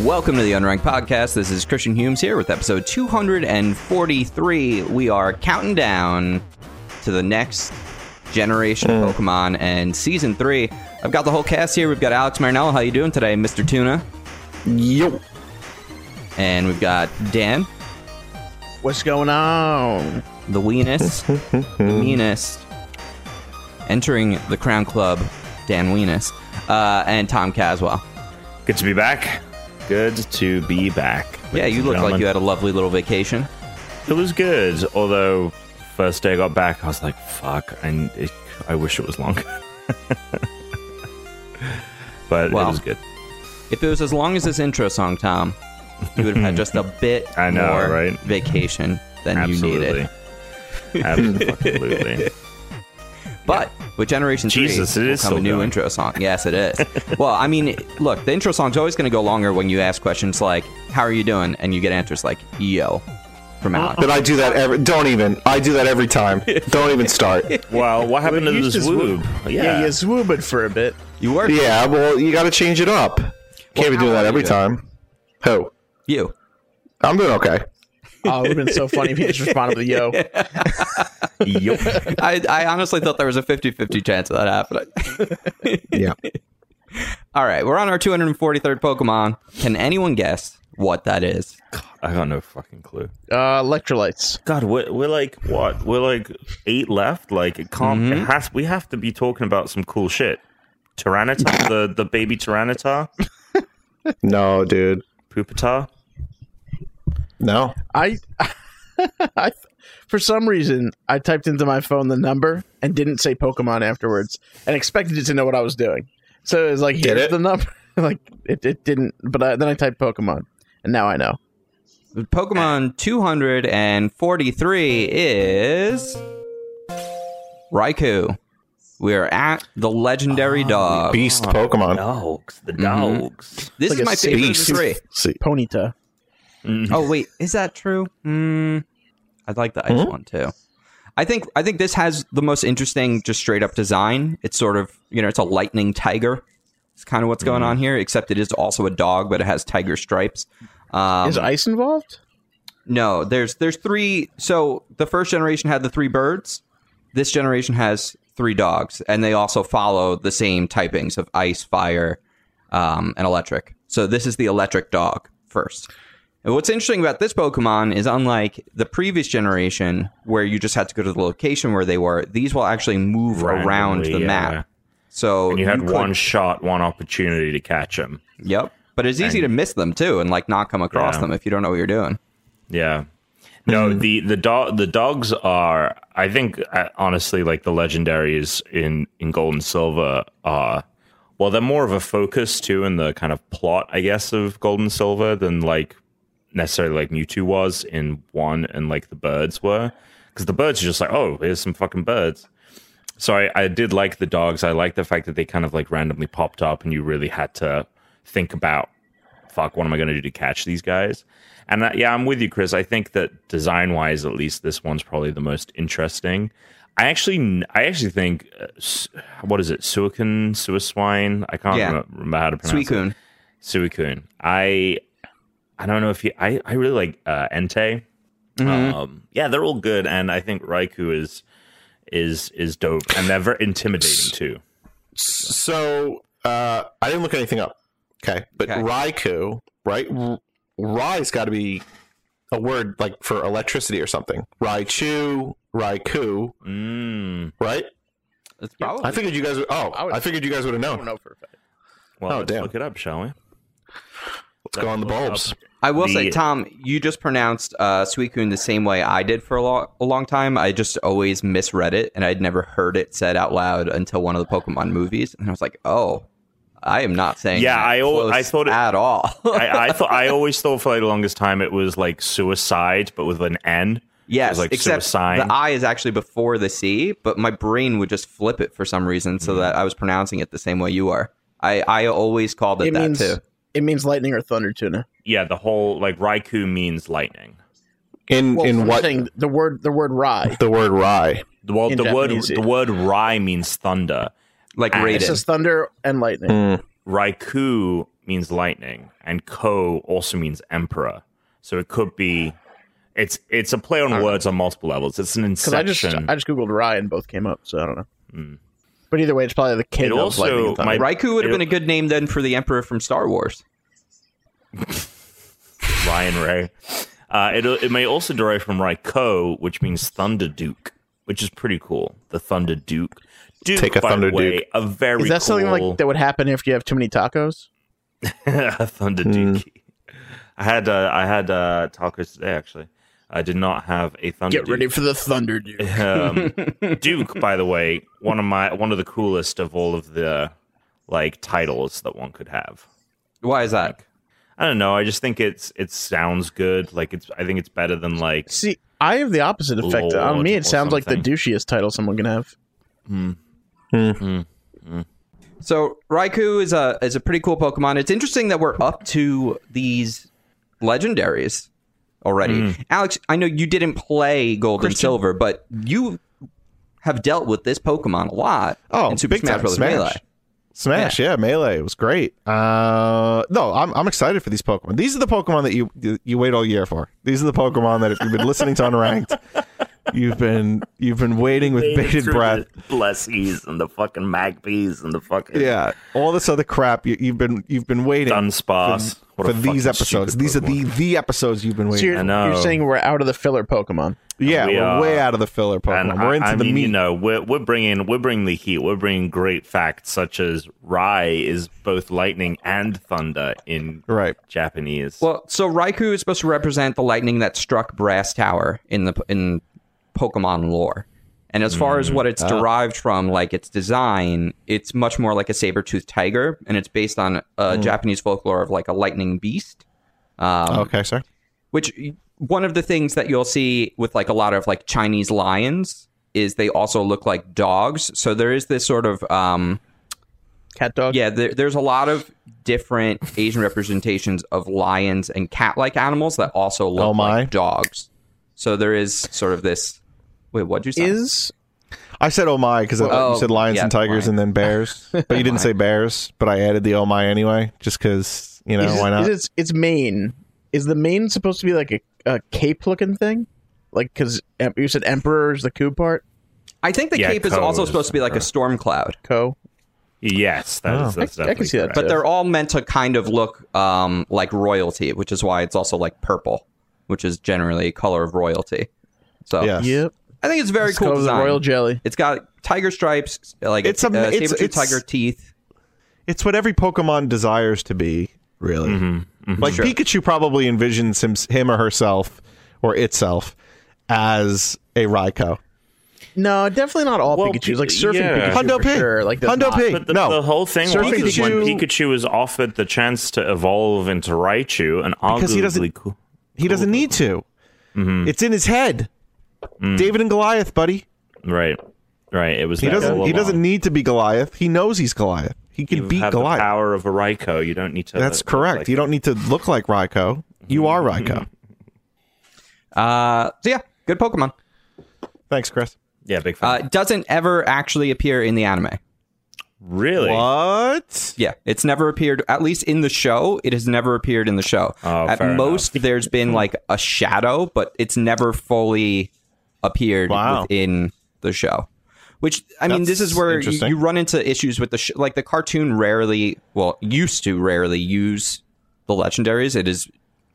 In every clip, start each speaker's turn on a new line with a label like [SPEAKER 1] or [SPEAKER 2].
[SPEAKER 1] Welcome to the Unranked Podcast. This is Christian Humes here with episode 243. We are counting down to the next generation of
[SPEAKER 2] Hmm.
[SPEAKER 1] Pokemon and season three. I've got the whole cast here. We've got Alex Marinello. How you doing today, Mr. Tuna?
[SPEAKER 2] Yo.
[SPEAKER 1] And we've got Dan,
[SPEAKER 2] What's going on?
[SPEAKER 1] the weenest, the meanest, entering the Crown Club, Dan Weenus, uh, and Tom Caswell.
[SPEAKER 2] Good to be back. Good to be back.
[SPEAKER 1] Yeah,
[SPEAKER 2] ladies
[SPEAKER 1] you
[SPEAKER 2] and
[SPEAKER 1] look like
[SPEAKER 2] gentlemen.
[SPEAKER 1] you had a lovely little vacation.
[SPEAKER 2] It was good, although first day I got back, I was like, "Fuck!" And it, I wish it was longer. but it
[SPEAKER 1] Well,
[SPEAKER 2] was good.
[SPEAKER 1] If it was as long as this intro song, Tom, you would have had just a bit
[SPEAKER 2] I know,
[SPEAKER 1] more
[SPEAKER 2] right?
[SPEAKER 1] vacation than you
[SPEAKER 2] Absolutely.
[SPEAKER 1] needed.
[SPEAKER 2] Absolutely.
[SPEAKER 1] But with Generation
[SPEAKER 2] Jesus, it
[SPEAKER 1] 3, will
[SPEAKER 2] is
[SPEAKER 1] come
[SPEAKER 2] so
[SPEAKER 1] a new
[SPEAKER 2] long.
[SPEAKER 1] intro song. Yes, it is. well, I mean, look, the intro song's always going to go longer when you ask questions like, how are you doing? And you get answers like, yo, from Alex.
[SPEAKER 2] Uh-uh.
[SPEAKER 3] But I do that every. Don't even. I do that every time. Don't even start.
[SPEAKER 2] well, what happened to
[SPEAKER 4] You
[SPEAKER 2] the
[SPEAKER 4] used to
[SPEAKER 2] Zwoob?
[SPEAKER 4] swoop.
[SPEAKER 2] Yeah.
[SPEAKER 4] Oh, yeah, you swoop it for a bit.
[SPEAKER 1] You were?
[SPEAKER 3] Yeah. Well, you got to change it up. Can't be
[SPEAKER 1] how
[SPEAKER 3] doing
[SPEAKER 1] are
[SPEAKER 3] that
[SPEAKER 1] you
[SPEAKER 3] every
[SPEAKER 1] doing?
[SPEAKER 3] time. Who?
[SPEAKER 1] You.
[SPEAKER 3] I'm doing okay.
[SPEAKER 4] Oh, it would have been so funny if you just responded with yo.
[SPEAKER 2] Yup.
[SPEAKER 1] I, I honestly thought there was a 50 50 chance of that happening.
[SPEAKER 3] Yeah.
[SPEAKER 1] All right, we're on our 243rd Pokemon. Can anyone guess what that is?
[SPEAKER 2] I got no fucking clue.
[SPEAKER 4] Uh, electrolytes.
[SPEAKER 2] God, we're, we're like what? We're like eight left. Like it can't. It has. We have to be talking about some cool shit. Tyranitar, the the baby Tyranitar,
[SPEAKER 3] No, dude.
[SPEAKER 2] Pupitar.
[SPEAKER 3] No.
[SPEAKER 4] I, I, for some reason, I typed into my phone the number and didn't say Pokemon afterwards, and expected it to know what I was doing. So it was like, here's
[SPEAKER 3] it?
[SPEAKER 4] the number. like it, it didn't. But I, then I typed Pokemon, and now I know. Ah.
[SPEAKER 1] Pokemon 243 is Raikou. We are at the
[SPEAKER 4] Ah,
[SPEAKER 1] legendary dog.
[SPEAKER 3] Beast
[SPEAKER 4] Oh,
[SPEAKER 3] Pokemon.
[SPEAKER 2] Dogs, Oh, the dogs.
[SPEAKER 1] This
[SPEAKER 4] Like
[SPEAKER 1] is
[SPEAKER 4] a
[SPEAKER 1] my favorite of the
[SPEAKER 3] beast.
[SPEAKER 1] three.
[SPEAKER 3] See.
[SPEAKER 4] Ponyta.
[SPEAKER 1] Oh wait, is that true? Hmm. I'd like the ice
[SPEAKER 4] Hmm?
[SPEAKER 1] one too. I think I think this has the most interesting, just straight up design. It's sort of you know, it's a lightning tiger. It's kind of what's
[SPEAKER 4] Hmm.
[SPEAKER 1] going on here, except it is also a dog, but it has tiger stripes. Um,
[SPEAKER 4] Is ice involved?
[SPEAKER 1] No, there's there's three. So the first generation had the three birds. This generation has three dogs, and they also follow the same typings of ice, fire, um, and electric. So this is the electric dog first. And what's interesting about this Pokemon is unlike the previous generation, where you just had to go to the location where they were, these will actually move around the
[SPEAKER 2] Randomly, yeah.
[SPEAKER 1] map. So
[SPEAKER 2] And you had
[SPEAKER 1] could-
[SPEAKER 2] one shot, one opportunity to catch him.
[SPEAKER 1] Yep. But it's easy to miss them too, and like not come across
[SPEAKER 2] Yeah.
[SPEAKER 1] them if you don't know what you're doing.
[SPEAKER 2] Yeah. No, the the dog the dogs are. I think uh, honestly, like the legendaries in in Gold and Silver are. Well, they're more of a focus too in the kind of plot, I guess, of Gold and Silver than like necessarily like Mewtwo was in one and like the birds were, because the birds are just like, oh, here's some fucking birds. So I, I did like the dogs. I like the fact that they kind of like randomly popped up, and you really had to think about fuck, what am I going to do to catch these guys? And that, yeah, I'm with you, Chris. I think that design wise, at least this one's probably the most interesting. I actually, I actually think, uh, s- what is it, Suicune, Suiswine? I can't
[SPEAKER 1] Yeah.
[SPEAKER 2] remem- remember how to pronounce it.
[SPEAKER 1] Suicune.
[SPEAKER 2] Suicune. I, I don't know if you, I, I really like uh, Entei. Um, yeah, they're all good, and I think Raikou is is is dope, and they're very intimidating too.
[SPEAKER 3] So uh, I didn't look anything up. Okay, but
[SPEAKER 1] Okay.
[SPEAKER 3] Raikou, right? R- Rai's got to be a word like for electricity or something. Raichu, Raikou,
[SPEAKER 2] Mm,
[SPEAKER 3] right?
[SPEAKER 1] It's probably
[SPEAKER 3] I figured you guys. Would, oh,
[SPEAKER 4] I
[SPEAKER 3] I,
[SPEAKER 4] would-
[SPEAKER 3] figured you guys would have
[SPEAKER 4] I don't
[SPEAKER 3] known.
[SPEAKER 4] know for a fact.
[SPEAKER 2] well,
[SPEAKER 3] Oh,
[SPEAKER 2] let's
[SPEAKER 3] damn.
[SPEAKER 2] look it up, shall we?
[SPEAKER 3] Let's go on the bulbs.
[SPEAKER 1] I will
[SPEAKER 2] the-
[SPEAKER 1] say, Tom, you just pronounced uh, Suicune the same way I did for a, lo- a long time. I just always misread it, and I'd never heard it said out loud until one of the Pokemon movies, and I was like, "Oh, I am not saying."
[SPEAKER 2] Yeah,
[SPEAKER 1] that
[SPEAKER 2] I al-
[SPEAKER 1] close
[SPEAKER 2] I thought it-
[SPEAKER 1] at all.
[SPEAKER 2] I, I thought I always thought for like the longest time it was like suicide, but with an N.
[SPEAKER 1] yes,
[SPEAKER 2] was like
[SPEAKER 1] except
[SPEAKER 2] suicide.
[SPEAKER 1] the I is actually before the C, but my brain would just flip it for some reason,
[SPEAKER 2] Mm-hmm.
[SPEAKER 1] so that I was pronouncing it the same way you are. I I always called it,
[SPEAKER 4] It
[SPEAKER 1] that
[SPEAKER 4] means
[SPEAKER 1] too.
[SPEAKER 4] it means lightning or thunder tuna.
[SPEAKER 2] Yeah, the whole like Raikou means lightning.
[SPEAKER 3] In
[SPEAKER 4] Well,
[SPEAKER 3] in
[SPEAKER 4] I'm
[SPEAKER 3] what
[SPEAKER 4] saying the word the word rye.
[SPEAKER 3] the word Rai?
[SPEAKER 2] The, well,
[SPEAKER 4] In
[SPEAKER 2] the
[SPEAKER 4] Japanese,
[SPEAKER 2] word
[SPEAKER 4] it-
[SPEAKER 2] the word Rai means thunder.
[SPEAKER 1] Like
[SPEAKER 2] Ah,
[SPEAKER 4] It
[SPEAKER 1] rated.
[SPEAKER 4] says thunder and lightning.
[SPEAKER 2] Raikou means lightning, and Ko also means emperor. So it could be. It's it's a play on words on multiple levels. It's an
[SPEAKER 4] Because
[SPEAKER 2] inception.
[SPEAKER 4] I just I just googled Rye and both came up, so I don't know.
[SPEAKER 2] Mm.
[SPEAKER 4] But either way, it's probably the king
[SPEAKER 2] It
[SPEAKER 4] of
[SPEAKER 2] also
[SPEAKER 4] lightning and thunder.
[SPEAKER 2] might-
[SPEAKER 1] Raikou would have
[SPEAKER 2] It'll-
[SPEAKER 1] been a good name then for the Emperor from Star Wars.
[SPEAKER 2] Ryan Ray. Uh, it it may also derive from Raiko, which means Thunder Duke, which is pretty cool. The Thunder Duke. Duke
[SPEAKER 3] Take a
[SPEAKER 2] by
[SPEAKER 3] Thunder
[SPEAKER 2] the way,
[SPEAKER 3] Duke.
[SPEAKER 2] A very
[SPEAKER 4] Is that something
[SPEAKER 2] cool-
[SPEAKER 4] like that would happen if you have too many tacos?
[SPEAKER 2] Thunder
[SPEAKER 3] Hmm.
[SPEAKER 2] Duke. I had uh, I had uh, tacos today actually. I did not have a Thunder Duke.
[SPEAKER 4] for the thunder, dude.
[SPEAKER 2] um, Duke, by the way, one of my one of the coolest of all of the like titles that one could have.
[SPEAKER 1] Why is that?
[SPEAKER 2] I don't know. I just think it's it sounds good. Like it's I think it's better than like
[SPEAKER 4] See, I have the opposite effect. On
[SPEAKER 2] Lord
[SPEAKER 4] me,
[SPEAKER 2] or
[SPEAKER 4] it sounds like the
[SPEAKER 2] something.
[SPEAKER 4] douchiest title someone can have.
[SPEAKER 1] So Raikou is a is a pretty cool Pokemon. It's interesting that we're up to these legendaries already.
[SPEAKER 3] Hmm.
[SPEAKER 1] Alex, I know you didn't play Gold and Silver, but you have dealt with this Pokemon a lot
[SPEAKER 3] Oh,
[SPEAKER 1] in Super
[SPEAKER 3] big
[SPEAKER 1] Smash
[SPEAKER 3] time.
[SPEAKER 1] Bros.
[SPEAKER 3] Smash.
[SPEAKER 1] Melee.
[SPEAKER 3] Smash, yeah. melee was great. Uh, no, I'm, I'm excited for these Pokemon. These are the Pokemon that you you wait all year for. These are the Pokemon that if you've been listening to Unranked, you've been you've been waiting with bated breath.
[SPEAKER 2] blessies and the fucking magpies and the fucking
[SPEAKER 3] Yeah, all this other crap you, you've been you've been waiting
[SPEAKER 2] Dunsparce. What
[SPEAKER 3] for
[SPEAKER 2] a fucking
[SPEAKER 3] these episodes.
[SPEAKER 2] stupid
[SPEAKER 3] These are the
[SPEAKER 2] Pokemon.
[SPEAKER 3] the episodes you've been
[SPEAKER 4] So
[SPEAKER 3] waiting.
[SPEAKER 4] you're,
[SPEAKER 2] I know.
[SPEAKER 4] you're saying we're out of the filler Pokemon.
[SPEAKER 3] yeah,
[SPEAKER 2] we
[SPEAKER 3] we're
[SPEAKER 2] are-
[SPEAKER 3] way out of the filler
[SPEAKER 2] And
[SPEAKER 3] Pokemon. we're
[SPEAKER 2] I-
[SPEAKER 3] into
[SPEAKER 2] I
[SPEAKER 3] the
[SPEAKER 2] mean,
[SPEAKER 3] meat.
[SPEAKER 2] You know, we're we're bringing we're bringing the heat. We're bringing great facts such as Rai is both lightning and thunder in
[SPEAKER 3] right.
[SPEAKER 2] Japanese.
[SPEAKER 1] Well, so Raikou is supposed to represent the lightning that struck Brass Tower in the in Pokemon lore. And as far as
[SPEAKER 3] Hmm.
[SPEAKER 1] what
[SPEAKER 3] Uh.
[SPEAKER 1] it's derived from, like its design, it's much more like a saber-toothed tiger, and it's based on uh,
[SPEAKER 3] Hmm.
[SPEAKER 1] Japanese folklore of like a lightning beast.
[SPEAKER 2] um,
[SPEAKER 3] okay, sir.
[SPEAKER 1] which one of the things that you'll see with like a lot of like Chinese lions is they also look like dogs. So there is this sort of um
[SPEAKER 4] Cat dog.
[SPEAKER 1] yeah, there, there's a lot of different Asian representations of lions and cat-like animals that also look
[SPEAKER 3] Oh, my.
[SPEAKER 1] like dogs. So there is sort of this. Wait, what'd you say?
[SPEAKER 4] Is
[SPEAKER 3] I said oh my because I thought
[SPEAKER 1] Oh,
[SPEAKER 3] you said lions
[SPEAKER 1] yeah,
[SPEAKER 3] and tigers
[SPEAKER 1] lion.
[SPEAKER 3] and then bears, but you didn't say bears. But I added the oh my anyway, just because you know
[SPEAKER 4] is,
[SPEAKER 3] why not?
[SPEAKER 4] is it's, it's Maine. Is the Maine supposed to be like a, a cape looking thing? Like because you said emperor is the coup part.
[SPEAKER 1] I think the
[SPEAKER 2] Yeah,
[SPEAKER 1] cape is
[SPEAKER 2] Ko
[SPEAKER 1] also
[SPEAKER 2] is
[SPEAKER 1] supposed to be like a
[SPEAKER 2] emperor.
[SPEAKER 1] storm cloud,
[SPEAKER 4] Co.
[SPEAKER 2] yes, that is that's
[SPEAKER 3] Oh.
[SPEAKER 4] I- I can
[SPEAKER 2] definitely
[SPEAKER 4] see that,
[SPEAKER 2] correct.
[SPEAKER 1] but they're all meant to kind of look um, like royalty, which is why it's also like purple, which is generally a color of royalty. So
[SPEAKER 3] Yeah.
[SPEAKER 4] Yep.
[SPEAKER 1] I think it's very
[SPEAKER 4] It's
[SPEAKER 1] cool
[SPEAKER 4] called the
[SPEAKER 1] design.
[SPEAKER 4] royal jelly.
[SPEAKER 1] It's got tiger stripes, like
[SPEAKER 3] It's
[SPEAKER 1] it's
[SPEAKER 3] a-
[SPEAKER 1] a
[SPEAKER 3] it's-
[SPEAKER 1] saber tooth
[SPEAKER 3] it's-
[SPEAKER 1] tiger teeth.
[SPEAKER 3] it's what every Pokemon desires to be, really. Like
[SPEAKER 1] Sure.
[SPEAKER 3] Pikachu probably envisions him, him or herself or itself as a Raikou.
[SPEAKER 4] No, definitely not all
[SPEAKER 2] Well,
[SPEAKER 4] Pikachu's. Like
[SPEAKER 2] P-
[SPEAKER 4] surfing
[SPEAKER 2] yeah.
[SPEAKER 4] Pikachu
[SPEAKER 3] Hundo
[SPEAKER 4] for
[SPEAKER 3] P.
[SPEAKER 4] sure. Like that's
[SPEAKER 3] Hundo
[SPEAKER 4] not-
[SPEAKER 3] P.
[SPEAKER 2] But the,
[SPEAKER 3] no.
[SPEAKER 2] the whole thing
[SPEAKER 3] Sir
[SPEAKER 2] was is when
[SPEAKER 3] Pikachu-
[SPEAKER 2] Pikachu is offered the chance to evolve into Raichu, and arguably
[SPEAKER 3] Because he doesn't-
[SPEAKER 2] cool.
[SPEAKER 3] He doesn't need to.
[SPEAKER 2] Mm-hmm.
[SPEAKER 3] It's in his head. David and Goliath, buddy.
[SPEAKER 2] Right, right. It was
[SPEAKER 3] He
[SPEAKER 2] Mm. that
[SPEAKER 3] doesn't
[SPEAKER 2] all
[SPEAKER 3] he doesn't
[SPEAKER 2] along.
[SPEAKER 3] need to be Goliath. He knows he's Goliath. He can
[SPEAKER 2] You
[SPEAKER 3] beat
[SPEAKER 2] have
[SPEAKER 3] Goliath.
[SPEAKER 2] the power of a Raikou. You don't need to.
[SPEAKER 3] That's
[SPEAKER 2] look
[SPEAKER 3] correct.
[SPEAKER 2] like- Mm-hmm.
[SPEAKER 3] you don't need to look like Raikou. You are Raikou.
[SPEAKER 1] Uh, so yeah, good Pokemon.
[SPEAKER 3] Thanks, Chris.
[SPEAKER 2] Yeah, big fan.
[SPEAKER 1] Uh, it doesn't ever actually appear in the anime.
[SPEAKER 2] really?
[SPEAKER 3] What?
[SPEAKER 1] Yeah, it's never appeared. At least in the show, it has never appeared in the show.
[SPEAKER 2] Oh,
[SPEAKER 1] At
[SPEAKER 2] fair
[SPEAKER 1] most, there's
[SPEAKER 3] Hmm.
[SPEAKER 1] been like a shadow, but it's never fully appeared
[SPEAKER 3] Wow.
[SPEAKER 1] within the show. Which I mean, this
[SPEAKER 3] That's
[SPEAKER 1] is where you,
[SPEAKER 3] interesting.
[SPEAKER 1] you run into issues with the sh- like the cartoon rarely, well, used to rarely use the legendaries. It is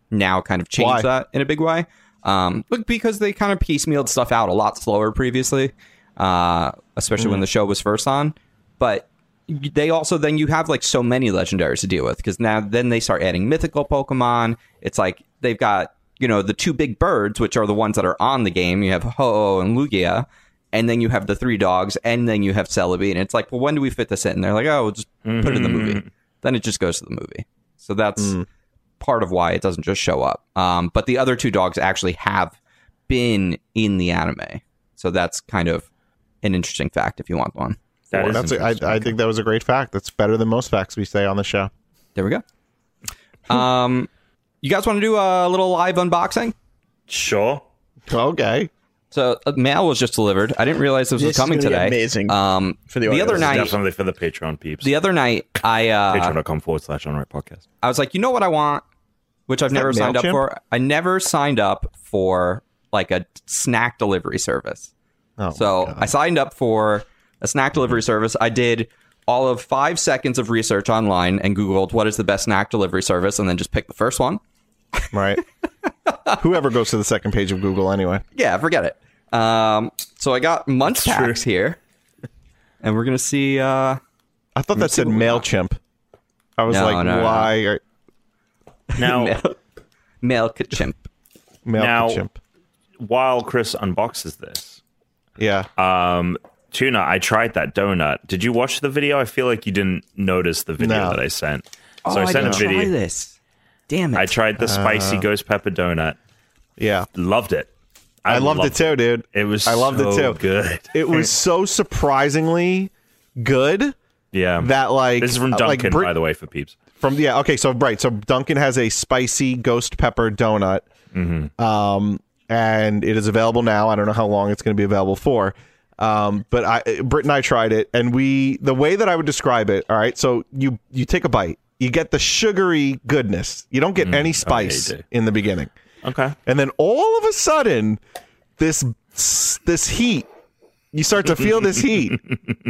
[SPEAKER 1] now kind of changed
[SPEAKER 3] Why?
[SPEAKER 1] that in a big way. Um, look, because they kind of piecemealed stuff out a lot slower previously, uh, especially when the show was first on. But y- they also then you have like so many legendaries to deal with because now then they start adding mythical Pokemon. It's like they've got you know the two big birds, which are the ones that are on the game. You have Ho-Oh and Lugia, and then you have the three dogs, and then you have Celebi. And it's like, well, when do we fit this in? And they're like, oh, we'll just put it in the movie. Then it just goes to the movie. So that's part of why it doesn't just show up. Um, but the other two dogs actually have been in the anime, so that's kind of an interesting fact if you want one.
[SPEAKER 2] That is
[SPEAKER 3] That's a, I,
[SPEAKER 2] interesting.
[SPEAKER 3] I think that was a great fact. That's better than most facts we say on the show.
[SPEAKER 1] There we go. Um, you guys want to do a little live unboxing?
[SPEAKER 2] sure.
[SPEAKER 3] Okay.
[SPEAKER 1] So uh, mail was just delivered. I didn't realize this,
[SPEAKER 4] This
[SPEAKER 1] was
[SPEAKER 4] is
[SPEAKER 1] coming
[SPEAKER 4] gonna be
[SPEAKER 1] today.
[SPEAKER 4] amazing
[SPEAKER 1] Um,
[SPEAKER 4] for the
[SPEAKER 1] the
[SPEAKER 4] audio.
[SPEAKER 1] other
[SPEAKER 4] This is
[SPEAKER 1] night,
[SPEAKER 2] Definitely for the Patreon peeps.
[SPEAKER 1] the other night, I uh,
[SPEAKER 2] Patreon.com forward slash on right podcast.
[SPEAKER 1] I was like, you know what I want, which I've never signed up
[SPEAKER 3] MailChimp?
[SPEAKER 1] for. I never signed up for like a snack delivery service.
[SPEAKER 3] Oh,
[SPEAKER 1] So I signed up for a snack delivery service. I did all of five seconds of research online and Googled what is the best snack delivery service and then just picked the first one.
[SPEAKER 3] right. Whoever goes to the second page of Google anyway.
[SPEAKER 1] Yeah, forget it. Um, so I got Munch Packs here and we're going to see. Uh,
[SPEAKER 3] I thought that said
[SPEAKER 1] what we got.
[SPEAKER 3] Mailchimp. I was
[SPEAKER 1] No,
[SPEAKER 3] like,
[SPEAKER 1] no, no.
[SPEAKER 3] why are
[SPEAKER 2] Now,
[SPEAKER 1] Mail- MailChimp.
[SPEAKER 2] Now-
[SPEAKER 3] Mailchimp?
[SPEAKER 2] while Chris unboxes this,
[SPEAKER 3] Yeah.
[SPEAKER 2] uh, Tuna, I tried that donut. Did you watch the video? I feel like you didn't notice the video
[SPEAKER 3] No.
[SPEAKER 2] that I sent.
[SPEAKER 1] Oh,
[SPEAKER 2] So I sent a
[SPEAKER 1] didn't
[SPEAKER 2] video.
[SPEAKER 1] try this. Damn it.
[SPEAKER 2] I tried the
[SPEAKER 3] Uh-huh.
[SPEAKER 2] spicy ghost pepper donut.
[SPEAKER 3] yeah.
[SPEAKER 2] Loved it. I,
[SPEAKER 3] I loved, it too, dude.
[SPEAKER 2] It was
[SPEAKER 3] I loved it
[SPEAKER 2] so
[SPEAKER 3] too.
[SPEAKER 2] good.
[SPEAKER 3] It was so surprisingly good
[SPEAKER 2] Yeah.
[SPEAKER 3] that like uh,
[SPEAKER 2] this is from
[SPEAKER 3] like,
[SPEAKER 2] Duncan,
[SPEAKER 3] Brit-
[SPEAKER 2] by the way, for peeps.
[SPEAKER 3] From yeah, okay, so right, so Duncan has a spicy ghost pepper donut,
[SPEAKER 2] Mm-hmm.
[SPEAKER 3] um, and it is available now. I don't know how long it's going to be available for, um, but I Britt and I tried it, and we the way that I would describe it. All right, so you you take a bite, you get the sugary goodness. You don't
[SPEAKER 2] Mm,
[SPEAKER 3] get any spice
[SPEAKER 2] do.
[SPEAKER 3] in the beginning,
[SPEAKER 2] Okay.
[SPEAKER 3] and then all of a sudden, this this heat. You start to feel this heat,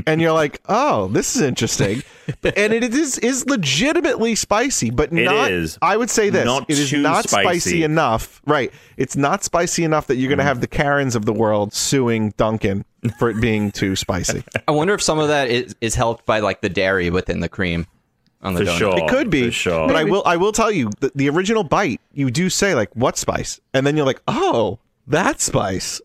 [SPEAKER 3] and you're like, "Oh, this is interesting," and it is is legitimately spicy, but not.
[SPEAKER 2] is.
[SPEAKER 3] I would say this:
[SPEAKER 2] Not
[SPEAKER 3] it is
[SPEAKER 2] too
[SPEAKER 3] not spicy.
[SPEAKER 2] spicy. Mm.
[SPEAKER 3] enough, right? It's not spicy enough that you're going to have the Karens of the world suing Duncan for it being too spicy.
[SPEAKER 1] I wonder if some of that is, is helped by like the dairy within the cream on the
[SPEAKER 2] For
[SPEAKER 1] donut.
[SPEAKER 2] sure.
[SPEAKER 3] It could be,
[SPEAKER 2] Oh, For sure.
[SPEAKER 3] but I will. I will tell you the, the original bite. You do say like, "What spice?" and then you're like, "Oh, that spice."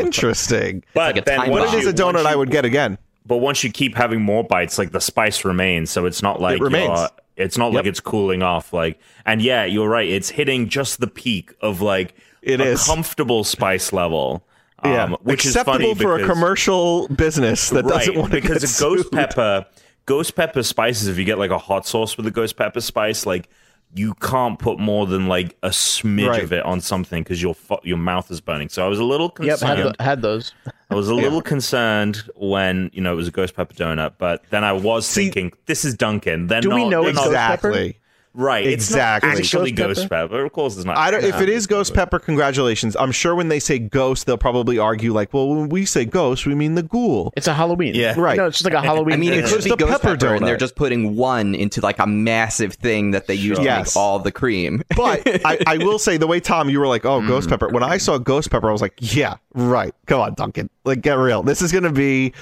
[SPEAKER 3] Interesting.
[SPEAKER 1] like a
[SPEAKER 2] but
[SPEAKER 1] time
[SPEAKER 2] then
[SPEAKER 1] What
[SPEAKER 2] once
[SPEAKER 1] bomb.
[SPEAKER 3] It is
[SPEAKER 2] you-
[SPEAKER 3] a donut
[SPEAKER 2] once you-
[SPEAKER 3] I would get again.
[SPEAKER 2] But once you keep having more bites, like the spice remains, so it's not like
[SPEAKER 3] remains.
[SPEAKER 2] you're- it's not like it's cooling off. Like, and yeah, you're right. It's hitting just the peak of like
[SPEAKER 3] It
[SPEAKER 2] a
[SPEAKER 3] is.
[SPEAKER 2] comfortable spice level. Um, which
[SPEAKER 3] acceptable
[SPEAKER 2] is funny
[SPEAKER 3] for
[SPEAKER 2] because,
[SPEAKER 3] a commercial business that doesn't
[SPEAKER 2] right,
[SPEAKER 3] want to
[SPEAKER 2] because
[SPEAKER 3] get
[SPEAKER 2] a ghost
[SPEAKER 3] sued.
[SPEAKER 2] pepper, ghost pepper spices. If you get like a hot sauce with a ghost pepper spice, like you can't put more than like a smidge
[SPEAKER 3] Right.
[SPEAKER 2] of it on something because your fu- your mouth is burning. So I was a little
[SPEAKER 4] Yep,
[SPEAKER 2] concerned.
[SPEAKER 4] had, tho- had those.
[SPEAKER 2] I was a little concerned when you know it was a ghost pepper donut, but then I was thinking this is Duncan. They're
[SPEAKER 4] Do we
[SPEAKER 2] not-
[SPEAKER 4] know
[SPEAKER 2] they're not-
[SPEAKER 4] exact-
[SPEAKER 3] exactly.
[SPEAKER 2] right?
[SPEAKER 3] exactly.
[SPEAKER 2] It's not
[SPEAKER 3] Is
[SPEAKER 4] it
[SPEAKER 2] actually
[SPEAKER 4] ghost
[SPEAKER 2] ghost pepper? Of course, it's not.
[SPEAKER 3] I don't.
[SPEAKER 2] No.
[SPEAKER 3] If it is ghost pepper, congratulations. I'm sure when they say ghost, they'll probably argue like, "Well, when we say ghost, we mean the ghool."
[SPEAKER 4] It's a Halloween.
[SPEAKER 2] Yeah.
[SPEAKER 3] Right.
[SPEAKER 4] No, it's just like a Halloween.
[SPEAKER 1] I mean, it
[SPEAKER 4] thing.
[SPEAKER 1] could
[SPEAKER 3] It's
[SPEAKER 1] be
[SPEAKER 3] the
[SPEAKER 1] ghost
[SPEAKER 3] pepper
[SPEAKER 1] pepper, and they're
[SPEAKER 3] donut.
[SPEAKER 1] just putting one into like a massive thing that they use to
[SPEAKER 3] Yes.
[SPEAKER 1] make all the cream.
[SPEAKER 3] But I, I will say the way Tom, you were like, "Oh, ghost pepper." When I saw ghost pepper, I was like, "Yeah, right. Come on, Duncan. Like, get real. This is gonna be."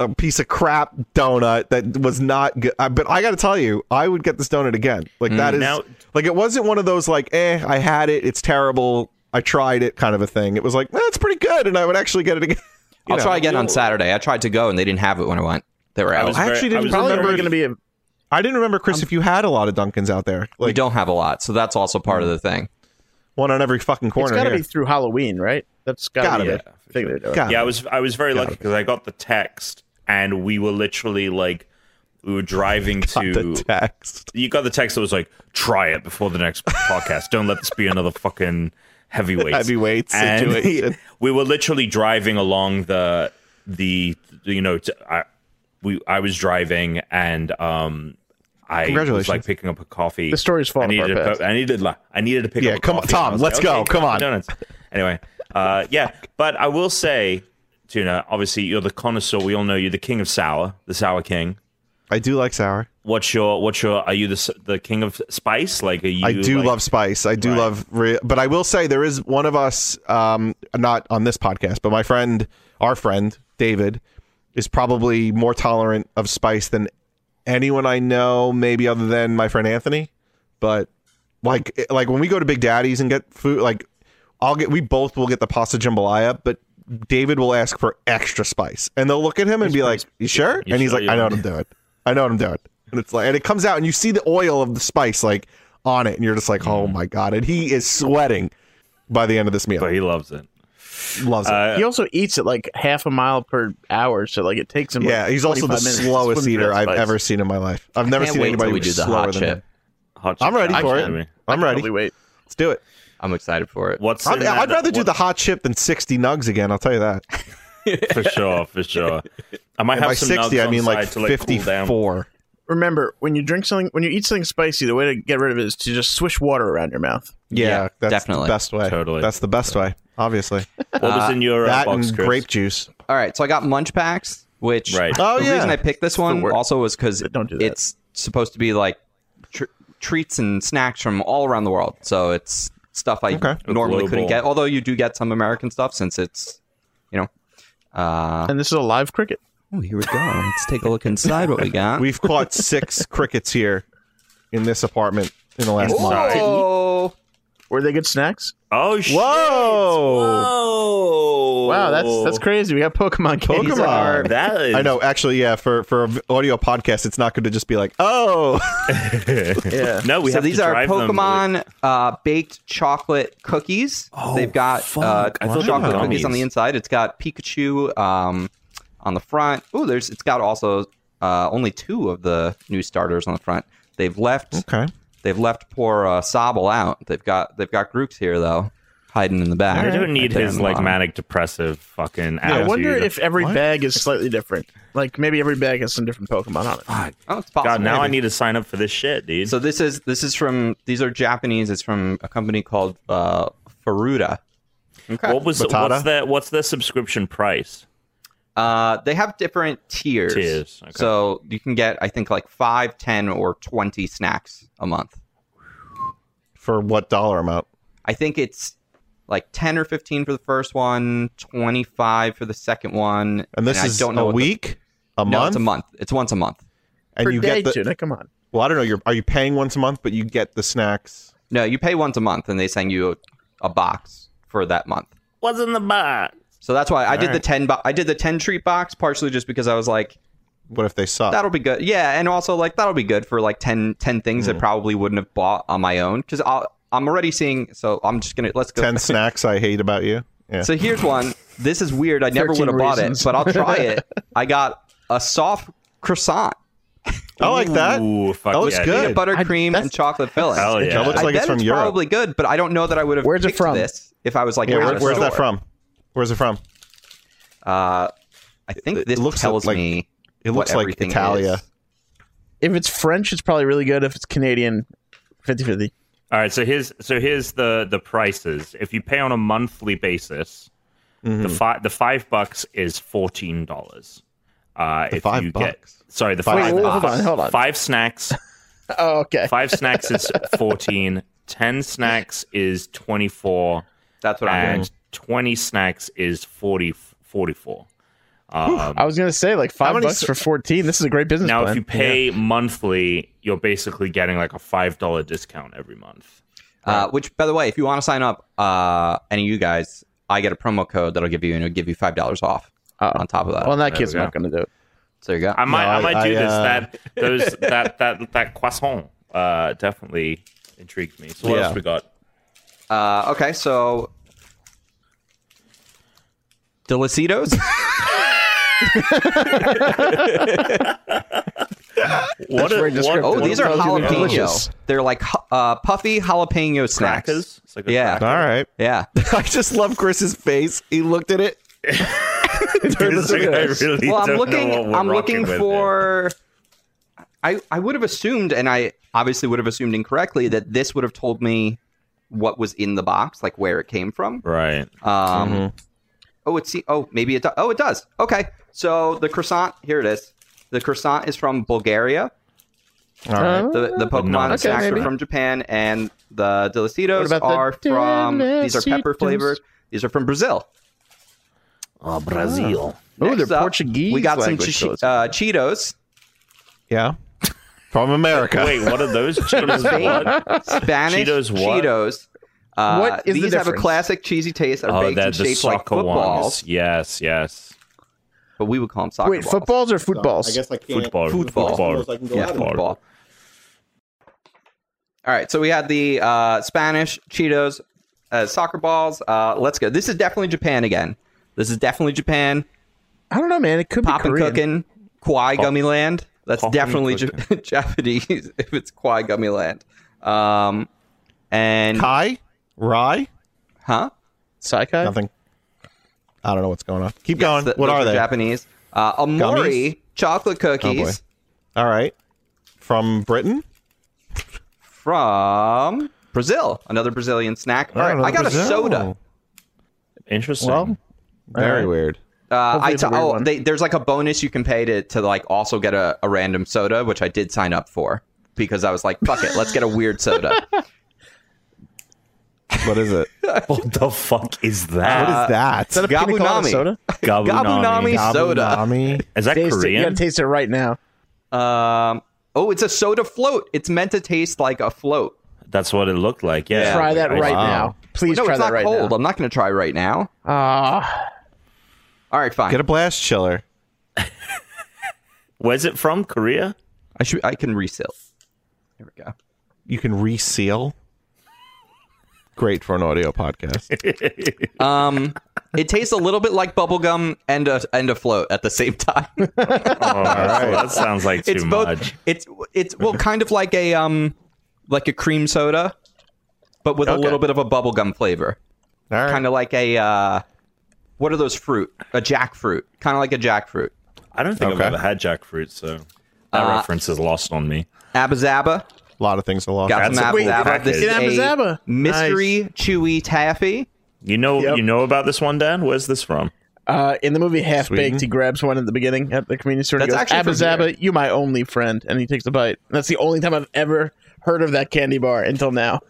[SPEAKER 3] A piece of crap donut that was not good, Uh, but I got to tell you, I would get this donut again. Like that is,
[SPEAKER 2] Now-
[SPEAKER 3] like it wasn't one of those like, eh, I had it, it's terrible, I tried it kind of a thing. It was like, that's pretty good, and I would actually get it again. You
[SPEAKER 1] I'll
[SPEAKER 3] know.
[SPEAKER 1] try again on Saturday. I tried to go and they didn't have it when I went. They were out.
[SPEAKER 2] was
[SPEAKER 3] I
[SPEAKER 2] very-
[SPEAKER 3] actually
[SPEAKER 2] I
[SPEAKER 3] didn't
[SPEAKER 2] was
[SPEAKER 4] probably
[SPEAKER 3] remember
[SPEAKER 4] only
[SPEAKER 2] very-
[SPEAKER 4] going to be a
[SPEAKER 3] I didn't remember, Chris, if you had a lot of Dunkins out there.
[SPEAKER 1] we
[SPEAKER 3] Like
[SPEAKER 1] don't have a lot, so that's also part of the thing.
[SPEAKER 3] one on every fucking corner.
[SPEAKER 4] It's got to
[SPEAKER 3] here.
[SPEAKER 4] be through Halloween, right? That's got
[SPEAKER 3] Gotta
[SPEAKER 4] to be,
[SPEAKER 3] be.
[SPEAKER 4] a thing they're doing.
[SPEAKER 3] Gotta
[SPEAKER 2] Yeah, I was I was very lucky because I got the text, and we were literally like we were driving to.
[SPEAKER 3] the text.
[SPEAKER 2] you got the text that was like, "Try it before the next podcast. Don't let this be another fucking heavyweight
[SPEAKER 3] Heavyweight situation.
[SPEAKER 2] And we were literally driving along the the you know t- I we I was driving and um I was
[SPEAKER 3] Congratulations.
[SPEAKER 2] like picking up a coffee.
[SPEAKER 4] The story's
[SPEAKER 2] I
[SPEAKER 4] falling
[SPEAKER 2] needed
[SPEAKER 4] apart
[SPEAKER 2] to,
[SPEAKER 4] fast.
[SPEAKER 2] I needed like I needed to pick
[SPEAKER 3] Yeah,
[SPEAKER 2] up. a
[SPEAKER 3] come on,
[SPEAKER 2] coffee. And I
[SPEAKER 3] Tom,
[SPEAKER 2] was
[SPEAKER 3] let's go. Come on."
[SPEAKER 2] donuts. Anyway, uh, yeah, but I will say, Tuna. Obviously, you're the connoisseur. We all know you're the king of sour, the sour king
[SPEAKER 3] I do like sour.
[SPEAKER 2] what's your what's your are you the s- the king of spice like are you
[SPEAKER 3] I do
[SPEAKER 2] like-
[SPEAKER 3] love spice. I do
[SPEAKER 2] Right.
[SPEAKER 3] love, re- but I will say there is one of us, um, not on this podcast, but my friend, our friend David, is probably more tolerant of spice than anyone I know, maybe other than my friend Anthony. But like, like when we go to Big Daddy's and get food, like I'll get, we both will get the pasta jambalaya, but David will ask for extra spice, and they'll look at him and be like, "You sure?" and he's
[SPEAKER 2] sure
[SPEAKER 3] like,
[SPEAKER 2] you
[SPEAKER 3] "I know what
[SPEAKER 2] want
[SPEAKER 3] I'm doing. I know what I'm doing." And it's like, and it comes out, and you see the oil of the spice like on it, and you're just like, "Oh my god!" And he is sweating by the end of this meal.
[SPEAKER 2] but he loves it
[SPEAKER 3] Loves it.
[SPEAKER 2] uh,
[SPEAKER 4] He also eats at like half a mile per hour, so like it takes him. like,
[SPEAKER 3] yeah, he's also the
[SPEAKER 4] 25 minutes to
[SPEAKER 3] slowest
[SPEAKER 4] swim through
[SPEAKER 3] eater
[SPEAKER 4] that
[SPEAKER 3] I've
[SPEAKER 4] spice.
[SPEAKER 3] ever seen in my life. I've never
[SPEAKER 1] Can't
[SPEAKER 3] seen
[SPEAKER 1] wait
[SPEAKER 3] anybody
[SPEAKER 1] till we
[SPEAKER 3] who's
[SPEAKER 1] do the
[SPEAKER 3] slower
[SPEAKER 1] hot
[SPEAKER 3] than him.
[SPEAKER 1] chip.
[SPEAKER 2] Hot
[SPEAKER 3] I'm
[SPEAKER 2] chip
[SPEAKER 3] ready
[SPEAKER 2] challenge,
[SPEAKER 3] for
[SPEAKER 2] I mean.
[SPEAKER 3] it.
[SPEAKER 4] I
[SPEAKER 3] I'm
[SPEAKER 4] can
[SPEAKER 3] ready.
[SPEAKER 4] Probably wait.
[SPEAKER 3] Let's do it.
[SPEAKER 1] I'm excited for it.
[SPEAKER 2] What's
[SPEAKER 3] I'd,
[SPEAKER 2] in that-
[SPEAKER 3] I'd rather do
[SPEAKER 2] what-
[SPEAKER 3] the hot chip than 60 nugs again. I'll tell you that.
[SPEAKER 2] for sure, for sure. I might
[SPEAKER 3] And
[SPEAKER 2] have
[SPEAKER 3] by
[SPEAKER 2] some
[SPEAKER 3] 60,
[SPEAKER 2] nugs
[SPEAKER 3] I mean
[SPEAKER 2] on
[SPEAKER 3] like
[SPEAKER 2] side to like cool down.
[SPEAKER 3] 54.
[SPEAKER 4] Remember, when you drink something, when you eat something spicy, the way to get rid of it is to just swish water around your mouth.
[SPEAKER 3] Yeah,
[SPEAKER 1] Yeah,
[SPEAKER 3] that's
[SPEAKER 1] definitely.
[SPEAKER 3] the best way.
[SPEAKER 2] Totally.
[SPEAKER 3] That's the best way, obviously.
[SPEAKER 2] What was in your uh,
[SPEAKER 3] that
[SPEAKER 2] box,
[SPEAKER 3] and
[SPEAKER 2] Chris?
[SPEAKER 3] grape juice.
[SPEAKER 1] All right, so I got Munch Packs, which
[SPEAKER 2] Right.
[SPEAKER 3] Oh,
[SPEAKER 1] the
[SPEAKER 3] yeah.
[SPEAKER 1] reason I picked this one
[SPEAKER 4] word.
[SPEAKER 1] also was because
[SPEAKER 4] But don't do that.
[SPEAKER 1] it's supposed to be like tr- treats and snacks from all around the world. So it's stuff I
[SPEAKER 3] Okay.
[SPEAKER 1] normally
[SPEAKER 2] Global.
[SPEAKER 1] couldn't get. Although you do get some American stuff since it's, you know. Uh,
[SPEAKER 4] And this is a live cricket.
[SPEAKER 1] oh, here we go. Let's take a look inside what we got.
[SPEAKER 3] We've caught six crickets here in this apartment in the last month.
[SPEAKER 2] Inside.
[SPEAKER 1] oh,
[SPEAKER 4] Were they good snacks?
[SPEAKER 2] Oh shit!
[SPEAKER 3] Whoa!
[SPEAKER 2] Whoa!
[SPEAKER 4] Wow, that's that's crazy. We got Pokemon candies.
[SPEAKER 3] Pokemon.
[SPEAKER 4] Our-
[SPEAKER 2] That is.
[SPEAKER 3] I know. Actually, yeah. For for an audio podcast, it's not good to just be like, "Oh,
[SPEAKER 4] yeah.
[SPEAKER 2] No, we
[SPEAKER 1] so
[SPEAKER 2] have
[SPEAKER 1] these
[SPEAKER 2] to
[SPEAKER 1] are
[SPEAKER 2] drive them.
[SPEAKER 1] Pokemon uh, baked chocolate cookies.
[SPEAKER 2] Oh,
[SPEAKER 1] They've got uh,
[SPEAKER 2] fuck. I thought they were
[SPEAKER 1] chocolate cookies
[SPEAKER 2] gummies.
[SPEAKER 1] on the inside. It's got Pikachu um, on the front. Oh, there's it's got also uh, only two of the new starters on the front. They've left.
[SPEAKER 3] okay."
[SPEAKER 1] They've left poor uh, Sobble out. They've got they've got Grooks here though, hiding in the back.
[SPEAKER 2] I don't need
[SPEAKER 1] Right there
[SPEAKER 2] his
[SPEAKER 1] in the
[SPEAKER 2] like
[SPEAKER 1] bottom.
[SPEAKER 2] manic depressive fucking.
[SPEAKER 4] I
[SPEAKER 2] attitude.
[SPEAKER 4] wonder if every
[SPEAKER 3] What?
[SPEAKER 4] bag is slightly different. Like maybe every bag has some different Pokemon on it.
[SPEAKER 1] Oh, it's possible.
[SPEAKER 2] God, now I
[SPEAKER 1] Maybe.
[SPEAKER 2] need to sign up for this shit, dude.
[SPEAKER 1] So this is this is from these are Japanese. It's from a company called uh, Furuta. Okay.
[SPEAKER 2] what was
[SPEAKER 3] Matata?
[SPEAKER 2] what's their what's their subscription price?
[SPEAKER 1] Uh, they have different tiers.
[SPEAKER 2] Tiers, okay.
[SPEAKER 1] So you can get, I think, like 5, 10, or 20 snacks a month.
[SPEAKER 3] For what dollar amount?
[SPEAKER 1] I think it's like 10 or 15 for the first one, 25 for the second one.
[SPEAKER 3] And this is
[SPEAKER 1] I don't know
[SPEAKER 3] a
[SPEAKER 1] what the-
[SPEAKER 3] week, a
[SPEAKER 1] no,
[SPEAKER 3] month,
[SPEAKER 1] it's a month. It's once a month.
[SPEAKER 3] and
[SPEAKER 4] Per
[SPEAKER 3] you
[SPEAKER 4] day,
[SPEAKER 3] get the.
[SPEAKER 4] tuna, come on.
[SPEAKER 3] Well, I don't know. You're are you paying once a month, but you get the snacks?
[SPEAKER 1] No, you pay once a month and they send you a, a box for that month.
[SPEAKER 2] What's in the box?
[SPEAKER 1] So that's why I did the
[SPEAKER 3] right.
[SPEAKER 1] 10 bo- I did the 10 treat box partially just because I was like
[SPEAKER 3] What if they suck?
[SPEAKER 1] that'll be good. Yeah, and also like that'll be good for like 10, 10 things
[SPEAKER 3] Hmm.
[SPEAKER 1] I probably wouldn't have bought on my own cuz I I'm already seeing so I'm just going to let's go
[SPEAKER 3] Ten snacks I hate about you. Yeah.
[SPEAKER 1] So here's one. This is weird. I never
[SPEAKER 4] 13
[SPEAKER 1] would have bought it,
[SPEAKER 4] reasons.
[SPEAKER 1] but I'll try it. I got a soft croissant,
[SPEAKER 3] I like that.
[SPEAKER 2] Ooh, fuck
[SPEAKER 3] That looks
[SPEAKER 2] yeah,
[SPEAKER 3] good.
[SPEAKER 1] peanut butter
[SPEAKER 4] I-
[SPEAKER 1] cream,
[SPEAKER 4] that's-
[SPEAKER 1] and chocolate filling.
[SPEAKER 2] Hell yeah.
[SPEAKER 3] That looks
[SPEAKER 1] I
[SPEAKER 3] like
[SPEAKER 1] bet
[SPEAKER 3] it's from
[SPEAKER 1] it's
[SPEAKER 3] Europe.
[SPEAKER 1] probably good, but I don't know that I would have.
[SPEAKER 4] Where's it
[SPEAKER 1] picked
[SPEAKER 4] from?
[SPEAKER 1] This if I was like,
[SPEAKER 3] yeah.
[SPEAKER 1] out
[SPEAKER 3] where-
[SPEAKER 1] of
[SPEAKER 3] where's that
[SPEAKER 1] store.
[SPEAKER 3] from? Where's it from?
[SPEAKER 1] Uh, I think
[SPEAKER 3] It
[SPEAKER 1] this
[SPEAKER 3] looks
[SPEAKER 1] tells
[SPEAKER 3] like-
[SPEAKER 1] me.
[SPEAKER 3] It
[SPEAKER 1] what
[SPEAKER 3] looks like
[SPEAKER 1] everything
[SPEAKER 3] Italia.
[SPEAKER 1] is.
[SPEAKER 4] If it's French, it's probably really good. If it's Canadian, 50-50.
[SPEAKER 2] All right, so here's so here's the the prices. If you pay on a monthly basis,
[SPEAKER 3] Mm-hmm.
[SPEAKER 2] the five the five bucks is fourteen dollars. Uh, if
[SPEAKER 3] five
[SPEAKER 2] you
[SPEAKER 3] bucks?
[SPEAKER 2] get sorry, the
[SPEAKER 3] Wait,
[SPEAKER 2] five
[SPEAKER 4] whoa,
[SPEAKER 2] bucks,
[SPEAKER 4] hold on, hold on.
[SPEAKER 2] five snacks,
[SPEAKER 4] Oh, okay.
[SPEAKER 2] five snacks is fourteen. Ten snacks is twenty four,
[SPEAKER 1] That's what I'm
[SPEAKER 2] and
[SPEAKER 1] doing.
[SPEAKER 2] twenty snacks is 40, 44. Um,
[SPEAKER 4] I was gonna say like five
[SPEAKER 3] many
[SPEAKER 4] bucks
[SPEAKER 3] s-
[SPEAKER 4] for fourteen. This is a great business
[SPEAKER 2] now,
[SPEAKER 4] plan.
[SPEAKER 2] if you pay monthly, you're basically getting like a five dollar discount every month.
[SPEAKER 1] Uh, which, by the way, if you want to sign up, uh, any of you guys, I get a promo code that'll give you, and it'll give you five dollars off
[SPEAKER 4] Oh.
[SPEAKER 1] on top of that.
[SPEAKER 4] well, in that
[SPEAKER 2] There
[SPEAKER 4] case,
[SPEAKER 2] we
[SPEAKER 4] I'm not gonna do it.
[SPEAKER 1] so there you go.
[SPEAKER 2] I might, I,
[SPEAKER 3] I-
[SPEAKER 2] might do
[SPEAKER 3] I,
[SPEAKER 2] this.
[SPEAKER 3] uh,
[SPEAKER 2] That those that that that croissant uh, definitely intrigued me. So what
[SPEAKER 3] Yeah.
[SPEAKER 2] else we got?
[SPEAKER 1] Uh, okay, so Delicitos.
[SPEAKER 2] What
[SPEAKER 4] very descriptive.
[SPEAKER 1] Oh,
[SPEAKER 4] What
[SPEAKER 1] these are
[SPEAKER 4] about you? They're delicious.
[SPEAKER 1] jalapeno. They're like hu- uh, puffy jalapeno snacks.
[SPEAKER 2] crackers? It's like a
[SPEAKER 1] Yeah.
[SPEAKER 2] cracker.
[SPEAKER 3] All right.
[SPEAKER 1] Yeah.
[SPEAKER 3] I just love Chris's face. He looked at it.
[SPEAKER 2] It's like, I really
[SPEAKER 1] Well, I'm
[SPEAKER 2] don't know what
[SPEAKER 1] looking.
[SPEAKER 2] we're
[SPEAKER 1] I'm looking
[SPEAKER 2] rocking with
[SPEAKER 1] for. I I would have assumed, and I obviously would have assumed incorrectly that this would have told me what was in the box, like where it came from.
[SPEAKER 2] here. right.
[SPEAKER 1] Um,
[SPEAKER 2] Mm-hmm.
[SPEAKER 1] Oh, it's oh maybe it do- oh it does. Okay, so the croissant here it is. The croissant is from Bulgaria.
[SPEAKER 3] All right.
[SPEAKER 1] The the Pokemon
[SPEAKER 2] Okay,
[SPEAKER 1] snacks
[SPEAKER 4] maybe.
[SPEAKER 1] are from Japan, and the
[SPEAKER 4] What
[SPEAKER 1] Delicitos
[SPEAKER 4] about the
[SPEAKER 1] are from these are pepper
[SPEAKER 4] Delicitos?
[SPEAKER 1] flavored. These are from Brazil.
[SPEAKER 2] Oh, Brazil.
[SPEAKER 4] Oh, they're
[SPEAKER 1] Next up,
[SPEAKER 4] Portuguese.
[SPEAKER 1] We got some
[SPEAKER 4] language,
[SPEAKER 1] chi-
[SPEAKER 4] so it's-
[SPEAKER 1] uh, Cheetos,
[SPEAKER 3] yeah. From America.
[SPEAKER 2] Wait, what are those? Cheetos what?
[SPEAKER 1] Spanish
[SPEAKER 2] Cheetos what?
[SPEAKER 1] Cheetos. Uh,
[SPEAKER 4] What is the
[SPEAKER 1] these have a
[SPEAKER 4] difference?
[SPEAKER 1] classic cheesy taste. Are
[SPEAKER 2] Oh,
[SPEAKER 1] baked
[SPEAKER 2] they're
[SPEAKER 1] and
[SPEAKER 2] the
[SPEAKER 1] shaped like
[SPEAKER 2] soccer
[SPEAKER 1] footballs,
[SPEAKER 2] ones. Yes, yes.
[SPEAKER 1] but we would call them soccer
[SPEAKER 4] Wait,
[SPEAKER 1] balls.
[SPEAKER 4] footballs or footballs?
[SPEAKER 5] I can't.
[SPEAKER 2] Football.
[SPEAKER 1] Football.
[SPEAKER 5] I can go
[SPEAKER 1] Yeah,
[SPEAKER 5] out of
[SPEAKER 2] Football.
[SPEAKER 1] football. All right, so we had the uh, Spanish Cheetos, uh, soccer balls. Uh, let's go. This is definitely Japan again. This is definitely Japan.
[SPEAKER 4] I don't know, man. It could be
[SPEAKER 1] Poppin'
[SPEAKER 4] Korean.
[SPEAKER 1] cookin', Kwai Gummy Land. That's
[SPEAKER 2] Poppin'
[SPEAKER 1] definitely Ja- Japanese if it's Kwai Gummy Land. Um, and
[SPEAKER 3] Kai? Rye?
[SPEAKER 1] Huh?
[SPEAKER 4] Psychi?
[SPEAKER 3] Nothing. I don't know what's going on. Keep
[SPEAKER 1] Yes,
[SPEAKER 3] going.
[SPEAKER 1] th-
[SPEAKER 3] what
[SPEAKER 1] those
[SPEAKER 3] are they?
[SPEAKER 1] Japanese. Uh, Amori
[SPEAKER 3] Gummies? Oh,
[SPEAKER 1] chocolate cookies
[SPEAKER 3] All right. From Britain?
[SPEAKER 1] from Brazil. Another Brazilian snack. All right,
[SPEAKER 3] Oh,
[SPEAKER 1] I got
[SPEAKER 3] Brazil.
[SPEAKER 1] a soda.
[SPEAKER 2] Interesting.
[SPEAKER 4] Well,
[SPEAKER 3] Very
[SPEAKER 4] Alright.
[SPEAKER 3] weird.
[SPEAKER 1] Uh,
[SPEAKER 4] Hopefully
[SPEAKER 1] I
[SPEAKER 4] it's a
[SPEAKER 1] t-
[SPEAKER 4] weird
[SPEAKER 1] oh,
[SPEAKER 4] one.
[SPEAKER 1] they, there's like a bonus you can pay to to like also get a, a random soda, which I did sign up for because I was like, fuck it, let's get a weird soda.
[SPEAKER 3] What is it? what
[SPEAKER 2] what the fuck is that?
[SPEAKER 3] is that?
[SPEAKER 4] Is that a pina
[SPEAKER 1] Uh, Gabunami.
[SPEAKER 4] colada soda?
[SPEAKER 2] Uh, Gabunami.
[SPEAKER 1] Gabunami. soda?
[SPEAKER 3] Gabunami?
[SPEAKER 2] Is that
[SPEAKER 4] Taste it. You
[SPEAKER 2] Korean?
[SPEAKER 4] gotta taste it right now.
[SPEAKER 1] Um, oh, it's a soda float. It's meant to taste like a float.
[SPEAKER 2] That's what it looked like. Yeah.
[SPEAKER 4] Try that
[SPEAKER 2] I-
[SPEAKER 4] right
[SPEAKER 3] Wow.
[SPEAKER 4] now. Please
[SPEAKER 1] no,
[SPEAKER 4] try
[SPEAKER 1] it's
[SPEAKER 4] that
[SPEAKER 1] not
[SPEAKER 4] right
[SPEAKER 1] cold. I'm not going to try right now.
[SPEAKER 4] now. Ah,
[SPEAKER 1] All right, fine.
[SPEAKER 3] Get a blast chiller.
[SPEAKER 2] Where's it from? Korea?
[SPEAKER 1] I should. I can reseal. There we go.
[SPEAKER 3] You can reseal. Great for an audio podcast.
[SPEAKER 1] Um, it tastes a little bit like bubblegum and a and a float at the same time.
[SPEAKER 2] Oh, that's- that sounds like too
[SPEAKER 1] it's both.
[SPEAKER 2] much.
[SPEAKER 1] It's it's well, kind of like a um, like a cream soda, but with a
[SPEAKER 3] Okay.
[SPEAKER 1] little bit of a bubblegum flavor.
[SPEAKER 3] All right.
[SPEAKER 1] Kind of like a uh, what are those fruit? A jackfruit. Kind of like a jackfruit.
[SPEAKER 2] I don't think
[SPEAKER 3] Okay.
[SPEAKER 2] I've ever had jackfruit, so that reference is lost on me.
[SPEAKER 1] Abba Zaba.
[SPEAKER 3] a lot of things are lost.
[SPEAKER 1] Got
[SPEAKER 2] That's
[SPEAKER 1] some
[SPEAKER 2] a
[SPEAKER 1] Abba
[SPEAKER 2] cool
[SPEAKER 1] Zaba.
[SPEAKER 2] package.
[SPEAKER 1] This
[SPEAKER 4] Get Abba
[SPEAKER 1] is a
[SPEAKER 4] Zaba.
[SPEAKER 1] mystery chewy taffy.
[SPEAKER 2] You know,
[SPEAKER 4] Yep.
[SPEAKER 2] you know about this one, Dan? Where's this from?
[SPEAKER 4] uh, in the movie Half
[SPEAKER 3] Sweden?
[SPEAKER 4] Baked, he grabs one at the beginning at the convenience store. and
[SPEAKER 1] That's
[SPEAKER 4] he
[SPEAKER 1] actually
[SPEAKER 4] goes,
[SPEAKER 1] from
[SPEAKER 4] Abba Zaba, you my only friend, and he takes a bite. And that's the only time I've ever heard of that candy bar until now.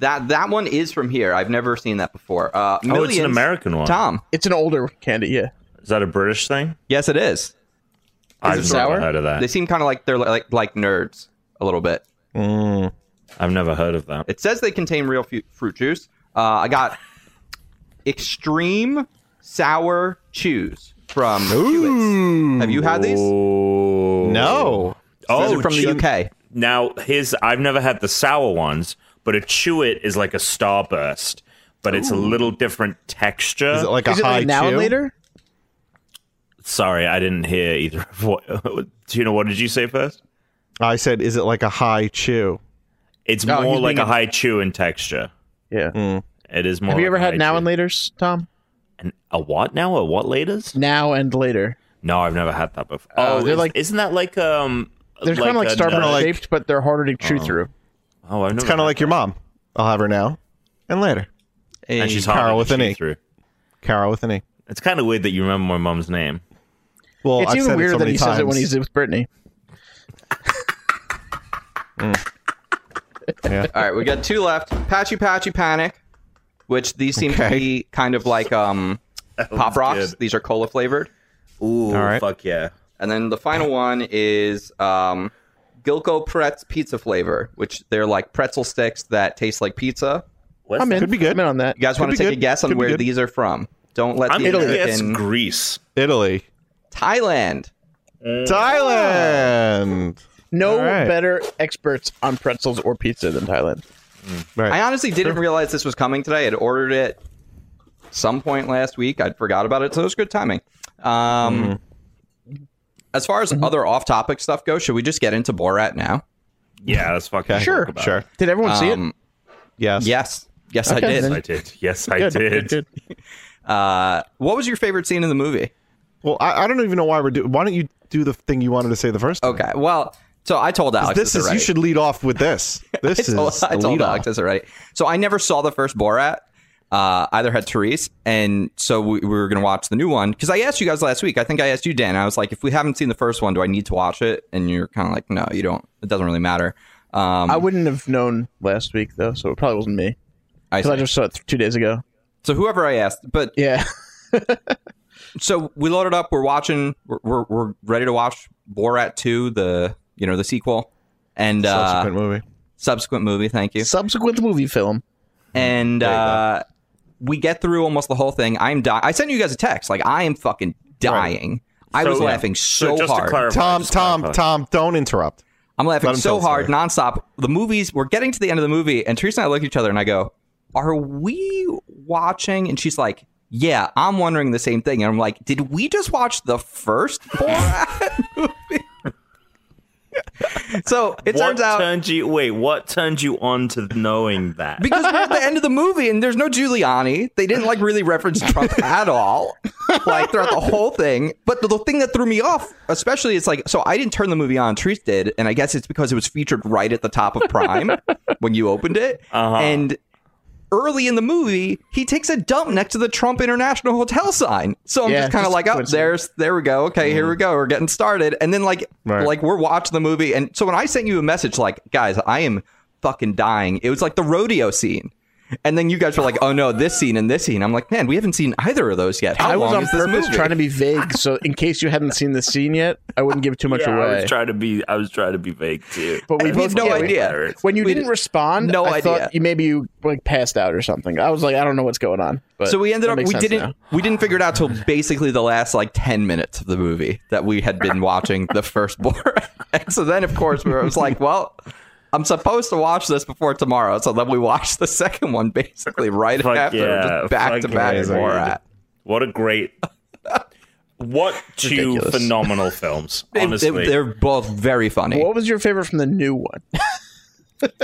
[SPEAKER 1] That that one is from here. I've never seen that before. Uh,
[SPEAKER 2] Oh, it's
[SPEAKER 1] Millions-
[SPEAKER 2] an American one.
[SPEAKER 1] Tom.
[SPEAKER 4] It's an older candy, yeah.
[SPEAKER 2] Is that a British thing?
[SPEAKER 1] Yes, it is.
[SPEAKER 2] I've
[SPEAKER 4] it
[SPEAKER 2] never
[SPEAKER 4] sour?
[SPEAKER 2] heard of that.
[SPEAKER 1] They seem kind of like they're like like nerds a little bit.
[SPEAKER 2] I've never heard of that.
[SPEAKER 1] It says they contain real fu- fruit juice. Uh, I got extreme sour chews from Hewitt's. Have you had these?
[SPEAKER 2] Oh
[SPEAKER 3] No.
[SPEAKER 1] these
[SPEAKER 2] Oh,
[SPEAKER 1] are from the
[SPEAKER 2] chew-
[SPEAKER 1] UK.
[SPEAKER 2] Now his I've never had the sour ones, but a chew it is like a starburst, but it's a little different texture.
[SPEAKER 3] Is it like a
[SPEAKER 4] Is it
[SPEAKER 3] high
[SPEAKER 4] like now
[SPEAKER 3] chew?
[SPEAKER 4] and later?
[SPEAKER 2] Sorry, I didn't hear either of what. Do you know what did you say first?
[SPEAKER 3] I said, is it like a high chew?
[SPEAKER 2] It's
[SPEAKER 4] No,
[SPEAKER 2] more
[SPEAKER 4] he's
[SPEAKER 2] like
[SPEAKER 4] being
[SPEAKER 2] a
[SPEAKER 4] a-
[SPEAKER 2] high chew in texture.
[SPEAKER 4] Yeah.
[SPEAKER 3] Mm,
[SPEAKER 2] It is more.
[SPEAKER 4] Have you
[SPEAKER 2] like
[SPEAKER 4] ever
[SPEAKER 2] a
[SPEAKER 4] had
[SPEAKER 2] high
[SPEAKER 4] now
[SPEAKER 2] chew.
[SPEAKER 4] and later's, Tom?
[SPEAKER 2] An- a what now? A what later's?
[SPEAKER 4] Now and later.
[SPEAKER 2] No, I've never had that before.
[SPEAKER 4] Oh,
[SPEAKER 2] Oh,
[SPEAKER 4] they're
[SPEAKER 2] is,
[SPEAKER 4] like-
[SPEAKER 2] isn't that like um?
[SPEAKER 4] They're kind of like
[SPEAKER 2] a
[SPEAKER 4] Starburst
[SPEAKER 2] nut?
[SPEAKER 4] shaped, but they're harder to chew through.
[SPEAKER 2] Oh, I've never.
[SPEAKER 3] Kind of like your mom. I'll have her now and later.
[SPEAKER 2] and she's
[SPEAKER 3] Carl
[SPEAKER 2] hard
[SPEAKER 3] with
[SPEAKER 2] with
[SPEAKER 3] an
[SPEAKER 2] an
[SPEAKER 3] E.
[SPEAKER 2] through.
[SPEAKER 3] Carol with an E.
[SPEAKER 2] It's kind of weird that you remember my mom's name.
[SPEAKER 3] Well,
[SPEAKER 4] it's
[SPEAKER 3] I've said
[SPEAKER 4] even
[SPEAKER 3] it
[SPEAKER 4] weirder
[SPEAKER 3] so
[SPEAKER 4] that
[SPEAKER 3] many
[SPEAKER 4] he says it when
[SPEAKER 3] times.
[SPEAKER 4] he's with Brittany.
[SPEAKER 1] All right, we got two left. Patchy Patchy Panic, which these seem to
[SPEAKER 3] Okay.
[SPEAKER 1] be kind of like um, pop rocks.
[SPEAKER 2] good.
[SPEAKER 1] These are cola flavored.
[SPEAKER 2] Ooh,
[SPEAKER 3] right.
[SPEAKER 2] fuck yeah.
[SPEAKER 1] And then the final one is um, Gilco Pretz pizza flavor, which they're like pretzel sticks that taste like pizza.
[SPEAKER 2] What's
[SPEAKER 4] I'm in.
[SPEAKER 3] Could be good.
[SPEAKER 4] I'm in on that.
[SPEAKER 1] You guys want
[SPEAKER 3] be
[SPEAKER 1] to take a
[SPEAKER 3] good.
[SPEAKER 1] guess on
[SPEAKER 3] Could be
[SPEAKER 1] where
[SPEAKER 3] good.
[SPEAKER 1] these are from? Don't let
[SPEAKER 2] I'm
[SPEAKER 1] the
[SPEAKER 2] gonna guess
[SPEAKER 1] American
[SPEAKER 2] Greece.
[SPEAKER 3] Italy.
[SPEAKER 1] Thailand.
[SPEAKER 3] Thailand.
[SPEAKER 4] No
[SPEAKER 3] All right.
[SPEAKER 4] better experts on pretzels or pizza than Thailand.
[SPEAKER 3] Right.
[SPEAKER 1] I honestly didn't realize this was coming today. I'd ordered it some point last week. I'd forgot about it, so it was good timing. Um, As far as other off-topic stuff goes, should we just get into Borat now?
[SPEAKER 2] Yeah, that's fucking
[SPEAKER 3] Okay.
[SPEAKER 4] Sure.
[SPEAKER 2] about
[SPEAKER 3] Sure.
[SPEAKER 2] it.
[SPEAKER 4] Did everyone see it?
[SPEAKER 1] Um,
[SPEAKER 3] Yes.
[SPEAKER 1] yes, yes,
[SPEAKER 4] Okay,
[SPEAKER 1] I did.
[SPEAKER 4] then-
[SPEAKER 2] I did. Yes, I
[SPEAKER 4] Good,
[SPEAKER 2] did.
[SPEAKER 4] good, good.
[SPEAKER 1] Uh, what was your favorite scene in the movie?
[SPEAKER 3] Well, I, I don't even know why we're doing. Why don't you do the thing you wanted to say the first?
[SPEAKER 4] Oh,
[SPEAKER 3] time?
[SPEAKER 1] Okay, well, so I told Alex
[SPEAKER 3] This
[SPEAKER 1] this
[SPEAKER 3] is you
[SPEAKER 1] already.
[SPEAKER 3] should lead off with this. This
[SPEAKER 1] I told,
[SPEAKER 3] is
[SPEAKER 1] Oh, I
[SPEAKER 3] the
[SPEAKER 1] told
[SPEAKER 3] lead off.
[SPEAKER 1] Alex this already. So I never saw the first Borat. Uh, either had Therese, and so we, we were going to watch the new one because I asked you guys last week. I think I asked you, Dan. I was like, if we haven't seen the first one, do I need to watch it? And you're kind of like, no, you don't. It doesn't really matter. Um,
[SPEAKER 4] I wouldn't have known last week though, so it probably wasn't me
[SPEAKER 1] I
[SPEAKER 4] because I
[SPEAKER 1] see.
[SPEAKER 4] just saw it th- two days ago.
[SPEAKER 1] so whoever I asked, but
[SPEAKER 4] Yeah,
[SPEAKER 1] so we loaded up. We're watching. We're, we're, we're ready to watch Borat two, the you know the sequel and
[SPEAKER 3] Subsequent
[SPEAKER 1] subsequent,
[SPEAKER 3] movie.
[SPEAKER 1] subsequent movie. Thank you.
[SPEAKER 4] subsequent movie film.
[SPEAKER 1] and
[SPEAKER 3] Mm-hmm. you go.
[SPEAKER 1] uh, we get through almost the whole thing. I'm dying. I sent you guys a text like I am fucking dying. I was
[SPEAKER 2] So-
[SPEAKER 1] laughing so,
[SPEAKER 2] just
[SPEAKER 1] hard.
[SPEAKER 2] To clarify,
[SPEAKER 3] Tom,
[SPEAKER 2] just
[SPEAKER 3] Tom,
[SPEAKER 2] clarify.
[SPEAKER 3] Tom, don't interrupt.
[SPEAKER 1] I'm laughing
[SPEAKER 3] Let him tell
[SPEAKER 1] so
[SPEAKER 3] the
[SPEAKER 1] hard, nonstop. The movies. We're getting to the end of the movie, and Teresa and I look at each other, and I go, "Are we watching?" And she's like, "Yeah." I'm wondering the same thing, and I'm like, "Did we just watch the first Borat?" So it
[SPEAKER 2] what
[SPEAKER 1] turns out
[SPEAKER 2] turned you wait? What turned you on to knowing that?
[SPEAKER 1] because we're at the end of the movie and there's no Giuliani, they didn't like really reference Trump at all, like throughout the whole thing. But the, the thing that threw me off, especially, it's like so I didn't turn the movie on, Trees did, and I guess it's because it was featured right at the top of Prime when you opened it, and. Early in the movie, he takes a dump next to the Trump International Hotel sign. So I'm
[SPEAKER 4] Yeah,
[SPEAKER 1] just kind of
[SPEAKER 4] just
[SPEAKER 1] like, oh,
[SPEAKER 4] coincidence. Mm-hmm.
[SPEAKER 1] there's there we go. Okay, here we go. We're getting started. And then like
[SPEAKER 3] Right.
[SPEAKER 1] like we're watching the movie. And so when I sent you a message like, guys, I am fucking dying. It was like the rodeo scene. And then you guys were like, oh no, this scene and this scene. I'm like, man, we haven't seen either of those yet. How
[SPEAKER 4] I was
[SPEAKER 1] long
[SPEAKER 4] on
[SPEAKER 1] is this
[SPEAKER 4] purpose
[SPEAKER 1] movie?
[SPEAKER 4] trying to be vague, so in case you hadn't seen the scene yet, I wouldn't give too much
[SPEAKER 2] Yeah, I
[SPEAKER 4] away.
[SPEAKER 2] was trying to be. I was trying to be vague too.
[SPEAKER 4] But we
[SPEAKER 1] I have
[SPEAKER 4] both
[SPEAKER 1] no
[SPEAKER 4] yeah, we-
[SPEAKER 1] idea.
[SPEAKER 4] When you
[SPEAKER 1] We
[SPEAKER 4] didn't
[SPEAKER 1] did-
[SPEAKER 4] respond,
[SPEAKER 1] no
[SPEAKER 4] I
[SPEAKER 1] idea.
[SPEAKER 4] thought you maybe you like passed out or something. I was like, I don't know what's going on. But
[SPEAKER 1] So we ended
[SPEAKER 4] that
[SPEAKER 1] up
[SPEAKER 4] makes
[SPEAKER 1] we
[SPEAKER 4] sense
[SPEAKER 1] didn't
[SPEAKER 4] now.
[SPEAKER 1] we didn't figure it out till basically the last like ten minutes of the movie that we had been watching the firstborn. and so then of course we were, I was like, well, I'm supposed to watch this before tomorrow. So then we watched the second one basically right
[SPEAKER 2] Fuck
[SPEAKER 1] after,
[SPEAKER 2] yeah.
[SPEAKER 1] just back to
[SPEAKER 2] Fuck
[SPEAKER 1] back
[SPEAKER 2] yeah, dude.
[SPEAKER 1] Borat.
[SPEAKER 2] What a great. What two
[SPEAKER 4] Ridiculous.
[SPEAKER 2] phenomenal films,
[SPEAKER 1] They-
[SPEAKER 2] honestly.
[SPEAKER 1] They, are both very funny.
[SPEAKER 4] What was your favorite from the new one?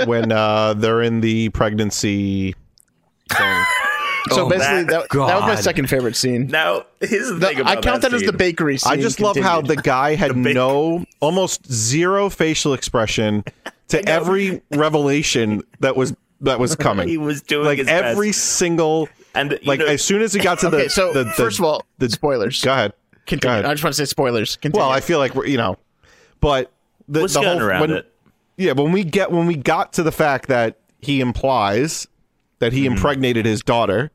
[SPEAKER 3] when uh, they're in the pregnancy thing.
[SPEAKER 4] So
[SPEAKER 1] Oh,
[SPEAKER 4] basically,
[SPEAKER 1] that-
[SPEAKER 4] that, that was my
[SPEAKER 1] God.
[SPEAKER 4] second favorite scene.
[SPEAKER 2] now, here's the,
[SPEAKER 4] The-
[SPEAKER 2] thing
[SPEAKER 4] I
[SPEAKER 2] about
[SPEAKER 4] count that, as the
[SPEAKER 2] scene.
[SPEAKER 4] bakery scene.
[SPEAKER 3] I just love how the
[SPEAKER 4] continued.
[SPEAKER 3] guy had
[SPEAKER 2] big-
[SPEAKER 3] no, almost zero facial expression to every revelation that was that was coming.
[SPEAKER 2] He was doing
[SPEAKER 3] like
[SPEAKER 2] his
[SPEAKER 3] every
[SPEAKER 2] best. single.
[SPEAKER 3] single
[SPEAKER 2] And you
[SPEAKER 3] like
[SPEAKER 2] know-
[SPEAKER 3] as soon as he got to the
[SPEAKER 4] Okay, so
[SPEAKER 3] the, the-
[SPEAKER 4] first of all,
[SPEAKER 3] the
[SPEAKER 4] spoilers.
[SPEAKER 3] Go ahead. Go
[SPEAKER 4] Continue.
[SPEAKER 3] ahead.
[SPEAKER 4] I just want to say spoilers. Continue.
[SPEAKER 3] well, I feel like we're you know, but the,
[SPEAKER 2] Let's
[SPEAKER 3] the
[SPEAKER 2] get
[SPEAKER 3] whole
[SPEAKER 2] around
[SPEAKER 3] when,
[SPEAKER 2] it.
[SPEAKER 3] yeah when we get when we got to the fact that he implies that
[SPEAKER 2] Mm-hmm.
[SPEAKER 3] he impregnated his daughter,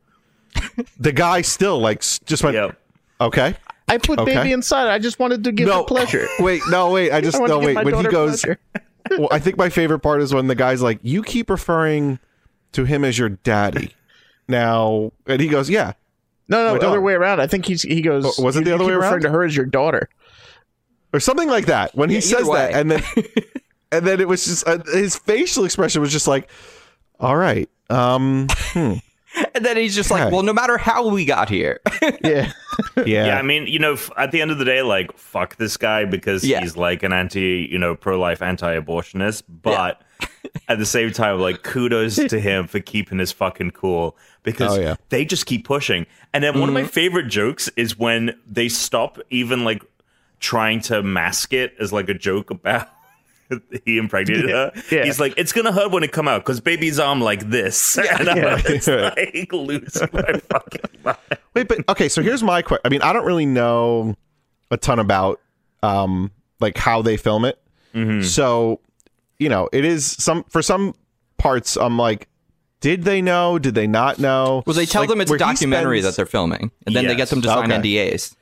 [SPEAKER 3] the guy still like s- just went
[SPEAKER 2] Yep.
[SPEAKER 3] okay.
[SPEAKER 4] I put
[SPEAKER 3] Okay.
[SPEAKER 4] baby inside. I just wanted to give
[SPEAKER 3] No
[SPEAKER 4] her pleasure.
[SPEAKER 3] Wait, no, wait. I just
[SPEAKER 4] I wanted
[SPEAKER 3] no,
[SPEAKER 4] to give
[SPEAKER 3] wait.
[SPEAKER 4] my
[SPEAKER 3] When he
[SPEAKER 4] daughter
[SPEAKER 3] goes,
[SPEAKER 4] pleasure.
[SPEAKER 3] well, I think my favorite part is when the guy's like, "You keep referring to him as your daddy." Now, and he goes, "Yeah,
[SPEAKER 4] No, no,
[SPEAKER 3] My
[SPEAKER 4] the other
[SPEAKER 3] daughter.
[SPEAKER 4] way around. I think he's he goes.
[SPEAKER 3] Oh, was it
[SPEAKER 4] you-
[SPEAKER 3] the
[SPEAKER 4] you
[SPEAKER 3] other
[SPEAKER 4] keep
[SPEAKER 3] way around?
[SPEAKER 4] Referring to her as your daughter.
[SPEAKER 3] or something like that." When he
[SPEAKER 1] Yeah, either
[SPEAKER 3] says that,
[SPEAKER 1] way.
[SPEAKER 3] and then and then it was just uh, his facial expression was just like, "All right, um,
[SPEAKER 1] And then he's just like,
[SPEAKER 3] Okay.
[SPEAKER 1] well, no matter how we got here,
[SPEAKER 4] Yeah.
[SPEAKER 3] yeah,
[SPEAKER 2] Yeah, I mean, you know, f- at the end of the day, like, fuck this guy because
[SPEAKER 1] Yeah.
[SPEAKER 2] he's like an anti, you know, pro life, anti abortionist. But at the same time, like, kudos to him for keeping his fucking cool because
[SPEAKER 3] Oh, yeah. Mm-hmm.
[SPEAKER 2] they just keep pushing. And then one of my favorite jokes is when they stop even like trying to mask it as like a joke about. He impregnated her.
[SPEAKER 4] Yeah.
[SPEAKER 2] He's like, it's gonna hurt when it come out because baby's arm like this, and I'm
[SPEAKER 4] Yeah.
[SPEAKER 2] just, like losing my fucking mind.
[SPEAKER 3] Wait, but okay. So here's my question. I mean, I don't really know a ton about um like how they film it. So you know, it is some for some parts. I'm like, did they know? Did they not know?
[SPEAKER 1] well, they tell
[SPEAKER 3] Like,
[SPEAKER 1] them it's a
[SPEAKER 3] where he
[SPEAKER 1] documentary
[SPEAKER 3] spends-
[SPEAKER 1] that they're filming, and then they
[SPEAKER 2] Yes.
[SPEAKER 1] get them to sign
[SPEAKER 3] Okay.
[SPEAKER 1] NDAs.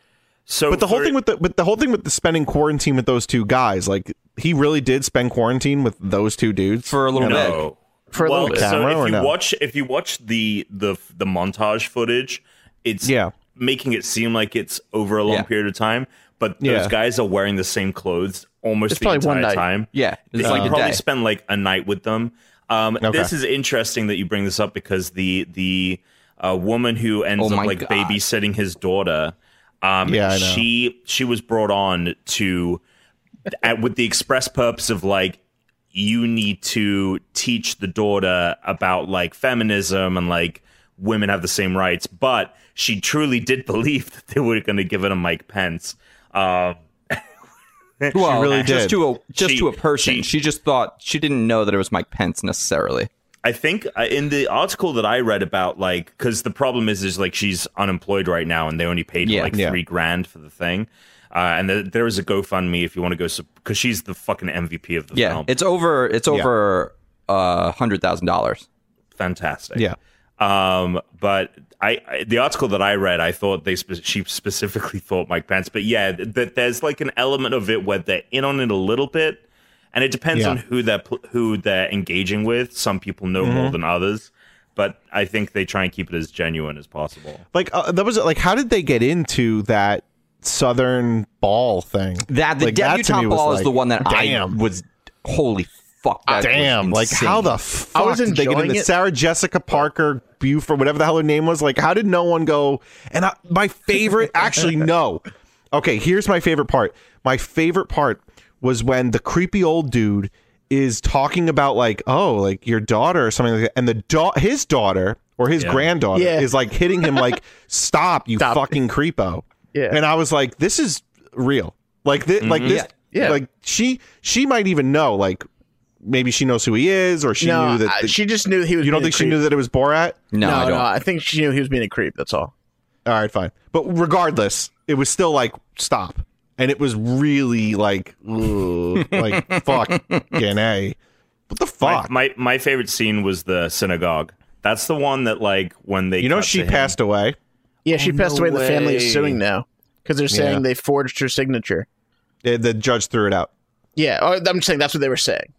[SPEAKER 2] So,
[SPEAKER 3] But the whole
[SPEAKER 2] for-
[SPEAKER 3] thing with the but the whole thing with the spending quarantine with those two guys, like he really did spend quarantine with those two dudes.
[SPEAKER 1] For a little bit,
[SPEAKER 2] No.
[SPEAKER 4] For a
[SPEAKER 2] well,
[SPEAKER 4] little bit.
[SPEAKER 2] so
[SPEAKER 3] Camera
[SPEAKER 2] if
[SPEAKER 3] or
[SPEAKER 2] you
[SPEAKER 3] no?
[SPEAKER 2] watch if you watch the the the montage footage, it's
[SPEAKER 3] Yeah.
[SPEAKER 2] making it seem like it's over a long
[SPEAKER 1] Yeah.
[SPEAKER 2] period of time, but those
[SPEAKER 3] Yeah.
[SPEAKER 2] guys are wearing the same clothes almost the
[SPEAKER 4] probably
[SPEAKER 2] entire
[SPEAKER 4] one night.
[SPEAKER 2] time.
[SPEAKER 1] Yeah, it's
[SPEAKER 2] They
[SPEAKER 1] like a
[SPEAKER 2] probably
[SPEAKER 1] Um, day.
[SPEAKER 2] spend like a night with them. Um, This is interesting that you bring this up because the the uh, woman who ends
[SPEAKER 1] Oh
[SPEAKER 2] up
[SPEAKER 1] my
[SPEAKER 2] like
[SPEAKER 1] God.
[SPEAKER 2] babysitting his daughter, um,
[SPEAKER 3] Yeah, I know.
[SPEAKER 2] she she was brought on to at, with the express purpose of like you need to teach the daughter about like feminism and like women have the same rights but she truly did believe that they were going to give it a mike pence uh,
[SPEAKER 1] well,
[SPEAKER 3] really
[SPEAKER 1] just
[SPEAKER 3] did.
[SPEAKER 1] to a just
[SPEAKER 2] She-
[SPEAKER 1] to a person.
[SPEAKER 2] she-
[SPEAKER 1] she just thought she didn't know that it was Mike Pence necessarily.
[SPEAKER 2] I think uh, in the article that I read about, like, because the problem is, is like she's unemployed right now, and they only paid her
[SPEAKER 1] Yeah.
[SPEAKER 2] like
[SPEAKER 3] Yeah.
[SPEAKER 2] three grand for the thing, uh, and th- there is a GoFundMe if you want to go, because she's the fucking MVP of the
[SPEAKER 1] Yeah,
[SPEAKER 2] film.
[SPEAKER 1] it's over. It's over uh, hundred thousand dollars.
[SPEAKER 2] fantastic.
[SPEAKER 3] Yeah.
[SPEAKER 2] Um, but I, I the article that I read, I thought they spe- she specifically thought Mike Pence, but yeah, th- that there's like an element of it where they're in on it a little bit, and it depends
[SPEAKER 3] Yeah.
[SPEAKER 2] on who they're pl- who they're engaging with. Some people know
[SPEAKER 3] Mm-hmm.
[SPEAKER 2] more than others, but I think they try and keep it as genuine as possible.
[SPEAKER 3] Like uh, that was like, how did they get into that southern ball thing?
[SPEAKER 1] That the
[SPEAKER 3] like, to
[SPEAKER 1] debutante
[SPEAKER 3] me was
[SPEAKER 1] ball is
[SPEAKER 3] like,
[SPEAKER 1] the one that
[SPEAKER 3] damn.
[SPEAKER 1] I was. Holy fuck! That was
[SPEAKER 3] Damn! Like how
[SPEAKER 1] insane.
[SPEAKER 3] the fuck
[SPEAKER 4] was
[SPEAKER 3] did they get
[SPEAKER 4] enjoying
[SPEAKER 3] into
[SPEAKER 4] it.
[SPEAKER 3] Sarah Jessica Parker Buford, whatever the hell her name was? Like how did no one go? And I, my favorite, actually no. Okay, here's my favorite part. My favorite part was when the creepy old dude is talking about like, oh, like your daughter or something like that, and the da- his daughter or his
[SPEAKER 2] Yeah.
[SPEAKER 3] granddaughter
[SPEAKER 4] Yeah.
[SPEAKER 3] is like hitting him like, stop, you
[SPEAKER 4] Stop.
[SPEAKER 3] fucking creepo.
[SPEAKER 4] Yeah.
[SPEAKER 3] And I was like, this is real. Like this, like this,
[SPEAKER 4] Yeah. Yeah.
[SPEAKER 3] like she she might even know like. Maybe she knows who he is, or she
[SPEAKER 4] no,
[SPEAKER 3] knew that.
[SPEAKER 4] I-
[SPEAKER 3] the-
[SPEAKER 4] she just knew he was.
[SPEAKER 3] you don't
[SPEAKER 4] being
[SPEAKER 3] think
[SPEAKER 4] a
[SPEAKER 3] she
[SPEAKER 4] creep.
[SPEAKER 3] knew that it was Borat?
[SPEAKER 1] No,
[SPEAKER 4] no,
[SPEAKER 1] I don't.
[SPEAKER 4] no, I think she knew he was being a creep. That's all.
[SPEAKER 3] All right, fine. But regardless, it was still like stop, and it was really like ugh, like fuck, a. What the
[SPEAKER 2] My,
[SPEAKER 3] fuck?
[SPEAKER 2] my my favorite scene was the synagogue. That's the one that like when they
[SPEAKER 3] you know
[SPEAKER 2] cut
[SPEAKER 3] she
[SPEAKER 2] to him-
[SPEAKER 3] passed away.
[SPEAKER 4] Yeah, she passed
[SPEAKER 2] no
[SPEAKER 4] away. and The family
[SPEAKER 2] way.
[SPEAKER 4] is suing now because they're saying
[SPEAKER 3] Oh, Yeah.
[SPEAKER 4] they forged her signature.
[SPEAKER 3] Eh, The judge threw it out.
[SPEAKER 4] Yeah, or, I'm just saying that's what they were saying.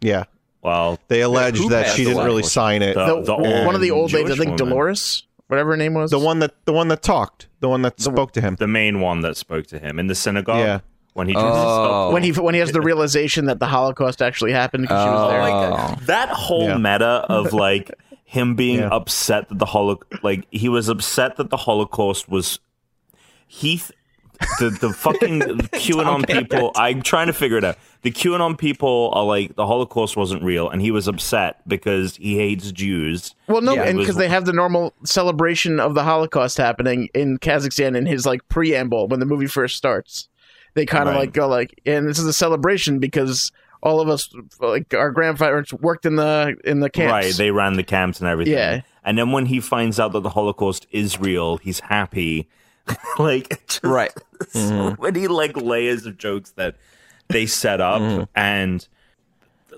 [SPEAKER 3] Yeah,
[SPEAKER 2] Well,
[SPEAKER 3] they alleged
[SPEAKER 1] who
[SPEAKER 3] that
[SPEAKER 1] passed
[SPEAKER 3] she didn't
[SPEAKER 1] away?
[SPEAKER 3] really sign it.
[SPEAKER 2] The-
[SPEAKER 3] Uh, The,
[SPEAKER 4] The, one of the old
[SPEAKER 2] old
[SPEAKER 4] ladies, I think
[SPEAKER 2] Jewish woman.
[SPEAKER 4] Dolores, whatever her name was.
[SPEAKER 3] one that the one that talked, the one that spoke to him.
[SPEAKER 2] the main one that spoke to him in the synagogue
[SPEAKER 3] Yeah.
[SPEAKER 2] when he dresses
[SPEAKER 1] Oh.
[SPEAKER 2] up.
[SPEAKER 4] when he when he has the realization that the Holocaust actually happened because she
[SPEAKER 1] Oh.
[SPEAKER 4] was there. uh,
[SPEAKER 1] Like,
[SPEAKER 2] That whole
[SPEAKER 3] Yeah.
[SPEAKER 2] meta of like him being
[SPEAKER 3] Yeah.
[SPEAKER 2] upset that the holo like he was upset that the Holocaust was Heath the the fucking QAnon people. I'm trying to figure it out. The QAnon people are like the Holocaust wasn't real, and he was upset because he hates Jews.
[SPEAKER 4] Well, no,
[SPEAKER 1] Yeah,
[SPEAKER 2] it
[SPEAKER 4] and
[SPEAKER 2] was-
[SPEAKER 4] because they have the normal celebration of the Holocaust happening in Kazakhstan in his like preamble when the movie first starts, they kind of
[SPEAKER 2] Right.
[SPEAKER 4] like go like, and this is a celebration because all of us like our grandfathers worked in the in the camps.
[SPEAKER 2] Right, they ran the camps and everything.
[SPEAKER 4] Yeah.
[SPEAKER 2] And then when he finds out that the Holocaust is real, he's happy. like it just-
[SPEAKER 1] Right.
[SPEAKER 2] so many like layers of jokes that they set up and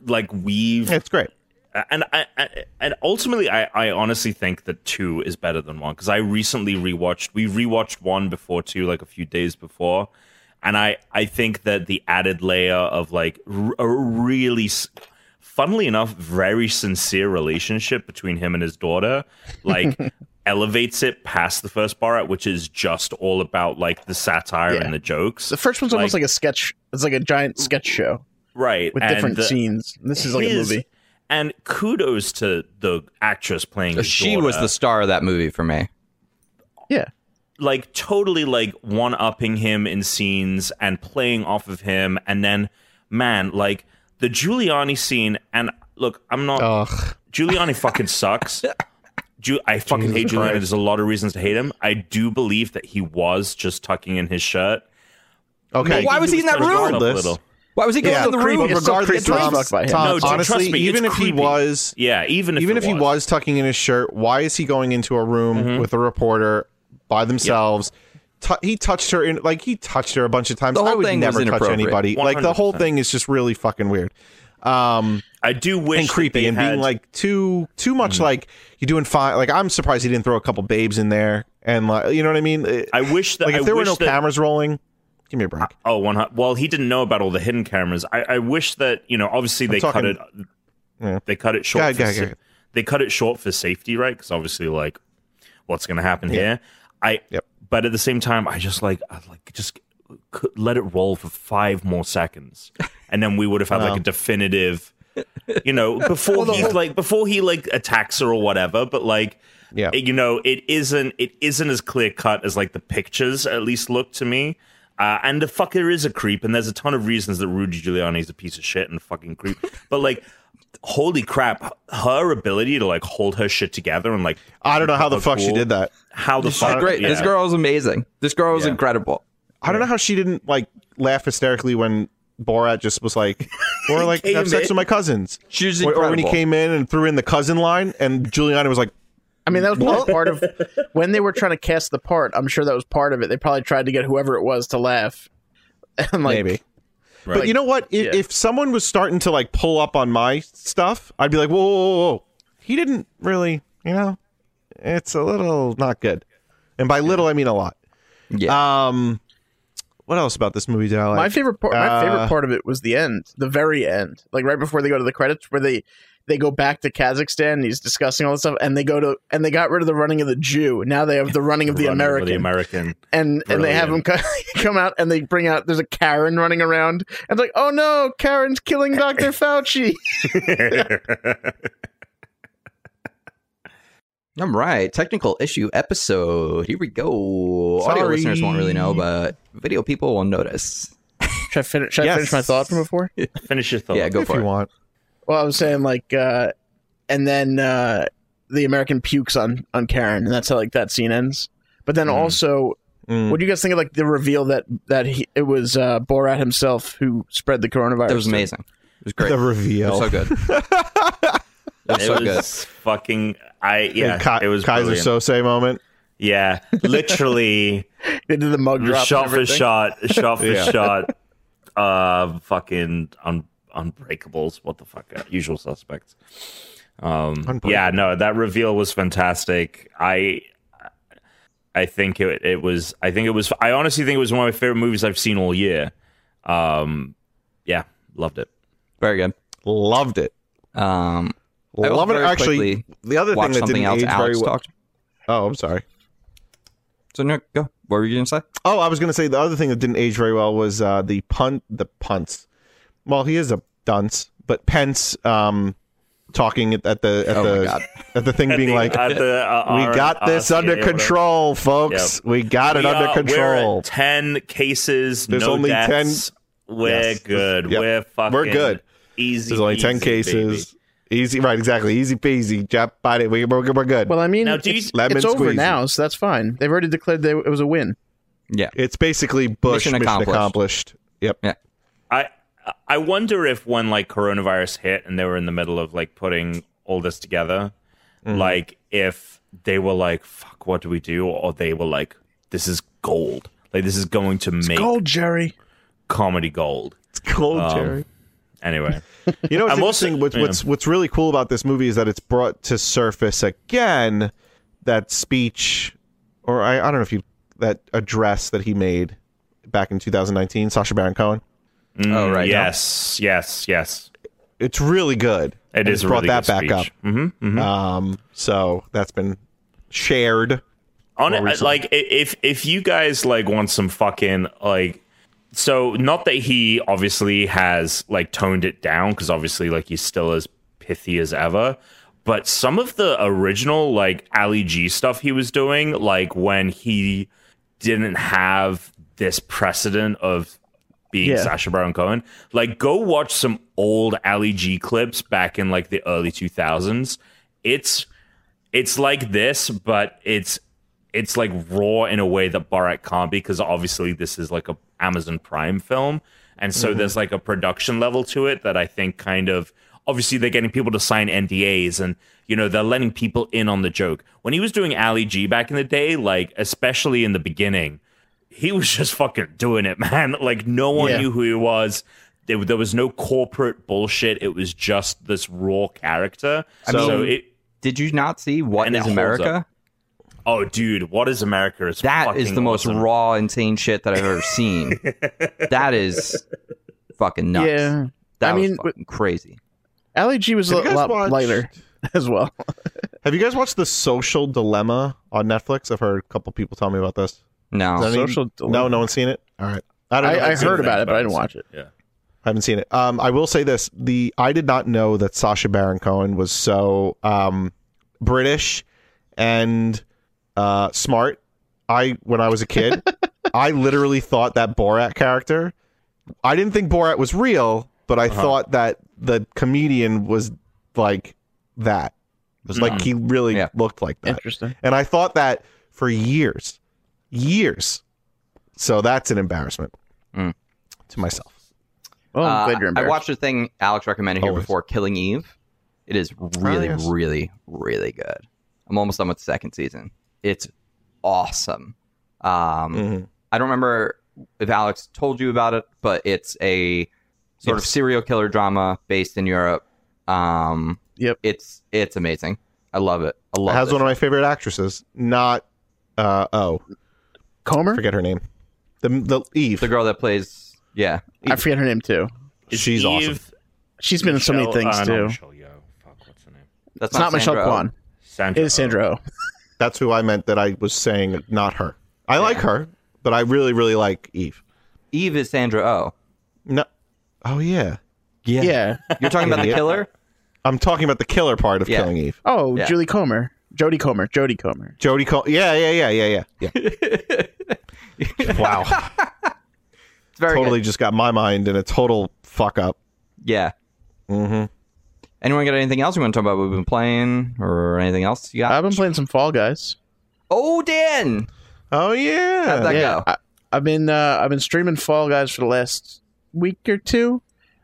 [SPEAKER 2] like weave
[SPEAKER 3] It's great.
[SPEAKER 2] Uh, and I, I and ultimately I, I honestly think that two is better than one because I recently rewatched we rewatched one before two like a few days before, and I I think that the added layer of like r- a really, s- funnily enough, very sincere relationship between him and his daughter, like. elevates it past the first Borat, which is just all about like the satire
[SPEAKER 4] Yeah.
[SPEAKER 2] and the jokes.
[SPEAKER 4] The first one's almost
[SPEAKER 2] Like-
[SPEAKER 4] like a sketch. It's like a giant sketch show
[SPEAKER 2] right.
[SPEAKER 4] with
[SPEAKER 2] and
[SPEAKER 4] different
[SPEAKER 2] the-
[SPEAKER 4] scenes. This is like a
[SPEAKER 2] his-
[SPEAKER 4] movie.
[SPEAKER 2] And kudos to the actress playing.
[SPEAKER 4] Uh,
[SPEAKER 2] his
[SPEAKER 1] She was
[SPEAKER 3] uh.
[SPEAKER 2] daughter.
[SPEAKER 1] the star of that movie for me.
[SPEAKER 4] Yeah,
[SPEAKER 2] like totally like one upping him in scenes and playing off of him and then man like the Giuliani scene and look I'm not
[SPEAKER 3] Ugh.
[SPEAKER 2] Giuliani fucking sucks Ju- I fucking hate Giuliani there's a lot of reasons to hate him I do believe that he was just tucking in his shirt
[SPEAKER 3] Okay.
[SPEAKER 1] But why was he in that
[SPEAKER 2] Regardless-
[SPEAKER 1] room? Why was he going
[SPEAKER 3] Yeah.
[SPEAKER 1] in the room?
[SPEAKER 3] But
[SPEAKER 4] It's so
[SPEAKER 3] regardless,
[SPEAKER 4] creepy as
[SPEAKER 3] Tom,
[SPEAKER 4] fuck by him.
[SPEAKER 3] Tom,
[SPEAKER 2] No, dude, trust
[SPEAKER 3] honestly,
[SPEAKER 2] me,
[SPEAKER 3] even
[SPEAKER 2] it's
[SPEAKER 3] if he
[SPEAKER 2] creepy.
[SPEAKER 3] was
[SPEAKER 2] yeah even if
[SPEAKER 3] even
[SPEAKER 2] it
[SPEAKER 3] if he was tucking in his shirt, why is he going into a room
[SPEAKER 2] Mm-hmm.
[SPEAKER 3] with a reporter by themselves? Tu- he touched her in like he touched her a bunch of times.
[SPEAKER 1] The whole
[SPEAKER 3] I would
[SPEAKER 1] thing was
[SPEAKER 3] never touch
[SPEAKER 1] inappropriate.
[SPEAKER 3] anybody. Like the whole
[SPEAKER 2] 100%.
[SPEAKER 3] thing is just really fucking weird
[SPEAKER 2] I do wish
[SPEAKER 3] and
[SPEAKER 2] that
[SPEAKER 3] creepy
[SPEAKER 2] they
[SPEAKER 3] and being
[SPEAKER 2] had- Mm-hmm.
[SPEAKER 3] like too too much like you're doing fine. Like I'm surprised he didn't throw a couple babes in there and like you know what I mean. It-
[SPEAKER 2] I wish that
[SPEAKER 3] like if
[SPEAKER 2] I
[SPEAKER 3] there were
[SPEAKER 2] wish
[SPEAKER 3] no
[SPEAKER 2] that-
[SPEAKER 3] cameras rolling, give me a break.
[SPEAKER 2] Oh, one hu- well, he didn't know about all the hidden cameras. I, I wish that you know. Obviously, they cut
[SPEAKER 3] talking-
[SPEAKER 2] it.
[SPEAKER 3] Yeah.
[SPEAKER 2] They cut it short.
[SPEAKER 3] Go ahead,
[SPEAKER 2] for
[SPEAKER 3] go ahead,
[SPEAKER 2] sa-
[SPEAKER 3] go ahead.
[SPEAKER 2] They cut it short for safety, right? Because obviously, like, what's going to happen here? I.
[SPEAKER 3] Yep.
[SPEAKER 2] But at the same time, I just like, I like just c- let it roll for five more seconds, and then we would have had like a definitive, you know, before he like before he like attacks her or whatever. But like,
[SPEAKER 3] Yeah.
[SPEAKER 2] it- you know it isn't it isn't as clear cut as like the pictures at least look to me uh, and the fucker is a creep and there's a ton of reasons that rudy giuliani is a piece of shit and a fucking creep but like holy crap her ability to like hold her shit together and like
[SPEAKER 3] I don't know how the
[SPEAKER 2] look
[SPEAKER 3] fuck she
[SPEAKER 2] cool.
[SPEAKER 3] did that.
[SPEAKER 2] how the fuck
[SPEAKER 1] Great. This
[SPEAKER 2] yeah.
[SPEAKER 1] girl is amazing. This girl is
[SPEAKER 2] Yeah.
[SPEAKER 1] incredible.
[SPEAKER 3] I don't know how she didn't like laugh hysterically when Borat just was like, or like
[SPEAKER 2] Came
[SPEAKER 3] have sex
[SPEAKER 2] in.
[SPEAKER 3] with my cousins.
[SPEAKER 1] She was
[SPEAKER 3] Or- Or when he
[SPEAKER 1] incredible.
[SPEAKER 3] came in and threw in the cousin line, and Giuliani was like,
[SPEAKER 4] I mean that was probably part of when they were trying to cast the part. I'm sure that was part of it. They probably tried to get whoever it was to laugh. And like,
[SPEAKER 3] maybe.
[SPEAKER 2] Right.
[SPEAKER 3] But you know what? If,
[SPEAKER 4] Yeah.
[SPEAKER 3] if someone was starting to like pull up on my stuff, I'd be like, whoa, whoa, whoa, whoa. He didn't really, you know, it's a little not good. And by little, I mean a lot.
[SPEAKER 1] Yeah.
[SPEAKER 3] Um, what else about this movie did I like?
[SPEAKER 4] my favorite part my
[SPEAKER 3] uh,
[SPEAKER 4] favorite part of it was the end the very end like right before they go to the credits where they they go back to kazakhstan and he's discussing all this stuff and they go to and they got rid of the running of the jew now they have the running of the
[SPEAKER 2] Running over
[SPEAKER 4] american
[SPEAKER 2] the american
[SPEAKER 4] and and they have him co- come out and they bring out there's a karen running around and it's like oh no karen's killing dr fauci
[SPEAKER 1] All right, technical issue episode. Here we go. Audio
[SPEAKER 3] Sorry.
[SPEAKER 1] listeners won't really know, but video people will notice.
[SPEAKER 4] Should I, fin- should I
[SPEAKER 3] Yes.
[SPEAKER 4] finish my thought from before?
[SPEAKER 2] Finish your thought.
[SPEAKER 1] Yeah, go
[SPEAKER 3] if
[SPEAKER 1] for
[SPEAKER 3] you
[SPEAKER 1] it.
[SPEAKER 3] want.
[SPEAKER 4] Well, I was saying like, uh, and then uh, the American pukes on on Karen, and that's how like that scene ends. But then also,
[SPEAKER 3] Mm.
[SPEAKER 4] what do you guys think of like the reveal that that he, it was uh, Borat himself who spread the coronavirus?
[SPEAKER 1] That was
[SPEAKER 4] to-
[SPEAKER 1] amazing. It was great.
[SPEAKER 3] The
[SPEAKER 1] It
[SPEAKER 3] reveal.
[SPEAKER 1] was so good. It was
[SPEAKER 2] It
[SPEAKER 1] so good.
[SPEAKER 2] was fucking. I yeah.
[SPEAKER 3] And Ka-
[SPEAKER 2] it was
[SPEAKER 3] Kaiser
[SPEAKER 2] brilliant.
[SPEAKER 3] Sose moment.
[SPEAKER 2] Yeah, literally.
[SPEAKER 4] They did the mug drop. and
[SPEAKER 2] shot for
[SPEAKER 4] everything.
[SPEAKER 2] shot, shot for
[SPEAKER 3] Yeah.
[SPEAKER 2] shot. Uh, fucking un- unbreakables. What the fuck? Uh, usual suspects. Um,
[SPEAKER 3] Unbreakable.
[SPEAKER 2] yeah, no, that reveal was fantastic. I, I think it it was. I think it was. I honestly think it was one of my favorite movies I've seen all year. Um, yeah, loved it.
[SPEAKER 1] Very good.
[SPEAKER 3] Loved it.
[SPEAKER 1] Um, I will
[SPEAKER 3] Love it.
[SPEAKER 1] very
[SPEAKER 3] Actually,
[SPEAKER 1] quickly
[SPEAKER 3] the other thing
[SPEAKER 1] watch
[SPEAKER 3] that
[SPEAKER 1] something
[SPEAKER 3] didn't
[SPEAKER 1] else
[SPEAKER 3] age very
[SPEAKER 1] Alex
[SPEAKER 3] well.
[SPEAKER 1] talked.
[SPEAKER 3] Oh, I'm sorry.
[SPEAKER 1] So no, go. What were you going to say?
[SPEAKER 3] Oh, I was going to say the other thing that didn't age very well was uh, the punt, the punts. Well, he is a dunce, but Pence um, talking at, at the at
[SPEAKER 1] Oh my God.
[SPEAKER 3] the at the thing being
[SPEAKER 2] The-
[SPEAKER 3] like,
[SPEAKER 2] at the, uh,
[SPEAKER 3] "We
[SPEAKER 2] R-
[SPEAKER 3] got this
[SPEAKER 2] RCA,
[SPEAKER 3] under
[SPEAKER 2] whatever.
[SPEAKER 3] control, folks. We got it
[SPEAKER 2] We
[SPEAKER 3] under
[SPEAKER 2] are- We're
[SPEAKER 3] control."
[SPEAKER 2] at ten cases.
[SPEAKER 3] There's
[SPEAKER 2] no
[SPEAKER 3] only 10
[SPEAKER 2] deaths. We're
[SPEAKER 3] Yes.
[SPEAKER 2] good.
[SPEAKER 3] Yep.
[SPEAKER 2] We're fucking.
[SPEAKER 3] We're good.
[SPEAKER 2] Easy.
[SPEAKER 3] There's only ten
[SPEAKER 2] peasy,
[SPEAKER 3] cases. Easy, right? Exactly. Easy peasy. Jap body. We, we're, we're good.
[SPEAKER 4] Well, I mean,
[SPEAKER 2] Now,
[SPEAKER 4] it's,
[SPEAKER 2] do you-
[SPEAKER 3] Lemon
[SPEAKER 4] it's over
[SPEAKER 3] squeezy.
[SPEAKER 4] now, so that's fine. They've already declared they, it was a win.
[SPEAKER 3] it's basically Bush
[SPEAKER 1] Mission
[SPEAKER 3] mission,
[SPEAKER 1] accomplished.
[SPEAKER 3] accomplished. Yep.
[SPEAKER 2] I I wonder if when like coronavirus hit and they were in the middle of like putting all this together,
[SPEAKER 3] Mm-hmm.
[SPEAKER 2] like if they were like, "Fuck, what do we do?" or they were like, "This is gold. Like this is going to make
[SPEAKER 4] Gold, Jerry.
[SPEAKER 2] comedy gold."
[SPEAKER 3] It's cold,
[SPEAKER 2] Um,
[SPEAKER 3] Jerry.
[SPEAKER 2] Anyway,
[SPEAKER 3] You know, what's
[SPEAKER 2] I'm also-
[SPEAKER 3] interesting. what's,
[SPEAKER 2] yeah.
[SPEAKER 3] what's what's really cool about this movie is that it's brought to surface again that speech, or I, I don't know if you that address that he made back in 2019, Sasha Baron Cohen.
[SPEAKER 2] Mm,
[SPEAKER 1] Oh, right, yeah.
[SPEAKER 2] Yes, yes, yes.
[SPEAKER 3] It's really good.
[SPEAKER 2] It
[SPEAKER 3] And
[SPEAKER 2] is
[SPEAKER 3] it's brought that back
[SPEAKER 2] hmm
[SPEAKER 3] up. Um, so that's been shared.
[SPEAKER 2] on
[SPEAKER 3] more
[SPEAKER 2] it,
[SPEAKER 3] recently.
[SPEAKER 2] like i- if if you guys like want some fucking like so not that he obviously has like toned it down because obviously like he's still as pithy as ever but some of the original like ali g stuff he was doing like when he didn't have this precedent of being
[SPEAKER 4] Yeah.
[SPEAKER 2] Sasha Baron Cohen, like go watch some old Ali G clips back in like the early 2000s. It's it's like this, but it's it's like raw in a way that Borat can't be because obviously this is like a Amazon Prime film, and so
[SPEAKER 1] Mm-hmm.
[SPEAKER 2] there's like a production level to it that I think kind of obviously they're getting people to sign NDAs and you know they're letting people in on the joke. When he was doing Ali G back in the day, like especially in the beginning, he was just fucking doing it, man. Like no one
[SPEAKER 4] Yeah.
[SPEAKER 2] knew who he was. There, there was no corporate bullshit. It was just this raw character.
[SPEAKER 1] I
[SPEAKER 2] so
[SPEAKER 1] mean-
[SPEAKER 2] it,
[SPEAKER 1] Did you not see What
[SPEAKER 2] And it
[SPEAKER 1] Is
[SPEAKER 2] holds
[SPEAKER 1] America?
[SPEAKER 2] up. Oh, dude, what is America? Is
[SPEAKER 1] That
[SPEAKER 2] fucking
[SPEAKER 1] is the most
[SPEAKER 2] awesome.
[SPEAKER 1] raw, insane shit that I've ever seen. that is fucking nuts.
[SPEAKER 4] Yeah.
[SPEAKER 1] That
[SPEAKER 4] I
[SPEAKER 1] was
[SPEAKER 4] mean,
[SPEAKER 1] fucking crazy.
[SPEAKER 4] Ali G was a
[SPEAKER 3] Have you guys
[SPEAKER 4] lot
[SPEAKER 3] watched-
[SPEAKER 4] lighter as well.
[SPEAKER 3] Have you guys watched The Social Dilemma on Netflix? I've heard a couple people tell me about this.
[SPEAKER 1] No.
[SPEAKER 3] Does any-
[SPEAKER 4] Social Dilemma.
[SPEAKER 3] No, no one's seen it. All right. don't know.
[SPEAKER 4] I, I
[SPEAKER 2] I've seen
[SPEAKER 4] heard
[SPEAKER 2] that,
[SPEAKER 4] about it,
[SPEAKER 2] but
[SPEAKER 4] but I
[SPEAKER 2] I've
[SPEAKER 4] didn't
[SPEAKER 2] seen
[SPEAKER 4] watch it.
[SPEAKER 2] Yeah.
[SPEAKER 3] I haven't seen it. Um, I will say this: the I did not know that Sasha Baron Cohen was so um, British and uh, smart. I when I was a kid, I literally thought that Borat character. I didn't think Borat was real, but I
[SPEAKER 1] Uh-huh.
[SPEAKER 3] thought that the comedian was like that. like he really
[SPEAKER 1] Mm. Yeah.
[SPEAKER 3] looked like that,
[SPEAKER 4] Interesting.
[SPEAKER 3] and I thought that for years, years. So that's an embarrassment
[SPEAKER 1] Mm.
[SPEAKER 3] to myself.
[SPEAKER 4] Well, Oh, I'm glad you're
[SPEAKER 1] Uh, I
[SPEAKER 4] embarrassed.
[SPEAKER 1] watched a thing Alex recommended here
[SPEAKER 3] Always. Oh,
[SPEAKER 1] before, Killing Eve. It is really,
[SPEAKER 3] yes.
[SPEAKER 1] really, really good. I'm almost done with the second season. It's awesome. Um,
[SPEAKER 3] Mhm.
[SPEAKER 1] I don't remember if Alex told you about it, but it's a sort of
[SPEAKER 3] Yes.
[SPEAKER 1] serial killer drama based in Europe. Um,
[SPEAKER 4] Yep.
[SPEAKER 1] It's it's amazing. I love it. I love
[SPEAKER 3] has
[SPEAKER 1] it.
[SPEAKER 3] one of my favorite actresses. Not uh oh,
[SPEAKER 4] Comer?
[SPEAKER 3] forget her name. The the Eve.
[SPEAKER 1] the girl that plays. Yeah,
[SPEAKER 4] I forget her name too.
[SPEAKER 2] Is
[SPEAKER 3] She's awesome.
[SPEAKER 2] Eve-
[SPEAKER 4] She's been in so many
[SPEAKER 2] Michelle-
[SPEAKER 4] things
[SPEAKER 2] uh, not
[SPEAKER 4] too.
[SPEAKER 2] Michelle Yeoh. Fuck, what's her name?
[SPEAKER 1] that's
[SPEAKER 4] It's not Michelle
[SPEAKER 1] Sandra Oh.
[SPEAKER 4] Kwan.
[SPEAKER 2] Sandra.
[SPEAKER 4] It is
[SPEAKER 2] Oh.
[SPEAKER 4] Sandra Oh.
[SPEAKER 3] That's who I meant that I was saying not her. I like her, but I really really like Eve.
[SPEAKER 1] Eve is Sandra Oh.
[SPEAKER 3] No. Oh yeah.
[SPEAKER 4] Yeah.
[SPEAKER 1] You're talking about the
[SPEAKER 3] Idiot.
[SPEAKER 1] killer?
[SPEAKER 3] I'm talking about the killer part of
[SPEAKER 1] Yeah.
[SPEAKER 3] killing Eve.
[SPEAKER 4] Oh,
[SPEAKER 1] Yeah.
[SPEAKER 4] Julie Comer. Jodie Comer. Jodie Comer.
[SPEAKER 3] Jodie Col- Yeah, yeah, yeah, yeah, yeah. Yeah. wow.
[SPEAKER 1] very
[SPEAKER 3] totally
[SPEAKER 1] good.
[SPEAKER 3] just got my mind in a total fuck up.
[SPEAKER 1] Yeah.
[SPEAKER 3] Mhm.
[SPEAKER 1] Anyone got anything else we want to talk about? We've been playing or anything else? Yeah.
[SPEAKER 4] I've been playing some Fall Guys.
[SPEAKER 1] oh, Dan.
[SPEAKER 3] Oh yeah.
[SPEAKER 1] How'd that go?
[SPEAKER 4] I, I've been uh, I've been streaming Fall Guys for the last week or two,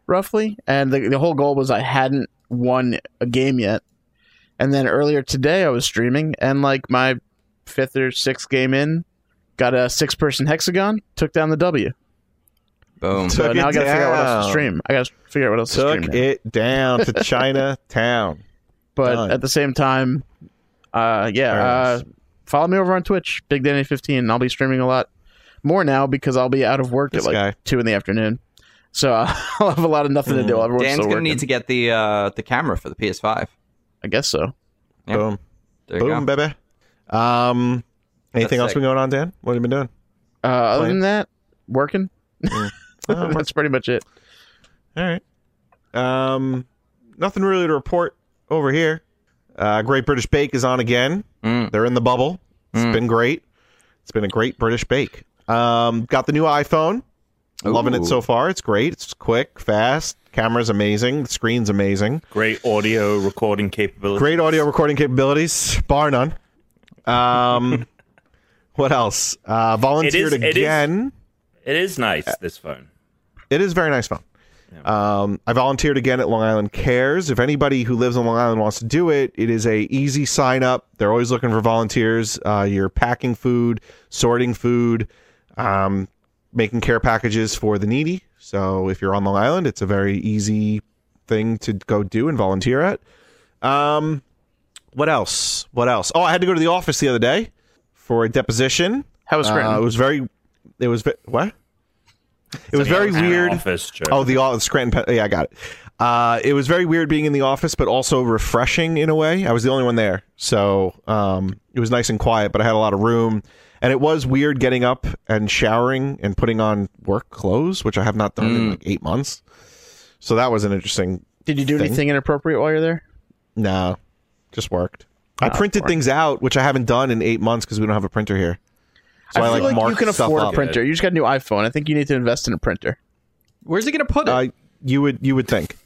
[SPEAKER 4] roughly, and the, the whole goal was I hadn't won a game yet. And then earlier today, I was streaming, and like my fifth or sixth game in, got a six person hexagon, took down the W.
[SPEAKER 1] Boom.
[SPEAKER 3] Took
[SPEAKER 4] So now I
[SPEAKER 3] it
[SPEAKER 4] gotta figure out what else
[SPEAKER 3] down.
[SPEAKER 4] to stream. I gotta figure out what else to stream.
[SPEAKER 3] Took
[SPEAKER 4] now.
[SPEAKER 3] it down to Chinatown.
[SPEAKER 4] but
[SPEAKER 3] done.
[SPEAKER 4] at the same time, uh, yeah, uh,
[SPEAKER 3] Fair
[SPEAKER 4] follow me over on Twitch, Big Danny fifteen. I'll be streaming a lot more now because I'll be out of work
[SPEAKER 3] This
[SPEAKER 4] at like
[SPEAKER 3] guy.
[SPEAKER 4] two in the afternoon. So uh, I'll have a lot of nothing to do. Everyone's
[SPEAKER 1] Hmm. Dan's
[SPEAKER 4] still
[SPEAKER 1] gonna
[SPEAKER 4] working.
[SPEAKER 1] need to get the uh, the camera for the PS5.
[SPEAKER 4] I guess so.
[SPEAKER 1] Yeah.
[SPEAKER 3] Boom.
[SPEAKER 1] There you
[SPEAKER 3] Boom,
[SPEAKER 1] go.
[SPEAKER 3] baby. Um anything
[SPEAKER 1] That's
[SPEAKER 3] else
[SPEAKER 1] sick.
[SPEAKER 3] been going on, Dan? What have you been doing?
[SPEAKER 4] Uh, other
[SPEAKER 3] Playing.
[SPEAKER 4] than that, working.
[SPEAKER 3] Oh,
[SPEAKER 4] That's pretty much it.
[SPEAKER 3] All right. Um, nothing really to report over here. Uh, Great British Bake is on again.
[SPEAKER 1] Mm.
[SPEAKER 3] They're in the bubble. It's
[SPEAKER 1] Mm.
[SPEAKER 3] been great. It's been a great British Bake. Um, got the new iPhone. Loving it
[SPEAKER 1] Ooh.
[SPEAKER 3] so far. It's great. It's quick, fast. Camera's amazing. The screen's amazing.
[SPEAKER 2] Oh, Great audio recording capability.
[SPEAKER 3] Great audio recording capabilities, bar none. Um, what else? Uh, volunteered
[SPEAKER 2] it is-
[SPEAKER 3] again.
[SPEAKER 2] It is nice. This phone.
[SPEAKER 3] It is a very nice phone. Um, I volunteered again at Long Island Cares. If anybody who lives on Long Island wants to do it, it is a easy sign up. They're always looking for volunteers. Uh, you're packing food, sorting food, um, making care packages for the needy. So if you're on Long Island, it's a very easy thing to go do and volunteer at. Um, what else? What else? Oh, I had to go to the office the other day for a deposition.
[SPEAKER 4] How was Scranton?
[SPEAKER 3] Uh, it was very. It was ve- what? It was very weird.
[SPEAKER 2] Office joke.
[SPEAKER 3] Oh, the all Scranton. Pen- Yeah, I got it. Uh, it was very weird being in the office, but also refreshing in a way. I was the only one there, so um, it was nice and quiet. But I had a lot of room, and it was weird getting up and showering and putting on work clothes, which I have not done
[SPEAKER 4] Mm.
[SPEAKER 3] in like eight months. So that was an interesting.
[SPEAKER 4] Did you do
[SPEAKER 3] thing.
[SPEAKER 4] anything inappropriate while you're there?
[SPEAKER 3] No, just worked. I printed things out, which I haven't done in eight months because we don't have a printer here. So I,
[SPEAKER 4] I feel
[SPEAKER 3] like,
[SPEAKER 4] like, you
[SPEAKER 3] marked
[SPEAKER 4] can
[SPEAKER 3] stuff
[SPEAKER 4] afford a
[SPEAKER 3] up.
[SPEAKER 4] printer. You just got a new iPhone. I think you need to invest in a printer.
[SPEAKER 1] Where's he gonna put it?
[SPEAKER 3] Uh, you would you would think.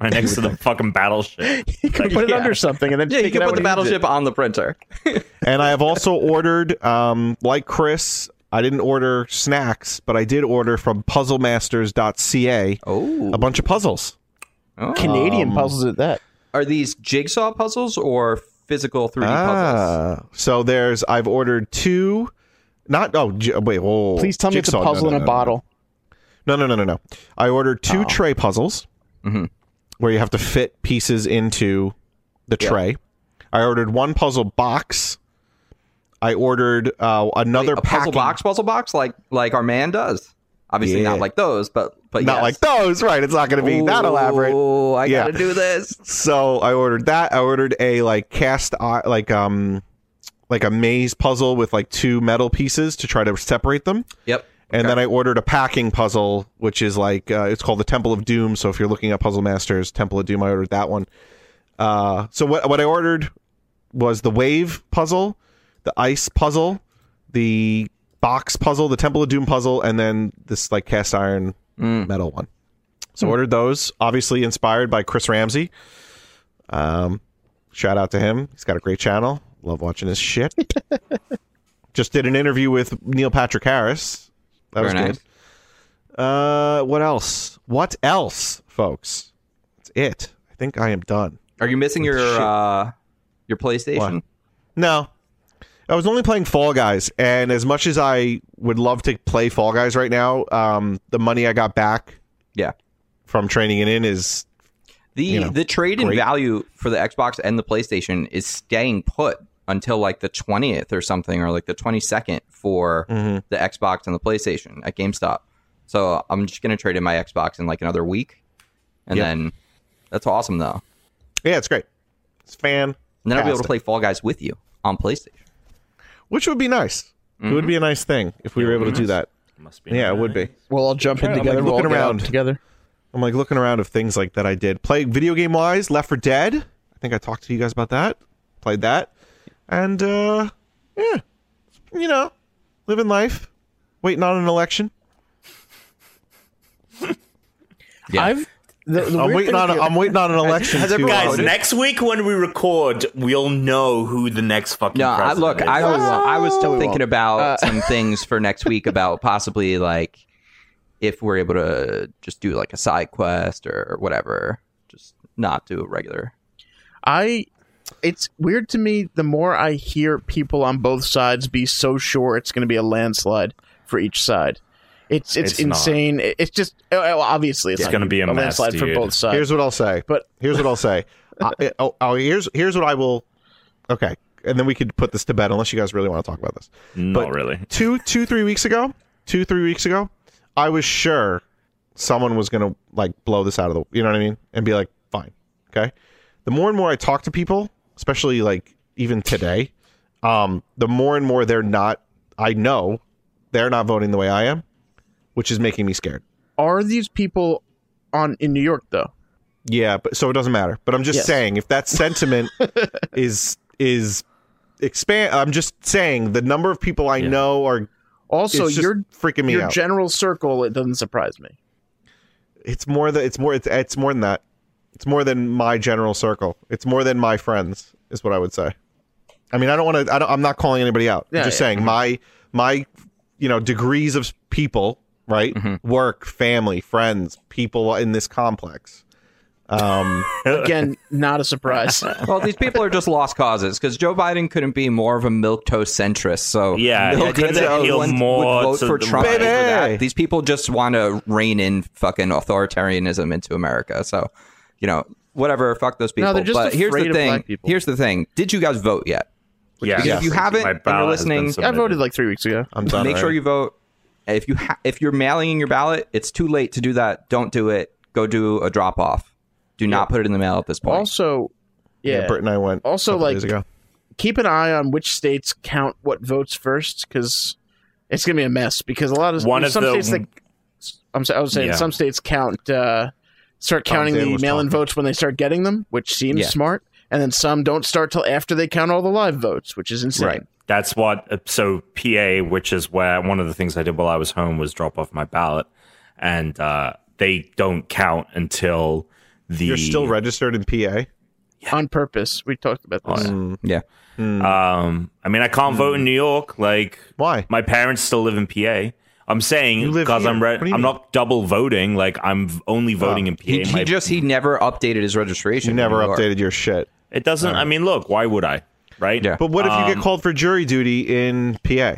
[SPEAKER 2] right next to the fucking battleship.
[SPEAKER 4] You can put it
[SPEAKER 1] yeah.
[SPEAKER 4] under something and then
[SPEAKER 1] yeah,
[SPEAKER 4] take
[SPEAKER 1] you can
[SPEAKER 4] it out
[SPEAKER 1] put the
[SPEAKER 4] when you use it.
[SPEAKER 1] battleship on the printer.
[SPEAKER 3] and I have also ordered, um, like Chris, I didn't order snacks, but I did order from puzzlemasters.ca
[SPEAKER 1] Oh.
[SPEAKER 3] a bunch of puzzles.
[SPEAKER 4] Canadian
[SPEAKER 3] Um,
[SPEAKER 4] puzzles at that.
[SPEAKER 1] Are these jigsaw puzzles or physical 3D puzzles?
[SPEAKER 3] Ah. So there's, I've ordered two, not, oh, j- wait, whoa.
[SPEAKER 4] Please tell me it's a
[SPEAKER 3] Jigsaw, no,
[SPEAKER 4] puzzle
[SPEAKER 3] no,
[SPEAKER 4] in
[SPEAKER 3] no,
[SPEAKER 4] a Oh.
[SPEAKER 3] no.
[SPEAKER 4] bottle.
[SPEAKER 3] No, no, no, no, no. I ordered two tray puzzles
[SPEAKER 4] Mm-hmm.
[SPEAKER 3] where you have to fit pieces into the tray. I ordered one puzzle box. I ordered uh, another
[SPEAKER 1] a puzzle
[SPEAKER 3] packing-
[SPEAKER 1] box, puzzle box, like like our man does. Obviously
[SPEAKER 3] Yeah.
[SPEAKER 1] not like those, but but
[SPEAKER 3] Not
[SPEAKER 1] yes.
[SPEAKER 3] like those, right? It's not going to be that elaborate.
[SPEAKER 1] Oh, I
[SPEAKER 3] Yeah.
[SPEAKER 1] gotta do this.
[SPEAKER 3] so I ordered that. I ordered a like cast i- like um like a maze puzzle with like two metal pieces to try to separate them.
[SPEAKER 1] Yep.
[SPEAKER 3] And then I ordered a packing puzzle, which is like uh, it's called the Temple of Doom. So if you're looking at Puzzle Masters Temple of Doom, I ordered that one. Uh, so what what I ordered was the wave puzzle, the ice puzzle, the box puzzle, the Temple of Doom puzzle, and then this like cast iron metal one. So ordered those, obviously inspired by Chris Ramsey. Um, shout out to him. He's got a great channel. Love watching his shit. Just did an interview with Neil Patrick Harris. That was
[SPEAKER 1] Very
[SPEAKER 3] good. Uh, what else? What else, folks? That's it. I think I am done.
[SPEAKER 1] Are you missing your
[SPEAKER 3] shit.
[SPEAKER 1] uh your PlayStation?
[SPEAKER 3] What? No. I was only playing Fall Guys, and as much as I would love to play Fall Guys right now, um, the money I got back
[SPEAKER 1] Yeah.
[SPEAKER 3] from training it in is
[SPEAKER 1] The
[SPEAKER 3] you know,
[SPEAKER 1] the trade in
[SPEAKER 3] great.
[SPEAKER 1] value for the Xbox and the PlayStation is staying put until like the twentieth or something, or like the twenty second for
[SPEAKER 3] Mm-hmm.
[SPEAKER 1] the Xbox and the PlayStation at GameStop. So I'm just gonna trade in my Xbox in like another week, and
[SPEAKER 3] Yep.
[SPEAKER 1] then that's awesome though.
[SPEAKER 3] yeah, it's great. It's fan.
[SPEAKER 1] And then I'll be able to play Fall Guys with you on PlayStation.
[SPEAKER 3] which would be nice. It would be a nice thing if we were able to do that.
[SPEAKER 2] Must be.
[SPEAKER 3] Yeah, it would
[SPEAKER 2] nice.
[SPEAKER 3] be.
[SPEAKER 4] We'll all jump in
[SPEAKER 3] I'm, like,
[SPEAKER 4] together. we'll all
[SPEAKER 3] looking
[SPEAKER 4] get out
[SPEAKER 3] around.
[SPEAKER 4] together.
[SPEAKER 3] I'm like looking around of things like that I did. Play video game wise, Left for Dead. I think I talked to you guys about that. Played that, and uh yeah, you know, living life, waiting on an election.
[SPEAKER 1] Yeah.
[SPEAKER 4] I've the, the
[SPEAKER 3] I'm
[SPEAKER 4] weird
[SPEAKER 3] waiting
[SPEAKER 4] thing
[SPEAKER 3] on.
[SPEAKER 4] is-
[SPEAKER 3] I'm waiting on an election.
[SPEAKER 1] has
[SPEAKER 3] to,
[SPEAKER 1] everyone-
[SPEAKER 3] uh,
[SPEAKER 1] Oh,
[SPEAKER 2] Guys,
[SPEAKER 1] dude.
[SPEAKER 2] next week when we record, we'll know who the next fucking
[SPEAKER 1] No, I,
[SPEAKER 2] president
[SPEAKER 1] look,
[SPEAKER 2] is.
[SPEAKER 1] I was I was
[SPEAKER 4] No, we won't.
[SPEAKER 1] thinking about
[SPEAKER 4] Uh,
[SPEAKER 1] some things for next week about possibly like if we're able to just do like a side quest or whatever, just not do a regular.
[SPEAKER 4] I it's weird to me the more I hear people on both sides be so sure it's going to be a landslide for each side. It's it's,
[SPEAKER 2] It's not.
[SPEAKER 4] insane. It- It's just oh, oh, obviously it's,
[SPEAKER 2] It's
[SPEAKER 4] not
[SPEAKER 2] gonna be a mess,
[SPEAKER 4] landslide for
[SPEAKER 2] dude.
[SPEAKER 4] both sides.
[SPEAKER 3] Here's what I'll say.
[SPEAKER 4] But-
[SPEAKER 3] here's what I'll say. I, oh, oh, here's here's what I will. Okay, and then we could put this to bed unless you guys really want to talk about this.
[SPEAKER 2] Not really.
[SPEAKER 3] Two two three weeks ago, two three weeks ago, I was sure someone was gonna like blow this out of the. You know what I mean? And be like, fine, okay. The more and more I talk to people, especially like even today, um, the more and more they're not. I know they're not voting the way I am, which is making me scared.
[SPEAKER 4] Are these people on in New York though?
[SPEAKER 3] Yeah, but so it doesn't matter. But I'm just
[SPEAKER 4] Yes.
[SPEAKER 3] saying if that sentiment is is expand I'm just saying the number of people I
[SPEAKER 2] Yeah.
[SPEAKER 3] know are
[SPEAKER 4] Also,
[SPEAKER 3] so
[SPEAKER 4] your
[SPEAKER 3] you're freaking me
[SPEAKER 4] your
[SPEAKER 3] out.
[SPEAKER 4] general circle it doesn't surprise me.
[SPEAKER 3] it's more that it's more it's, it's more than that. It's more than my general circle. It's more than my friends is what I would say. I mean, I don't want to I don't I'm not calling anybody out.
[SPEAKER 4] Yeah,
[SPEAKER 3] I'm just
[SPEAKER 4] yeah.
[SPEAKER 3] saying my my you know degrees of people, right? Work, family, friends, people in this complex. Um
[SPEAKER 4] Again, not a surprise.
[SPEAKER 1] Well, these people are just lost causes because Joe Biden couldn't be more of a milquetoast centrist. So
[SPEAKER 2] Yeah,
[SPEAKER 1] milquetoast
[SPEAKER 2] I think that
[SPEAKER 1] would-
[SPEAKER 2] he'll
[SPEAKER 1] would
[SPEAKER 2] more
[SPEAKER 1] vote
[SPEAKER 2] to
[SPEAKER 1] for
[SPEAKER 2] the
[SPEAKER 1] Trump.
[SPEAKER 2] right.
[SPEAKER 1] over that.
[SPEAKER 3] Baby!
[SPEAKER 1] These people just want to rein in fucking authoritarianism into America. So you know, whatever. Fuck those people.
[SPEAKER 4] No, they're just
[SPEAKER 1] but here's
[SPEAKER 4] afraid
[SPEAKER 1] the
[SPEAKER 4] of
[SPEAKER 1] thing.
[SPEAKER 4] black people.
[SPEAKER 1] Here's the thing. Did you guys vote yet?
[SPEAKER 2] Yeah.
[SPEAKER 1] Because if you haven't
[SPEAKER 2] My
[SPEAKER 1] and
[SPEAKER 2] ballot
[SPEAKER 1] you're
[SPEAKER 2] has been
[SPEAKER 1] listening,
[SPEAKER 4] I
[SPEAKER 2] submitted.
[SPEAKER 4] voted like three weeks ago.
[SPEAKER 3] I'm done.
[SPEAKER 1] make sure
[SPEAKER 3] already.
[SPEAKER 1] you vote. If you ha- if you're mailing in your ballot, it's too late to do that. Don't do it. Go do a drop off. Do not put it in the mail at this point.
[SPEAKER 4] Also, yeah.
[SPEAKER 3] yeah, Bert and I went
[SPEAKER 4] Also,
[SPEAKER 3] a couple
[SPEAKER 4] like,
[SPEAKER 3] days ago.
[SPEAKER 4] keep an eye on which states count what votes first because it's gonna be a mess because a lot of
[SPEAKER 2] One of
[SPEAKER 4] some
[SPEAKER 2] the-
[SPEAKER 4] states that I'm sorry, I was saying
[SPEAKER 2] Yeah.
[SPEAKER 4] some states count uh, start counting
[SPEAKER 3] Dan
[SPEAKER 4] the
[SPEAKER 3] was
[SPEAKER 4] mail-in
[SPEAKER 3] talking.
[SPEAKER 4] votes when they start getting them, which seems
[SPEAKER 1] Yeah.
[SPEAKER 4] smart, and then some don't start till after they count all the live votes, which is insane.
[SPEAKER 1] Right.
[SPEAKER 2] That's what. uh, So PA, which is where one of the things I did while I was home was drop off my ballot, and uh, they don't count until the
[SPEAKER 3] You're still registered in PA.
[SPEAKER 4] On purpose, we talked about
[SPEAKER 2] Oh,
[SPEAKER 4] this.
[SPEAKER 1] yeah.
[SPEAKER 2] Um, I mean, I can't vote in New York. Like,
[SPEAKER 3] Hmm. Why?
[SPEAKER 2] My parents still live in PA. I'm saying
[SPEAKER 3] live
[SPEAKER 2] because
[SPEAKER 3] here.
[SPEAKER 2] I'm re-
[SPEAKER 3] What do you
[SPEAKER 2] I'm
[SPEAKER 3] mean?
[SPEAKER 2] not double voting. Like, I'm v- only voting in PA.
[SPEAKER 1] He, he
[SPEAKER 2] My-
[SPEAKER 1] just he never updated his registration.
[SPEAKER 3] You never
[SPEAKER 1] in New York.
[SPEAKER 3] updated your shit.
[SPEAKER 2] it doesn't. I mean, look, why would I? Right?
[SPEAKER 1] Yeah.
[SPEAKER 3] But what if
[SPEAKER 4] Um,
[SPEAKER 3] you get called for jury duty in PA?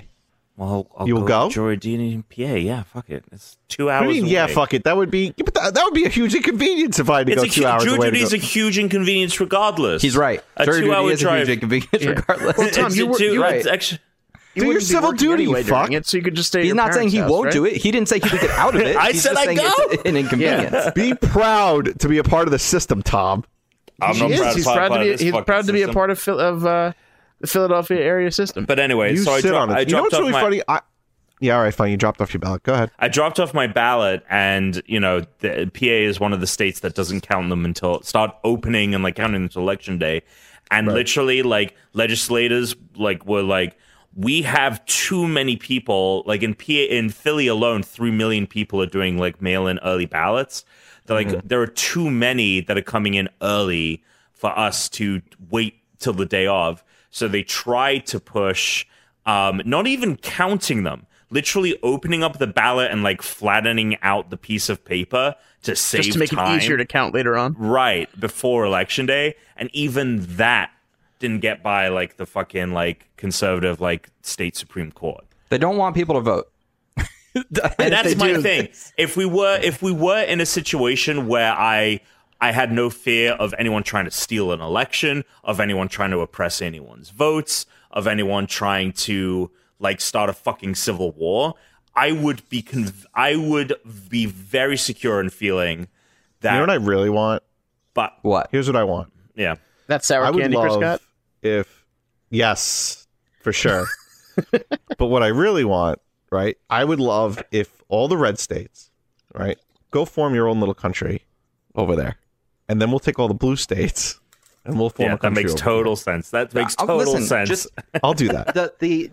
[SPEAKER 2] Well, I'll
[SPEAKER 3] You'll go?
[SPEAKER 2] Joy Dini in PA. Yeah, fuck it. It's two
[SPEAKER 3] I
[SPEAKER 2] hours.
[SPEAKER 3] mean, yeah,
[SPEAKER 2] away.
[SPEAKER 3] fuck it. That would be but that, that would be a huge inconvenience if I had to
[SPEAKER 2] It's
[SPEAKER 3] go
[SPEAKER 2] a
[SPEAKER 3] two
[SPEAKER 2] hu-
[SPEAKER 3] hours
[SPEAKER 2] jury
[SPEAKER 3] away. to
[SPEAKER 2] duty is
[SPEAKER 3] go-
[SPEAKER 2] a huge inconvenience, regardless.
[SPEAKER 1] He's right.
[SPEAKER 2] A
[SPEAKER 1] Jury
[SPEAKER 2] two-hour
[SPEAKER 1] duty is
[SPEAKER 2] drive.
[SPEAKER 1] a huge inconvenience regardless.
[SPEAKER 4] Tom,
[SPEAKER 2] It's
[SPEAKER 4] you
[SPEAKER 2] a
[SPEAKER 4] were-
[SPEAKER 2] two-
[SPEAKER 4] you
[SPEAKER 1] were-
[SPEAKER 2] it's actually-
[SPEAKER 4] You
[SPEAKER 3] Do
[SPEAKER 4] wouldn't
[SPEAKER 3] your
[SPEAKER 4] be
[SPEAKER 3] civil
[SPEAKER 4] working
[SPEAKER 3] duty,
[SPEAKER 4] anyway
[SPEAKER 3] you
[SPEAKER 4] during
[SPEAKER 3] fuck.
[SPEAKER 4] It, so you could just stay. at
[SPEAKER 1] He's
[SPEAKER 4] your
[SPEAKER 1] not saying
[SPEAKER 4] parents'
[SPEAKER 1] he
[SPEAKER 4] house,
[SPEAKER 1] won't
[SPEAKER 4] right?
[SPEAKER 1] do it. He didn't say he could get out of it.
[SPEAKER 2] I
[SPEAKER 1] He's
[SPEAKER 2] said
[SPEAKER 1] just
[SPEAKER 2] I'd
[SPEAKER 1] saying it's
[SPEAKER 2] go.
[SPEAKER 1] an inconvenience.
[SPEAKER 3] be proud to be a part of the system, Tom.
[SPEAKER 2] I'm
[SPEAKER 4] He
[SPEAKER 2] not
[SPEAKER 4] is.
[SPEAKER 2] proud
[SPEAKER 4] he's
[SPEAKER 2] of
[SPEAKER 4] proud to
[SPEAKER 2] part
[SPEAKER 4] be.
[SPEAKER 2] of this
[SPEAKER 4] he's
[SPEAKER 2] fucking
[SPEAKER 4] proud to be a
[SPEAKER 2] system.
[SPEAKER 4] part of Phil- of uh, the Philadelphia area system.
[SPEAKER 2] But anyway,
[SPEAKER 3] You
[SPEAKER 2] so I,
[SPEAKER 3] sit
[SPEAKER 2] dro-
[SPEAKER 3] on it.
[SPEAKER 2] I
[SPEAKER 3] you know
[SPEAKER 2] dropped
[SPEAKER 3] what's really
[SPEAKER 2] off my,
[SPEAKER 3] funny? I, yeah, all right, fine. You dropped off your ballot. Go ahead.
[SPEAKER 2] I dropped off my ballot, and you know, the, PA is one of the states that doesn't count them until start opening and like counting until election day. And literally, like legislators, like were like, we have too many people. Like in PA, in Philly alone, three million people are doing like mail-in early ballots. They're like, there are too many that are coming in early for us to wait till the day of. So they try to push, um, not even counting them, literally opening up the ballot and like flattening out the piece of paper to save
[SPEAKER 4] Just to make
[SPEAKER 2] time.
[SPEAKER 4] it easier to count later on.
[SPEAKER 2] right before election day, and even that didn't get by like the fucking like conservative like state supreme court.
[SPEAKER 1] They don't want people to vote.
[SPEAKER 2] And
[SPEAKER 4] if
[SPEAKER 2] that's
[SPEAKER 4] they
[SPEAKER 2] my
[SPEAKER 4] do-
[SPEAKER 2] thing. If we were if we were in a situation where I I had no fear of anyone trying to steal an election, of anyone trying to oppress anyone's votes, of anyone trying to like start a fucking civil war, I would be conv- I would be very secure in feeling that
[SPEAKER 3] You know what I really
[SPEAKER 2] Ah.
[SPEAKER 3] want?
[SPEAKER 2] but
[SPEAKER 1] What?
[SPEAKER 3] Here's what I want.
[SPEAKER 2] yeah.
[SPEAKER 4] That sour
[SPEAKER 3] I would
[SPEAKER 4] candy, Chris
[SPEAKER 3] love
[SPEAKER 4] Scott.
[SPEAKER 3] if yes, for sure. but what I really want, right? I would love if all the red states, right, go form your own little country over there, and then we'll take all the blue states and we'll form
[SPEAKER 2] Yeah,
[SPEAKER 3] a
[SPEAKER 2] that
[SPEAKER 3] country.
[SPEAKER 2] makes
[SPEAKER 3] over
[SPEAKER 2] total sense. That makes
[SPEAKER 1] Uh,
[SPEAKER 2] total
[SPEAKER 1] listen,
[SPEAKER 2] sense.
[SPEAKER 1] just-
[SPEAKER 3] there. I'll do that.
[SPEAKER 1] the the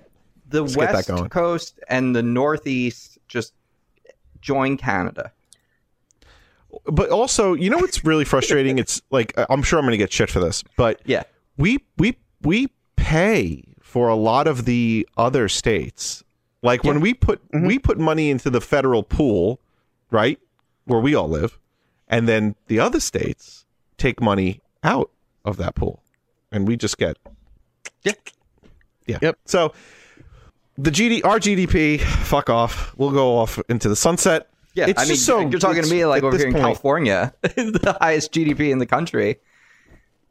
[SPEAKER 1] the
[SPEAKER 3] get that
[SPEAKER 1] west
[SPEAKER 3] going.
[SPEAKER 1] coast and the northeast just join Canada.
[SPEAKER 3] But also, you know what's really frustrating? It's like I- I'm sure I'm going to get shit for this, but
[SPEAKER 1] Yeah.
[SPEAKER 3] we we we pay for a lot of the other states. Like when we put
[SPEAKER 1] Mm-hmm.
[SPEAKER 3] we put money into the federal pool, right? Where we all live, and then the other states take money out of that pool. And we just get
[SPEAKER 1] Yeah.
[SPEAKER 3] Yeah.
[SPEAKER 4] Yep.
[SPEAKER 3] So the GD our GDP, fuck off. We'll go off into the sunset.
[SPEAKER 1] Yeah,
[SPEAKER 3] It's
[SPEAKER 1] I mean,
[SPEAKER 3] just so
[SPEAKER 1] you're talking to
[SPEAKER 3] it's-
[SPEAKER 1] me like
[SPEAKER 3] at
[SPEAKER 1] over
[SPEAKER 3] this
[SPEAKER 1] here in
[SPEAKER 3] point-
[SPEAKER 1] California, the highest GDP in the country.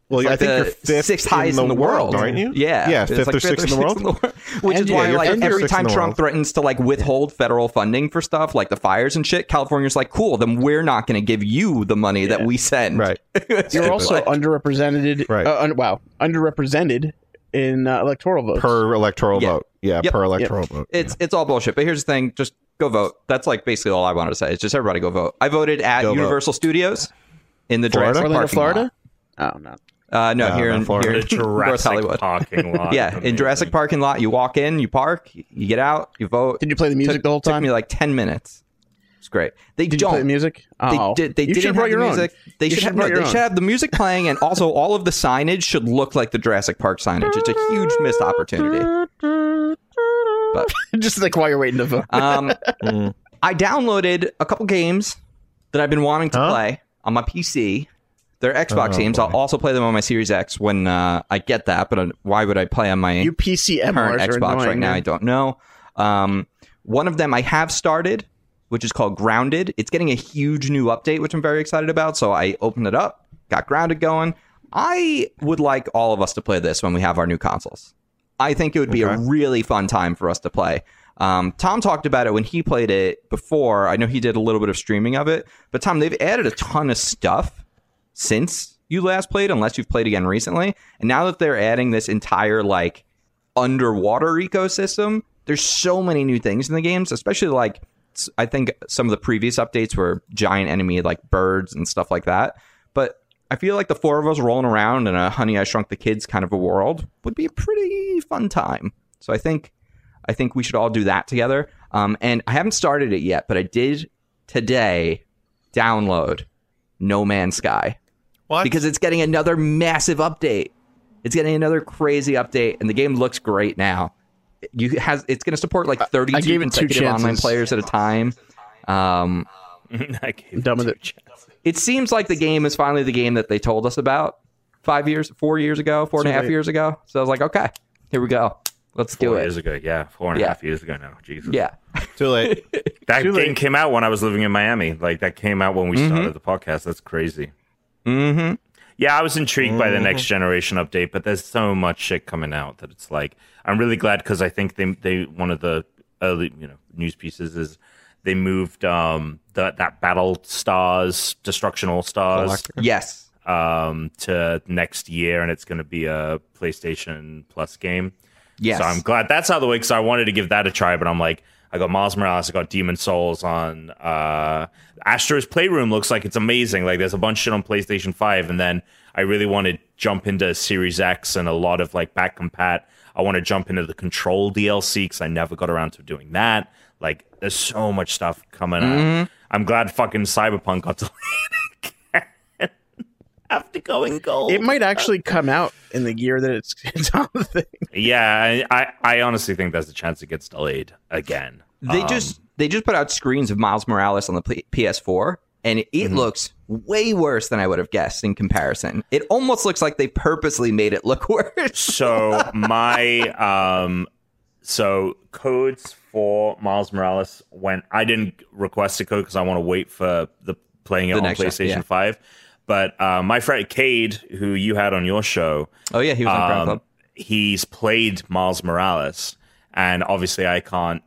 [SPEAKER 3] Well, I
[SPEAKER 1] like
[SPEAKER 3] think
[SPEAKER 1] the
[SPEAKER 3] you're fifth
[SPEAKER 1] sixth highest in the, world,
[SPEAKER 3] aren't you?
[SPEAKER 1] Yeah,
[SPEAKER 3] yeah,
[SPEAKER 1] It's
[SPEAKER 3] fifth
[SPEAKER 1] like
[SPEAKER 3] or sixth in the world.
[SPEAKER 1] Which
[SPEAKER 4] And
[SPEAKER 1] is
[SPEAKER 4] yeah,
[SPEAKER 1] why,
[SPEAKER 3] you're
[SPEAKER 1] like,
[SPEAKER 3] fifth or
[SPEAKER 1] every
[SPEAKER 3] sixth in
[SPEAKER 1] time
[SPEAKER 3] the
[SPEAKER 1] Trump
[SPEAKER 3] world.
[SPEAKER 1] threatens to like withhold federal funding for stuff like the fires and shit, California's like, cool, then we're not going to give you the money that we send.
[SPEAKER 3] Right.
[SPEAKER 4] You're also underrepresented.
[SPEAKER 3] Right.
[SPEAKER 4] Uh, un- wow, underrepresented in uh, electoral votes.
[SPEAKER 3] Per electoral
[SPEAKER 1] Yeah.
[SPEAKER 3] vote. Yeah,
[SPEAKER 1] Yep.
[SPEAKER 3] per electoral vote.
[SPEAKER 1] It's it's all bullshit. But here's the thing: just go vote. That's like basically all I wanted to say. It's just everybody go vote. I voted at
[SPEAKER 3] Go vote.
[SPEAKER 1] Universal Studios in the
[SPEAKER 3] Florida?
[SPEAKER 1] Jurassic
[SPEAKER 4] Orlando,
[SPEAKER 1] parking
[SPEAKER 4] Florida. Oh no.
[SPEAKER 1] lot. Uh, no,
[SPEAKER 3] No,
[SPEAKER 1] here
[SPEAKER 3] not
[SPEAKER 1] in
[SPEAKER 3] Florida.
[SPEAKER 1] here
[SPEAKER 2] The
[SPEAKER 1] in North
[SPEAKER 2] Jurassic
[SPEAKER 1] Hollywood.
[SPEAKER 2] parking lot.
[SPEAKER 1] Yeah, in
[SPEAKER 2] Amazing.
[SPEAKER 1] Jurassic parking lot, you walk in, you park, you get out, you vote.
[SPEAKER 4] Did you play the music
[SPEAKER 1] took,
[SPEAKER 4] the whole
[SPEAKER 1] took
[SPEAKER 4] time?
[SPEAKER 1] me like ten minutes. It's great. They
[SPEAKER 4] Did you
[SPEAKER 1] don't
[SPEAKER 4] play the music? Oh,
[SPEAKER 1] They did. They
[SPEAKER 4] you
[SPEAKER 1] didn't
[SPEAKER 4] should brought
[SPEAKER 1] have
[SPEAKER 4] your
[SPEAKER 1] the music.
[SPEAKER 4] own.
[SPEAKER 1] They
[SPEAKER 4] You
[SPEAKER 1] should
[SPEAKER 4] should
[SPEAKER 1] have. No,
[SPEAKER 4] brought your
[SPEAKER 1] they should
[SPEAKER 4] own.
[SPEAKER 1] have the music playing, and also all of the signage should look like the Jurassic Park signage. It's a huge missed opportunity. But
[SPEAKER 4] just like while you're waiting to vote.
[SPEAKER 1] um,
[SPEAKER 3] Mm.
[SPEAKER 1] I downloaded a couple games that I've been wanting to
[SPEAKER 3] Huh?
[SPEAKER 1] play on my PC. They're Xbox
[SPEAKER 3] Oh,
[SPEAKER 1] games. I'll also play them on my Series X when uh, I get that. But uh, why would I play on my
[SPEAKER 4] You PC
[SPEAKER 1] current
[SPEAKER 4] MRs are
[SPEAKER 1] Xbox
[SPEAKER 4] annoying,
[SPEAKER 1] right now. I
[SPEAKER 4] man.
[SPEAKER 1] don't know. Um, one of them I have started, which is called Grounded. It's getting a huge new update, which I'm very excited about. So I opened it up, got Grounded going. I would like all of us to play this when we have our new consoles. I think it would be a
[SPEAKER 3] Okay.
[SPEAKER 1] really fun time for us to play. Um, Tom talked about it when he played it before. I know he did a little bit of streaming of it, but Tom, they've added a ton of stuff since you last played, unless you've played again recently. And now that they're adding this entire like underwater ecosystem, there's so many new things in the games, especially like s- I think some of the previous updates were giant enemy like birds and stuff like that. But I feel like the four of us rolling around in a Honey I Shrunk the Kids kind of a world would be a pretty fun time. So I think I think we should all do that together. Um, and I haven't started it yet, but I did today download No Man's Sky
[SPEAKER 3] What?
[SPEAKER 1] because it's getting another massive update. It's getting another crazy update, and the game looks great now. You it has it's going to support like thirty
[SPEAKER 4] I
[SPEAKER 1] two
[SPEAKER 4] gave it two
[SPEAKER 1] consecutive online
[SPEAKER 4] chances.
[SPEAKER 1] players at a time. Um,
[SPEAKER 2] I gave
[SPEAKER 4] Done with
[SPEAKER 2] two
[SPEAKER 4] it.
[SPEAKER 2] chances.
[SPEAKER 1] it seems like the game is finally the game that they told us about five years, four years ago, four and a half
[SPEAKER 3] late.
[SPEAKER 1] years ago. So I was like, okay, here we go. Let's do
[SPEAKER 2] Four
[SPEAKER 1] it.
[SPEAKER 2] years ago, yeah, four and a
[SPEAKER 1] Yeah.
[SPEAKER 2] half years ago now. Jesus,
[SPEAKER 1] Yeah.
[SPEAKER 3] Too late.
[SPEAKER 2] that
[SPEAKER 3] Too
[SPEAKER 2] game
[SPEAKER 3] late. Mm-hmm.
[SPEAKER 2] came out when I was living in Miami. Like that came out when we started the podcast. That's crazy.
[SPEAKER 1] Mm-hmm.
[SPEAKER 2] Yeah, I was intrigued by the
[SPEAKER 3] Mm-hmm.
[SPEAKER 2] next generation update, but there's so much shit coming out that it's like I'm really glad because I think they they one of the early you know news pieces is they moved um that that battle stars destruction all stars
[SPEAKER 1] Yes.
[SPEAKER 2] um to next year and it's going to be a PlayStation Plus game.
[SPEAKER 1] Yes.
[SPEAKER 2] So I'm glad that's out of the way because I wanted to give that a try, but I'm like, I got Miles Morales, I got Demon Souls on uh, Astro's Playroom. Looks like it's amazing. Like there's a bunch of shit on PlayStation Five, and then I really want to jump into Series X and a lot of like back compat. I want to jump into the Control DLC because I never got around to doing that. Like there's so much stuff coming out. I'm glad fucking Cyberpunk got delayed again after going gold.
[SPEAKER 4] It might actually come out in the year that it's, it's on the thing.
[SPEAKER 2] Yeah, I, I I honestly think there's a chance it gets delayed again.
[SPEAKER 1] They
[SPEAKER 2] Um,
[SPEAKER 1] just they just put out screens of Miles Morales on the P- PS4, and it, it looks way worse than I would have guessed in comparison. It almost looks like they purposely made it look worse.
[SPEAKER 2] so my um so codes for Miles Morales went I didn't request a code because I want to wait for the playing it
[SPEAKER 1] The
[SPEAKER 2] on
[SPEAKER 1] next one,
[SPEAKER 2] PlayStation
[SPEAKER 1] yeah.
[SPEAKER 2] Five. But uh, my friend Cade, who you had on your show,
[SPEAKER 1] Oh yeah, he was on Crown
[SPEAKER 2] um,
[SPEAKER 1] Club.
[SPEAKER 2] he's played Miles Morales, and obviously I can't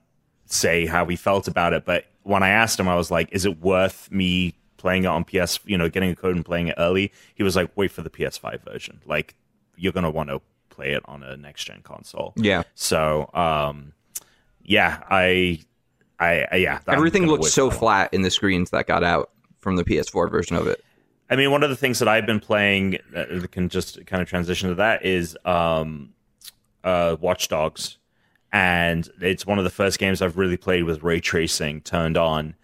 [SPEAKER 2] say how he felt about it. But when I asked him, I was like, "Is it worth me playing it on PS? You know, getting a code and playing it early?" He was like, "Wait for the PS5 version. Like, you're gonna want to play it on a next gen console."
[SPEAKER 1] Yeah,
[SPEAKER 2] So, um, yeah, I, I, I- yeah, I'm
[SPEAKER 1] everything
[SPEAKER 2] gonna
[SPEAKER 1] looked
[SPEAKER 2] wait
[SPEAKER 1] so
[SPEAKER 2] for that one.
[SPEAKER 1] flat in the screens that got out from the PS4 version of it.
[SPEAKER 2] I mean, one of the things that I've been playing uh, that can just kind of transition to that is um, uh, Watch Dogs, and it's one of the first games I've really played with ray tracing turned on,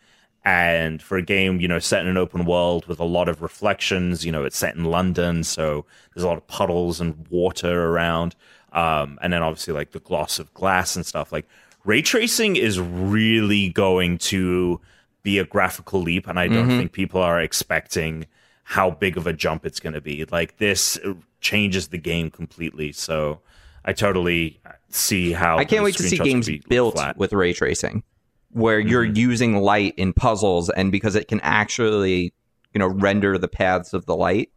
[SPEAKER 2] And for a game, you know, set in an open world with a lot of reflections, you know, it's set in London, so there's a lot of puddles and water around. Um, and then obviously like the gloss of glass and stuff. Like ray tracing is really going to be a graphical leap, and I don't think people are expecting how big of a jump it's going to be. Like this uh, changes the game completely. So I totally see how
[SPEAKER 1] I can't
[SPEAKER 2] the
[SPEAKER 1] wait to see
[SPEAKER 2] screenshots would
[SPEAKER 1] games
[SPEAKER 2] be
[SPEAKER 1] built
[SPEAKER 2] flat. Mm-hmm.
[SPEAKER 1] with ray tracing, where you're using light in puzzles, and because it can actually, you know, render the paths of the light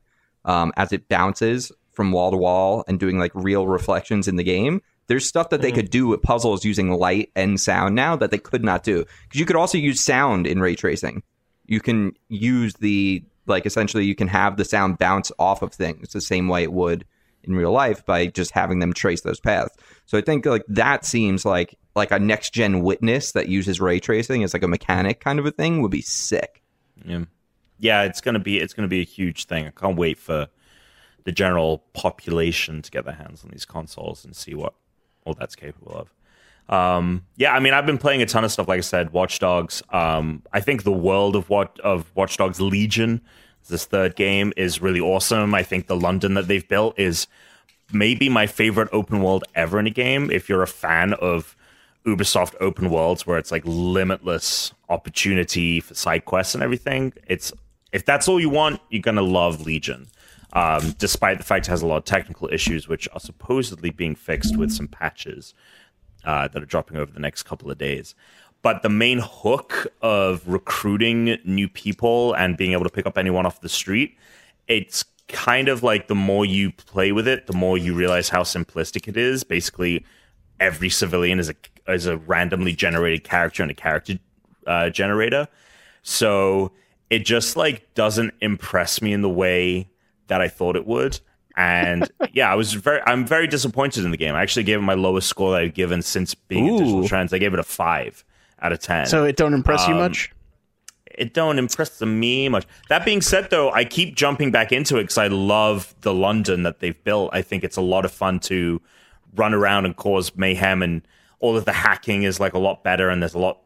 [SPEAKER 1] um, as it bounces from wall to wall, and doing like real reflections in the game. There's stuff
[SPEAKER 2] Mm-hmm.
[SPEAKER 1] that they could do with puzzles using light and sound now that they could not do because you could also use sound in ray tracing. You can use the like essentially you can have the sound bounce off of things the same way it would in real life by just having them trace those paths. So I think like that seems like like a next gen witness that uses ray tracing as like a mechanic kind of a thing would be sick.
[SPEAKER 2] Yeah. Yeah, it's gonna be it's gonna be a huge thing. I can't wait for the general population to get their hands on these consoles and see what all that's capable of. Um, yeah, I mean, I've been playing a ton of stuff. Like I said, Watch Dogs. Um, I think the world of what of Watch Dogs Legion, this third game, is really awesome. I think the London that they've built is maybe my favorite open world ever in a game. If you're a fan of Ubisoft open worlds where it's like limitless opportunity for side quests and everything, it's if that's all you want, you're gonna love Legion. Um, despite the fact it has a lot of technical issues, which are supposedly being fixed with some patches uh, that are dropping over the next couple of days. But the main hook of recruiting new people and being able to pick up anyone off the street, it's kind of like the more you play with it, the more you realize how simplistic it is. Basically, every civilian is a is a randomly generated character and a character uh, generator. So it just like doesn't impress me in the way that I thought it would. And yeah, I was very I'm very disappointed in the game. I actually gave it my lowest score that I've given since being in Digital
[SPEAKER 1] Ooh.
[SPEAKER 2] Trends. I gave it a five out of ten
[SPEAKER 4] So it don't impress you
[SPEAKER 2] Um,
[SPEAKER 4] much.
[SPEAKER 2] it don't impress me much. That being said, though, I keep jumping back into it because I love the London that they've built. I think it's a lot of fun to run around and cause mayhem, and all of the hacking is like a lot better, and there's a lot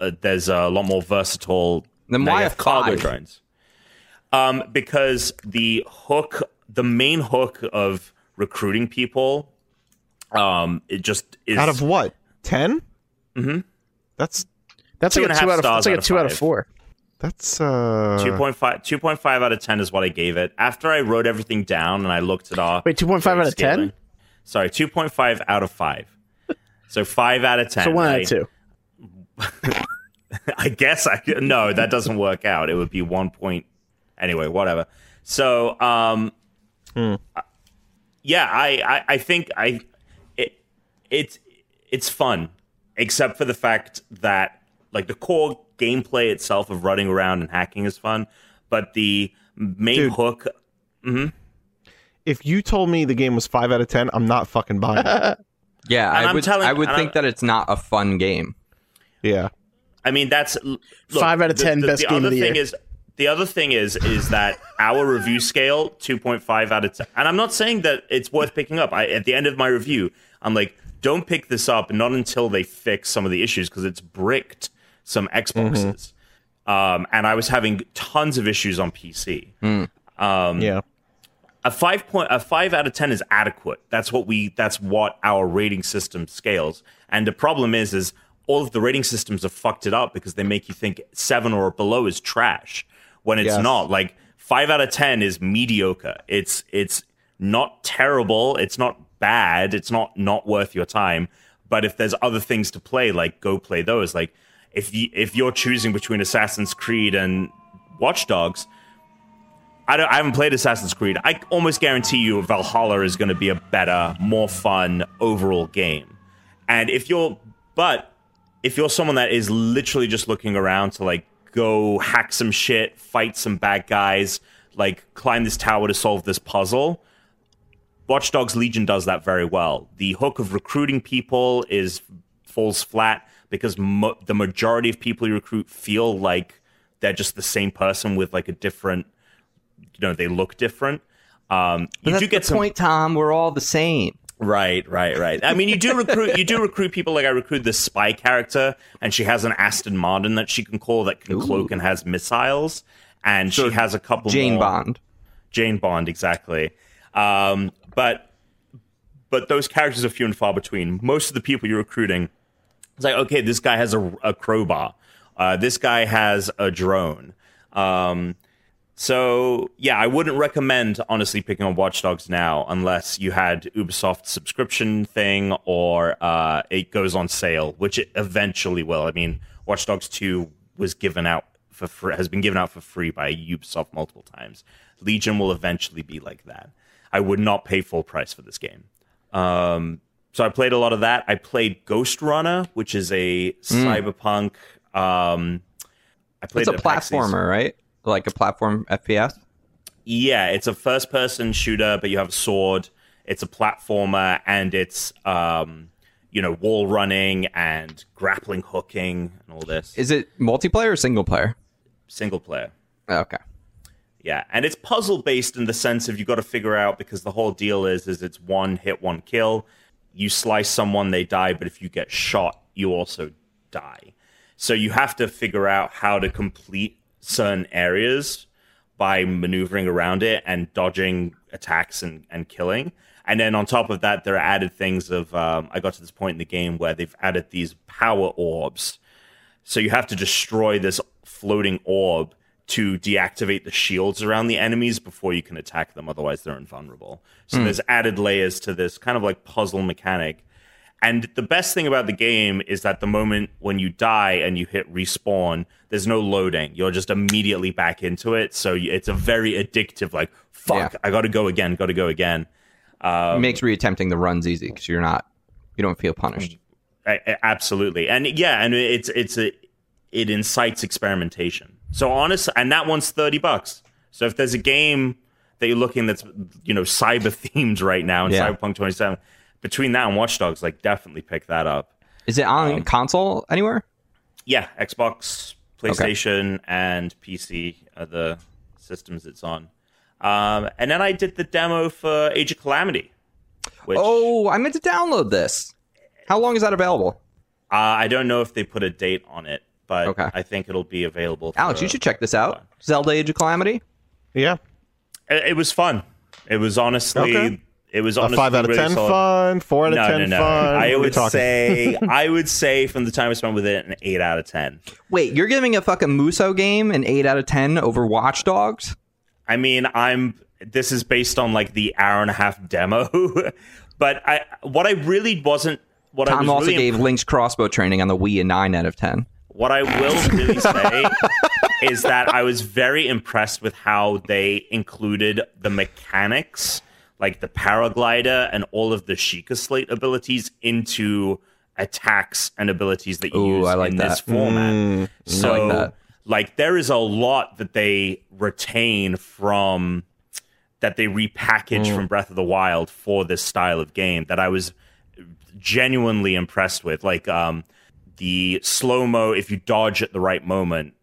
[SPEAKER 2] uh, there's a lot more versatile.
[SPEAKER 1] Then
[SPEAKER 2] now
[SPEAKER 1] why
[SPEAKER 2] you
[SPEAKER 1] a
[SPEAKER 2] have cargo
[SPEAKER 1] five?
[SPEAKER 2] drones? Um, because the hook, the main hook of recruiting people, um, it just is
[SPEAKER 3] Out of what? 10? Mm-hmm. That's
[SPEAKER 4] That's
[SPEAKER 2] two
[SPEAKER 4] like
[SPEAKER 2] and a
[SPEAKER 4] a
[SPEAKER 2] half
[SPEAKER 4] two out of
[SPEAKER 2] stars
[SPEAKER 4] that's like
[SPEAKER 2] out
[SPEAKER 4] a
[SPEAKER 2] of
[SPEAKER 4] two out of
[SPEAKER 2] five.
[SPEAKER 4] four.
[SPEAKER 3] that's uh
[SPEAKER 2] 2.5, 2.5 out of 10 is what I gave it. After I wrote everything down and I looked at our.
[SPEAKER 4] Wait, 2.5 out of 10?
[SPEAKER 2] scaling- Sorry, 2.5 out of 5. So 5 out of 10.
[SPEAKER 4] So one out
[SPEAKER 2] I-
[SPEAKER 4] of two.
[SPEAKER 2] I guess I could. No, that doesn't work out. It would be one point. Anyway, whatever. So, um, I- yeah, I, I, I think I, it, it's, it's fun, except for the fact that like the core gameplay itself of running around and hacking is fun, but the main
[SPEAKER 3] Dude.
[SPEAKER 2] hook.
[SPEAKER 3] if you told me the game was 5 out of 10, I'm not fucking buying it.
[SPEAKER 1] Yeah,
[SPEAKER 2] And
[SPEAKER 1] I
[SPEAKER 2] I'm
[SPEAKER 1] would
[SPEAKER 2] telling-
[SPEAKER 1] I would
[SPEAKER 2] and
[SPEAKER 1] think that it's not a fun game.
[SPEAKER 3] Yeah.
[SPEAKER 2] I mean, that's l- look,
[SPEAKER 4] Five out of 10 best game of
[SPEAKER 2] other
[SPEAKER 4] the
[SPEAKER 2] thing
[SPEAKER 4] year.
[SPEAKER 2] Is, the other thing is is that our review scale 2.5 out of 10. And I'm not saying that it's worth picking up. I at the end of my review, I'm like, don't pick this up not until they fix some of the issues because it's bricked some Xboxes.
[SPEAKER 4] Mm-hmm.
[SPEAKER 2] Um, and I was having tons of issues on PC Um,
[SPEAKER 3] yeah.
[SPEAKER 2] a five point a five out of ten is adequate. That's what we that's what our rating system scales. And the problem is is all of the rating systems have fucked it up because they make you think seven or below is trash when it's
[SPEAKER 3] Yes.
[SPEAKER 2] not. Like five out of ten is mediocre. It's it's not terrible. It's not bad. It's not not worth your time. But if there's other things to play, like go play those. Like if you if you're choosing between Assassin's Creed and Watch Dogs, I, don't, I haven't played Assassin's Creed. I almost guarantee you Valhalla is going to be a better, more fun overall game. And if you're, but if you're someone that is literally just looking around to like go hack some shit, fight some bad guys, like climb this tower to solve this puzzle, Watch Dogs Legion does that very well. The hook of recruiting people is falls flat because mo- the majority of people you recruit feel like they're just the same person with like a different, you know, they look different. Um, you
[SPEAKER 1] But
[SPEAKER 2] do
[SPEAKER 1] that's
[SPEAKER 2] get
[SPEAKER 1] the
[SPEAKER 2] some
[SPEAKER 1] point, Tom. We're all the same.
[SPEAKER 2] Right, right, right. I mean, you do recruit you do recruit people like I recruit this spy character, and she has an Aston Martin that she can call that can cloak and has missiles, and she has a couple
[SPEAKER 1] Jane
[SPEAKER 2] more-
[SPEAKER 1] Bond.
[SPEAKER 2] Jane Bond, exactly. Um, but but those characters are few and far between. Most of the people you're recruiting, it's like okay, this guy has a, a crowbar, uh, this guy has a drone. Um, so yeah, I wouldn't recommend honestly picking on Watch Dogs now unless you had Ubisoft subscription thing or uh, it goes on sale, which it eventually will. I mean, Watch Dogs Two was given out for free, has been given out for free by Ubisoft multiple times. Legion will eventually be like that. I would not pay full price for this game. Um, so I played a lot of that. I played Ghost Runner, which is a
[SPEAKER 1] Hmm.
[SPEAKER 2] cyberpunk. Um, I played
[SPEAKER 1] It's a
[SPEAKER 2] it at PAX East.
[SPEAKER 1] platformer, right? Like a platform FPS.
[SPEAKER 2] Yeah, it's a first person shooter, but you have a sword. It's a platformer and it's um, you know, wall running and grappling hooking and all this.
[SPEAKER 1] Is it multiplayer or single player?
[SPEAKER 2] single player.
[SPEAKER 1] Okay.
[SPEAKER 2] Yeah, and it's puzzle based in the sense of you got to figure out because the whole deal is is it's one hit one kill. You slice someone, they die, but if you get shot, you also die. So you have to figure out how to complete certain areas by maneuvering around it and dodging attacks and, and killing. And then on top of that, there are added things of um, I got to this point in the game where they've added these power orbs so you have to destroy this floating orb to deactivate the shields around the enemies before you can attack them. Otherwise, they're invulnerable. So there's added layers to this kind of like puzzle mechanic. And the best thing about the game is that the moment when you die and you hit respawn, there's no loading. You're just immediately back into it. So you- it's a very addictive, like, fuck,
[SPEAKER 1] Yeah.
[SPEAKER 2] I gotta go again, gotta go again.
[SPEAKER 3] Oh.
[SPEAKER 1] It makes reattempting the runs easy because you're not, you don't feel
[SPEAKER 3] Mm.
[SPEAKER 1] punished.
[SPEAKER 2] A- a- absolutely and yeah and it's it's a it incites experimentation so honest and that one's 30 bucks so if there's a game that you're looking that's you know cyber themed right now in
[SPEAKER 1] Yeah.
[SPEAKER 2] cyberpunk 27 between that and watchdogs like definitely pick that up
[SPEAKER 1] Is it on
[SPEAKER 3] Um,
[SPEAKER 1] console anywhere?
[SPEAKER 2] yeah xbox playstation and pc are the systems it's on um, and then i did the demo for age of calamity which
[SPEAKER 1] Oh, I meant to download this. How long is that available?
[SPEAKER 2] uh, i don't know if they put a date on it but
[SPEAKER 1] Okay.
[SPEAKER 2] i think it'll be available
[SPEAKER 1] Alex,
[SPEAKER 2] for-
[SPEAKER 1] you
[SPEAKER 3] Uh,
[SPEAKER 1] should check this out. Zelda Age of Calamity.
[SPEAKER 3] Yeah.
[SPEAKER 2] It, it was fun. It was honestly.
[SPEAKER 3] Okay.
[SPEAKER 2] It was
[SPEAKER 3] A
[SPEAKER 2] honestly
[SPEAKER 3] five out of
[SPEAKER 2] really
[SPEAKER 3] ten
[SPEAKER 2] solid.
[SPEAKER 3] fun, four out of
[SPEAKER 2] No, no,
[SPEAKER 3] ten
[SPEAKER 2] no.
[SPEAKER 3] fun. What
[SPEAKER 2] I
[SPEAKER 3] are we
[SPEAKER 2] would
[SPEAKER 3] talking?
[SPEAKER 2] say I would say from the time I spent with it, an eight out of ten.
[SPEAKER 1] Wait, you're giving a fucking Muso game an 8 out of 10 over Watch Dogs?
[SPEAKER 2] I mean, I'm. This is based on like the hour and a half demo, but I what I really wasn't. What I
[SPEAKER 1] Tom
[SPEAKER 2] was
[SPEAKER 1] also
[SPEAKER 2] really
[SPEAKER 1] gave Link's crossbow training on the Wii a 9 out of 10.
[SPEAKER 2] What I will really say is that I was very impressed with how they included the mechanics, like the paraglider and all of the Sheikah Slate abilities, into attacks and abilities that you
[SPEAKER 1] Ooh,
[SPEAKER 2] use
[SPEAKER 1] I like
[SPEAKER 2] in this
[SPEAKER 1] that. Mm,
[SPEAKER 2] format. so,
[SPEAKER 1] like that.
[SPEAKER 2] like, there is a lot that they retain from that they repackaged
[SPEAKER 1] Mm.
[SPEAKER 2] from Breath of the Wild for this style of game that I was genuinely impressed with. Like um, the slow mo, if you dodge at the right moment,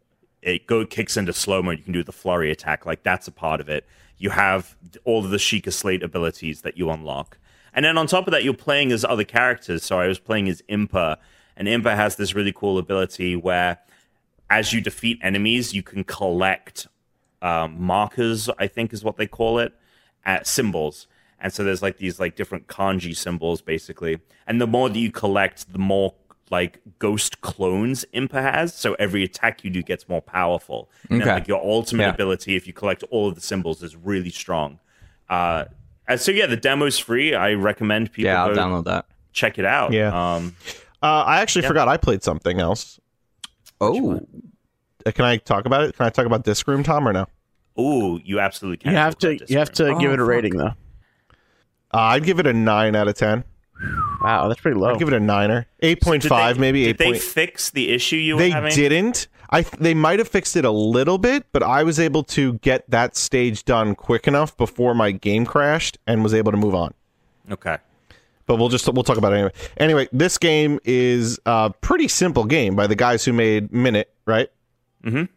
[SPEAKER 2] it go kicks into slow mo. You can do the flurry attack. Like that's a part of it. You have all of the Sheikah Slate abilities that you unlock, and then on top of that, you're playing as other characters. So I was playing as Impa, and Impa has this really cool ability where, as you defeat enemies, you can collect um, markers, I think is what they call it, at symbols. And so there's like these like different kanji symbols basically. And the more that you collect, the more like ghost clones Impa has. So every attack you do gets more powerful. And then,
[SPEAKER 1] Okay.
[SPEAKER 2] like your ultimate
[SPEAKER 1] Yeah.
[SPEAKER 2] ability, if you collect all of the symbols, is really strong. Uh, and so yeah, the demo's free. I recommend people
[SPEAKER 1] Yeah, I'll
[SPEAKER 2] go
[SPEAKER 1] download that.
[SPEAKER 2] check it out.
[SPEAKER 3] Yeah.
[SPEAKER 2] Um,
[SPEAKER 3] Uh, I actually forgot I played something else.
[SPEAKER 1] Oh,
[SPEAKER 3] Uh, Can I talk about it? Can I talk about this room, Tom, or no?
[SPEAKER 2] ooh, you absolutely can.
[SPEAKER 4] You have
[SPEAKER 2] talk
[SPEAKER 4] to
[SPEAKER 2] about this
[SPEAKER 4] you have
[SPEAKER 2] room.
[SPEAKER 4] to give
[SPEAKER 1] Oh,
[SPEAKER 4] it a
[SPEAKER 1] fuck.
[SPEAKER 4] rating though.
[SPEAKER 3] Uh, I'd give it a nine out of ten.
[SPEAKER 4] Wow, that's pretty low.
[SPEAKER 3] I'd give it a niner, eight point
[SPEAKER 2] Oh. Did
[SPEAKER 3] five,
[SPEAKER 2] they-
[SPEAKER 3] maybe
[SPEAKER 2] Did
[SPEAKER 3] eight
[SPEAKER 2] they
[SPEAKER 3] point.
[SPEAKER 2] fix the issue you were
[SPEAKER 3] They
[SPEAKER 2] having?
[SPEAKER 3] didn't. I th- they might have fixed it a little bit, but I was able to get that stage done quick enough before my game crashed and was able to move on.
[SPEAKER 2] Okay.
[SPEAKER 3] But we'll just we'll talk about it anyway. Anyway, this game is a pretty simple game by the guys who made Minute, right?
[SPEAKER 2] Mhm.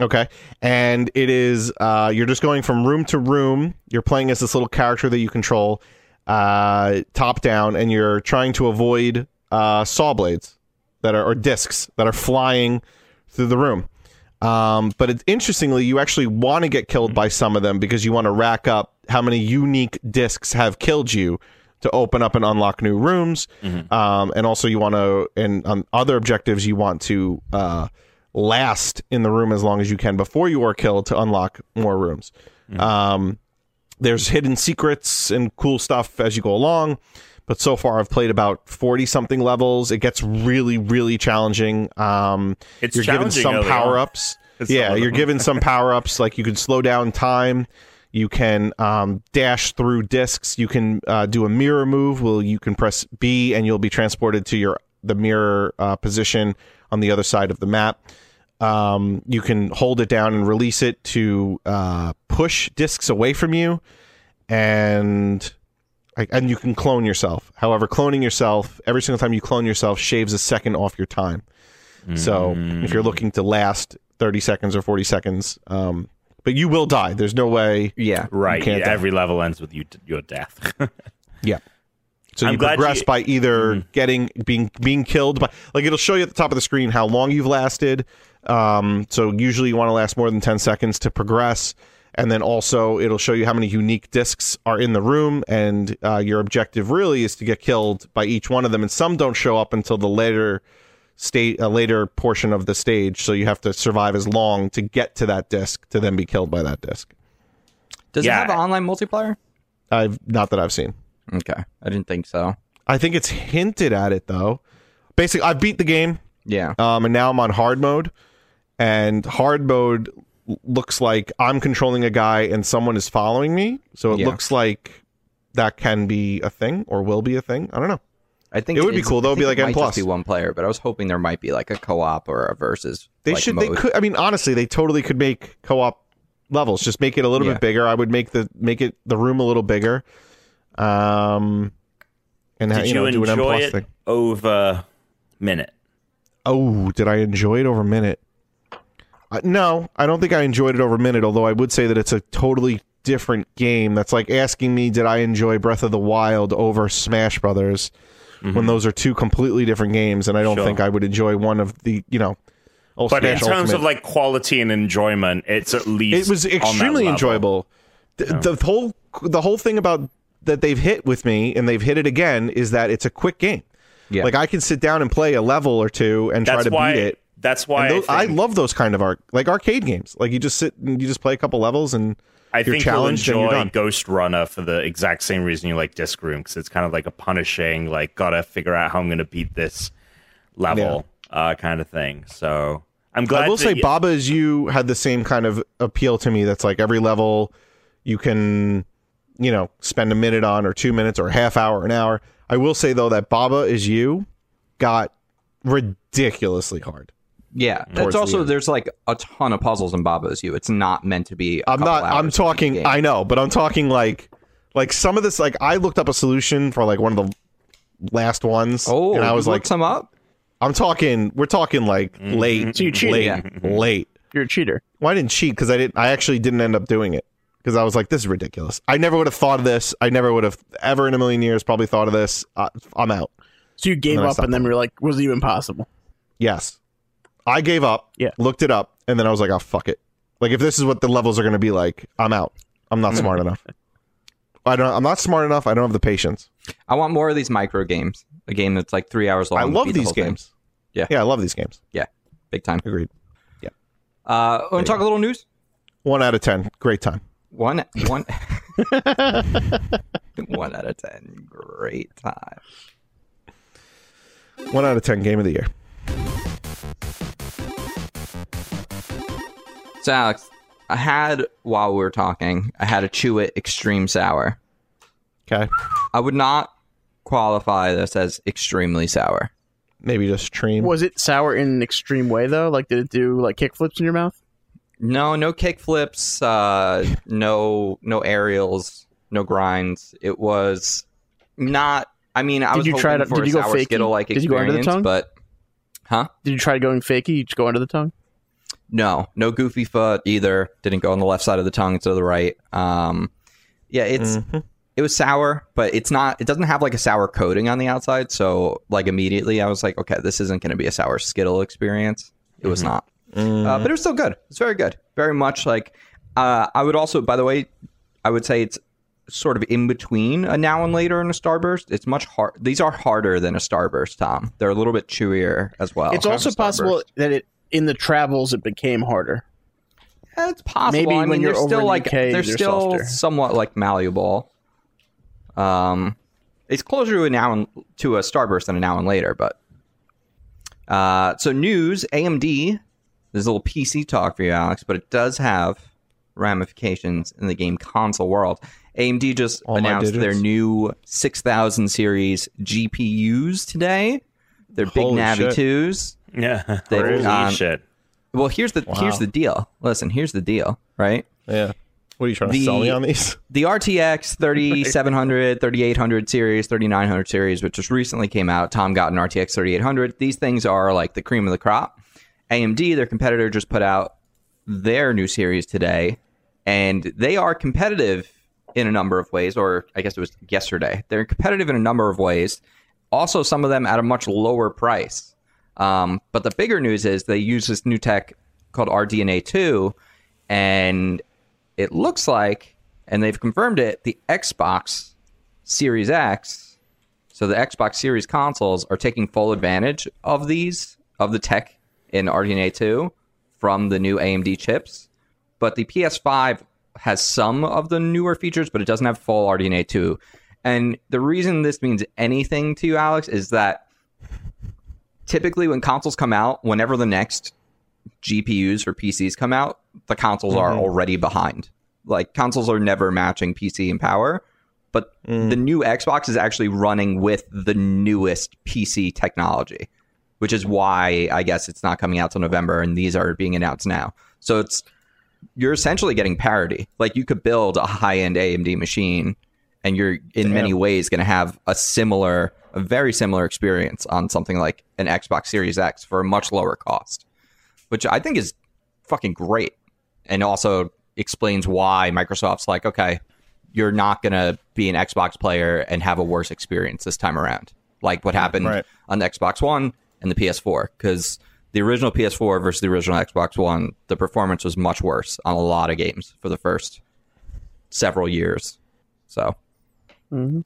[SPEAKER 3] Okay, and it is uh, you're just going from room to room. You're playing as this little character that you control. uh, top down, and you're trying to avoid uh, saw blades that are or discs that are flying through the room. Um, but it's interestingly, you actually want to get killed by some of them because you want to rack up how many unique discs have killed you to open up and unlock new rooms. Um, and also, you want to, and on other objectives, you want to uh, last in the room as long as you can before you are killed to unlock more rooms. Um, there's hidden secrets and cool stuff as you go along. But so far, I've played about 40 something levels. It gets really, really challenging. Um,
[SPEAKER 2] It's
[SPEAKER 3] you're given
[SPEAKER 2] challenging
[SPEAKER 3] some
[SPEAKER 2] early on.
[SPEAKER 3] power ups.
[SPEAKER 2] It's some
[SPEAKER 3] Yeah,
[SPEAKER 2] of
[SPEAKER 3] you're
[SPEAKER 2] them.
[SPEAKER 3] given some power ups. Like you can slow down time. You can um, dash through discs. You can uh, do a mirror move. Well, you can press B and you'll be transported to your the mirror uh, position on the other side of the map. Um, you can hold it down and release it to uh, push discs away from you, and like, and you can clone yourself. However, cloning yourself every single time you clone yourself shaves a second off your time. So if you're looking to last 30 seconds or 40 seconds, um, but you will die. There's no way.
[SPEAKER 1] Yeah.
[SPEAKER 2] Right.
[SPEAKER 3] can't
[SPEAKER 2] yeah,
[SPEAKER 3] die.
[SPEAKER 2] every level ends with you your death.
[SPEAKER 3] Yeah. So
[SPEAKER 2] I'm
[SPEAKER 3] you
[SPEAKER 2] glad
[SPEAKER 3] progress
[SPEAKER 2] you- Mm-hmm.
[SPEAKER 3] by either getting being being killed by like it'll show you at the top of the screen how long you've lasted. Um, so usually you want to last more than 10 seconds to progress. And then also it'll show you how many unique discs are in the room, and uh, your objective really is to get killed by each one of them. And some don't show up until the later state a later portion of the stage, so you have to survive as long to get to that disc to then be killed by that disc.
[SPEAKER 1] Does
[SPEAKER 2] Yeah.
[SPEAKER 1] it have an online multiplayer?
[SPEAKER 3] I've not that I've seen.
[SPEAKER 1] Okay. I didn't think so.
[SPEAKER 3] I think it's hinted at it though. Basically, I beat the game,
[SPEAKER 1] Yeah.
[SPEAKER 3] um, and now I'm on hard mode. And hard mode l- looks like I'm controlling a guy and someone is following me. So it
[SPEAKER 1] Yeah.
[SPEAKER 3] looks like that can be a thing or will be a thing. I don't know.
[SPEAKER 1] I think
[SPEAKER 3] It would be
[SPEAKER 1] is-
[SPEAKER 3] cool, though.
[SPEAKER 1] I
[SPEAKER 3] It'd be
[SPEAKER 1] think it
[SPEAKER 3] like N
[SPEAKER 1] might
[SPEAKER 3] plus.
[SPEAKER 1] Just be one player, but I was hoping there might be like a co-op or a versus.
[SPEAKER 3] They
[SPEAKER 1] like,
[SPEAKER 3] should. They
[SPEAKER 1] mode.
[SPEAKER 3] could. I mean, honestly, they totally could make co-op levels. Just make it a little
[SPEAKER 1] Yeah.
[SPEAKER 3] bit bigger. I would make the make it the room a little bigger. Um, and ha-
[SPEAKER 2] Did you,
[SPEAKER 3] know, do an M
[SPEAKER 2] enjoy
[SPEAKER 3] plus
[SPEAKER 2] it
[SPEAKER 3] thing.
[SPEAKER 2] over minute?
[SPEAKER 3] Oh, did I enjoy it over minute? Uh, no, I don't think I enjoyed it over minute. Although I would say that it's a totally different game. That's like asking me, did I enjoy Breath of the Wild over Smash Brothers? When those are two completely different games, and I don't
[SPEAKER 2] Mm-hmm. Sure.
[SPEAKER 3] think I would enjoy one of the you know. oh,
[SPEAKER 2] But in
[SPEAKER 3] Smash
[SPEAKER 2] terms
[SPEAKER 3] Ultimate.
[SPEAKER 2] of like quality and enjoyment, it's at least
[SPEAKER 3] it was
[SPEAKER 2] on that
[SPEAKER 3] extremely
[SPEAKER 2] level.
[SPEAKER 3] enjoyable. The, the whole the whole thing about that they've hit with me and they've hit it again is that it's a quick game.
[SPEAKER 1] Yeah.
[SPEAKER 3] Like I can sit down and play a level or two and
[SPEAKER 2] That's
[SPEAKER 3] try to
[SPEAKER 2] why
[SPEAKER 3] beat it.
[SPEAKER 2] That's why
[SPEAKER 3] And tho-
[SPEAKER 2] I,
[SPEAKER 3] I,
[SPEAKER 2] think,
[SPEAKER 3] love those kind of arc like arcade games. Like you just sit and you just play a couple levels and
[SPEAKER 2] I
[SPEAKER 3] you're
[SPEAKER 2] think you'll
[SPEAKER 3] challenged and you're
[SPEAKER 2] enjoy
[SPEAKER 3] done.
[SPEAKER 2] Ghost Runner for the exact same reason you like Disc Room because it's kind of like a punishing, like gotta figure out how I'm gonna beat this level uh, kind of thing. So I'm glad.
[SPEAKER 3] I will
[SPEAKER 2] that
[SPEAKER 3] say
[SPEAKER 2] you-
[SPEAKER 3] Baba is you had the same kind of appeal to me that's like every level you can you know spend a minute on or 2 minutes or a half hour an hour. I will say though that Baba is you got ridiculously hard.
[SPEAKER 1] Yeah,
[SPEAKER 3] Mm. towards
[SPEAKER 1] that's
[SPEAKER 3] the
[SPEAKER 1] also
[SPEAKER 3] end.
[SPEAKER 1] there's like a ton of puzzles in Baba's You. It's not meant to be. i
[SPEAKER 3] I'm not. I'm talking. I know, but I'm talking like, like some of this. Like I looked up a solution for like one of the last ones,
[SPEAKER 1] oh,
[SPEAKER 3] and I was like,
[SPEAKER 1] some up.
[SPEAKER 3] I'm talking. We're talking like late,
[SPEAKER 4] So you cheated.
[SPEAKER 3] late,
[SPEAKER 1] Yeah.
[SPEAKER 3] late.
[SPEAKER 4] You're a cheater.
[SPEAKER 3] Well, I didn't cheat because I didn't. I actually didn't end up doing it because I was like, this is ridiculous. I never would have thought of this. I never would have ever in a million years probably thought of this. Uh, I'm out.
[SPEAKER 4] So you gave
[SPEAKER 3] No, it's
[SPEAKER 4] up, and
[SPEAKER 3] not.
[SPEAKER 4] then you're like, "Was it even possible?"
[SPEAKER 3] Yes. I gave up,
[SPEAKER 4] Yeah.
[SPEAKER 3] looked it up, and then I was like, oh, fuck it. Like, if this is what the levels are going to be like, I'm out. I'm not smart enough. I don't, I'm not smart enough. I don't have the patience.
[SPEAKER 1] I want more of these micro games. A game that's like three hours long.
[SPEAKER 3] I
[SPEAKER 1] beat
[SPEAKER 3] love
[SPEAKER 1] the
[SPEAKER 3] these
[SPEAKER 1] whole thing.
[SPEAKER 3] games.
[SPEAKER 1] Yeah.
[SPEAKER 3] Yeah, I love these games.
[SPEAKER 1] big time.
[SPEAKER 3] Agreed.
[SPEAKER 1] Uh, want to talk a little news?
[SPEAKER 3] One out of 10. Great time.
[SPEAKER 1] One, one, one out of ten. Great time.
[SPEAKER 3] One out of 10 game of the year.
[SPEAKER 1] So Alex, I had while we were talking, I had a Chew It Extreme Sour.
[SPEAKER 3] Okay.
[SPEAKER 1] I would not qualify this as extremely sour.
[SPEAKER 3] Maybe just stream.
[SPEAKER 4] Was it sour in an extreme way though? Like, did it do like kick flips in your mouth?
[SPEAKER 1] No, no kick flips, uh, no no aerials, no grinds. It was not. I mean, I
[SPEAKER 4] Did
[SPEAKER 1] was
[SPEAKER 4] you
[SPEAKER 1] hoping
[SPEAKER 4] try to-
[SPEAKER 1] for
[SPEAKER 4] did
[SPEAKER 1] a
[SPEAKER 4] you go
[SPEAKER 1] sour
[SPEAKER 4] fakey?
[SPEAKER 1] skittle like
[SPEAKER 4] Did you go under the
[SPEAKER 1] experience,
[SPEAKER 4] tongue?
[SPEAKER 1] but
[SPEAKER 4] Did you try going fakey? You just go under the tongue.
[SPEAKER 1] no, no goofy foot either. Didn't go on the left side of the tongue instead of the right. Um, yeah, it's it was sour, but it's not. It doesn't have like a sour coating on the outside. So like immediately, I was like, okay, this isn't going to be a sour Skittle experience. It was not, uh, but it was still good. It's very good. Very much like uh, I would also, by the way, I would say it's sort of in between a now and later and a starburst. It's much hard. These are harder than a starburst, Tom. They're a little bit chewier as well.
[SPEAKER 4] it's also possible that it in the travels it became harder.
[SPEAKER 1] Yeah, it's possible.
[SPEAKER 4] Maybe
[SPEAKER 1] I mean,
[SPEAKER 4] when you're
[SPEAKER 1] they're
[SPEAKER 4] over
[SPEAKER 1] still
[SPEAKER 4] in the
[SPEAKER 1] like
[SPEAKER 4] UK,
[SPEAKER 1] they're
[SPEAKER 4] they're
[SPEAKER 1] still
[SPEAKER 4] softer.
[SPEAKER 1] somewhat like malleable. Um, it's closer to a now and to a starburst than an now and later, but uh, so news AMD. There's a little PC talk for you, Alex, but it does have ramifications in the game console world. AMD just
[SPEAKER 3] All my
[SPEAKER 1] announced their
[SPEAKER 3] digits?
[SPEAKER 1] new 6000 series GPUs today. They're big
[SPEAKER 3] Holy
[SPEAKER 1] Navi
[SPEAKER 3] shit.
[SPEAKER 1] 2s.
[SPEAKER 2] Yeah.
[SPEAKER 1] They-
[SPEAKER 2] Holy
[SPEAKER 1] um,
[SPEAKER 2] shit.
[SPEAKER 1] Well, here's the here's the deal. Listen, here's the deal, right?
[SPEAKER 3] Yeah. What are you trying
[SPEAKER 1] The-
[SPEAKER 3] to sell me on these?
[SPEAKER 1] the RTX 3700, 3800 series, 3900 series, which just recently came out. Tom got an RTX 3800. These things are like the cream of the crop. AMD, their competitor, just put out their new series today, and they are competitive in a number of ways, or I guess it was yesterday. They're competitive in a number of ways. Also, some of them at a much lower price. Um, but the bigger news is they use this new tech called RDNA2, and it looks like, and they've confirmed it, the Xbox Series X, so the Xbox Series consoles are taking full advantage of these, of the tech in RDNA 2 from the new AMD chips. But the PS5 has some of the newer features, but it doesn't have full RDNA 2. And the reason this means anything to you, Alex, is that typically when consoles come out, whenever the next GPUs for PCs come out, the consoles are already behind. Like consoles are never matching PC in power, but the new Xbox is actually running with the newest PC technology, which is why I guess it's not coming out till November and these are being announced now. So it's you're essentially getting parity. Like you could build a high-end AMD machine and you're in many ways going to have a similar a very similar experience on something like an Xbox Series X for a much lower cost which I think is fucking great and also explains why Microsoft's like, okay, you're not going to be an Xbox player and have a worse experience this time around, like what happened
[SPEAKER 3] Right.
[SPEAKER 1] on the Xbox One and the PS4, because the original PS4 versus the original Xbox One, the performance was much worse on a lot of games for the first several years. So
[SPEAKER 3] Big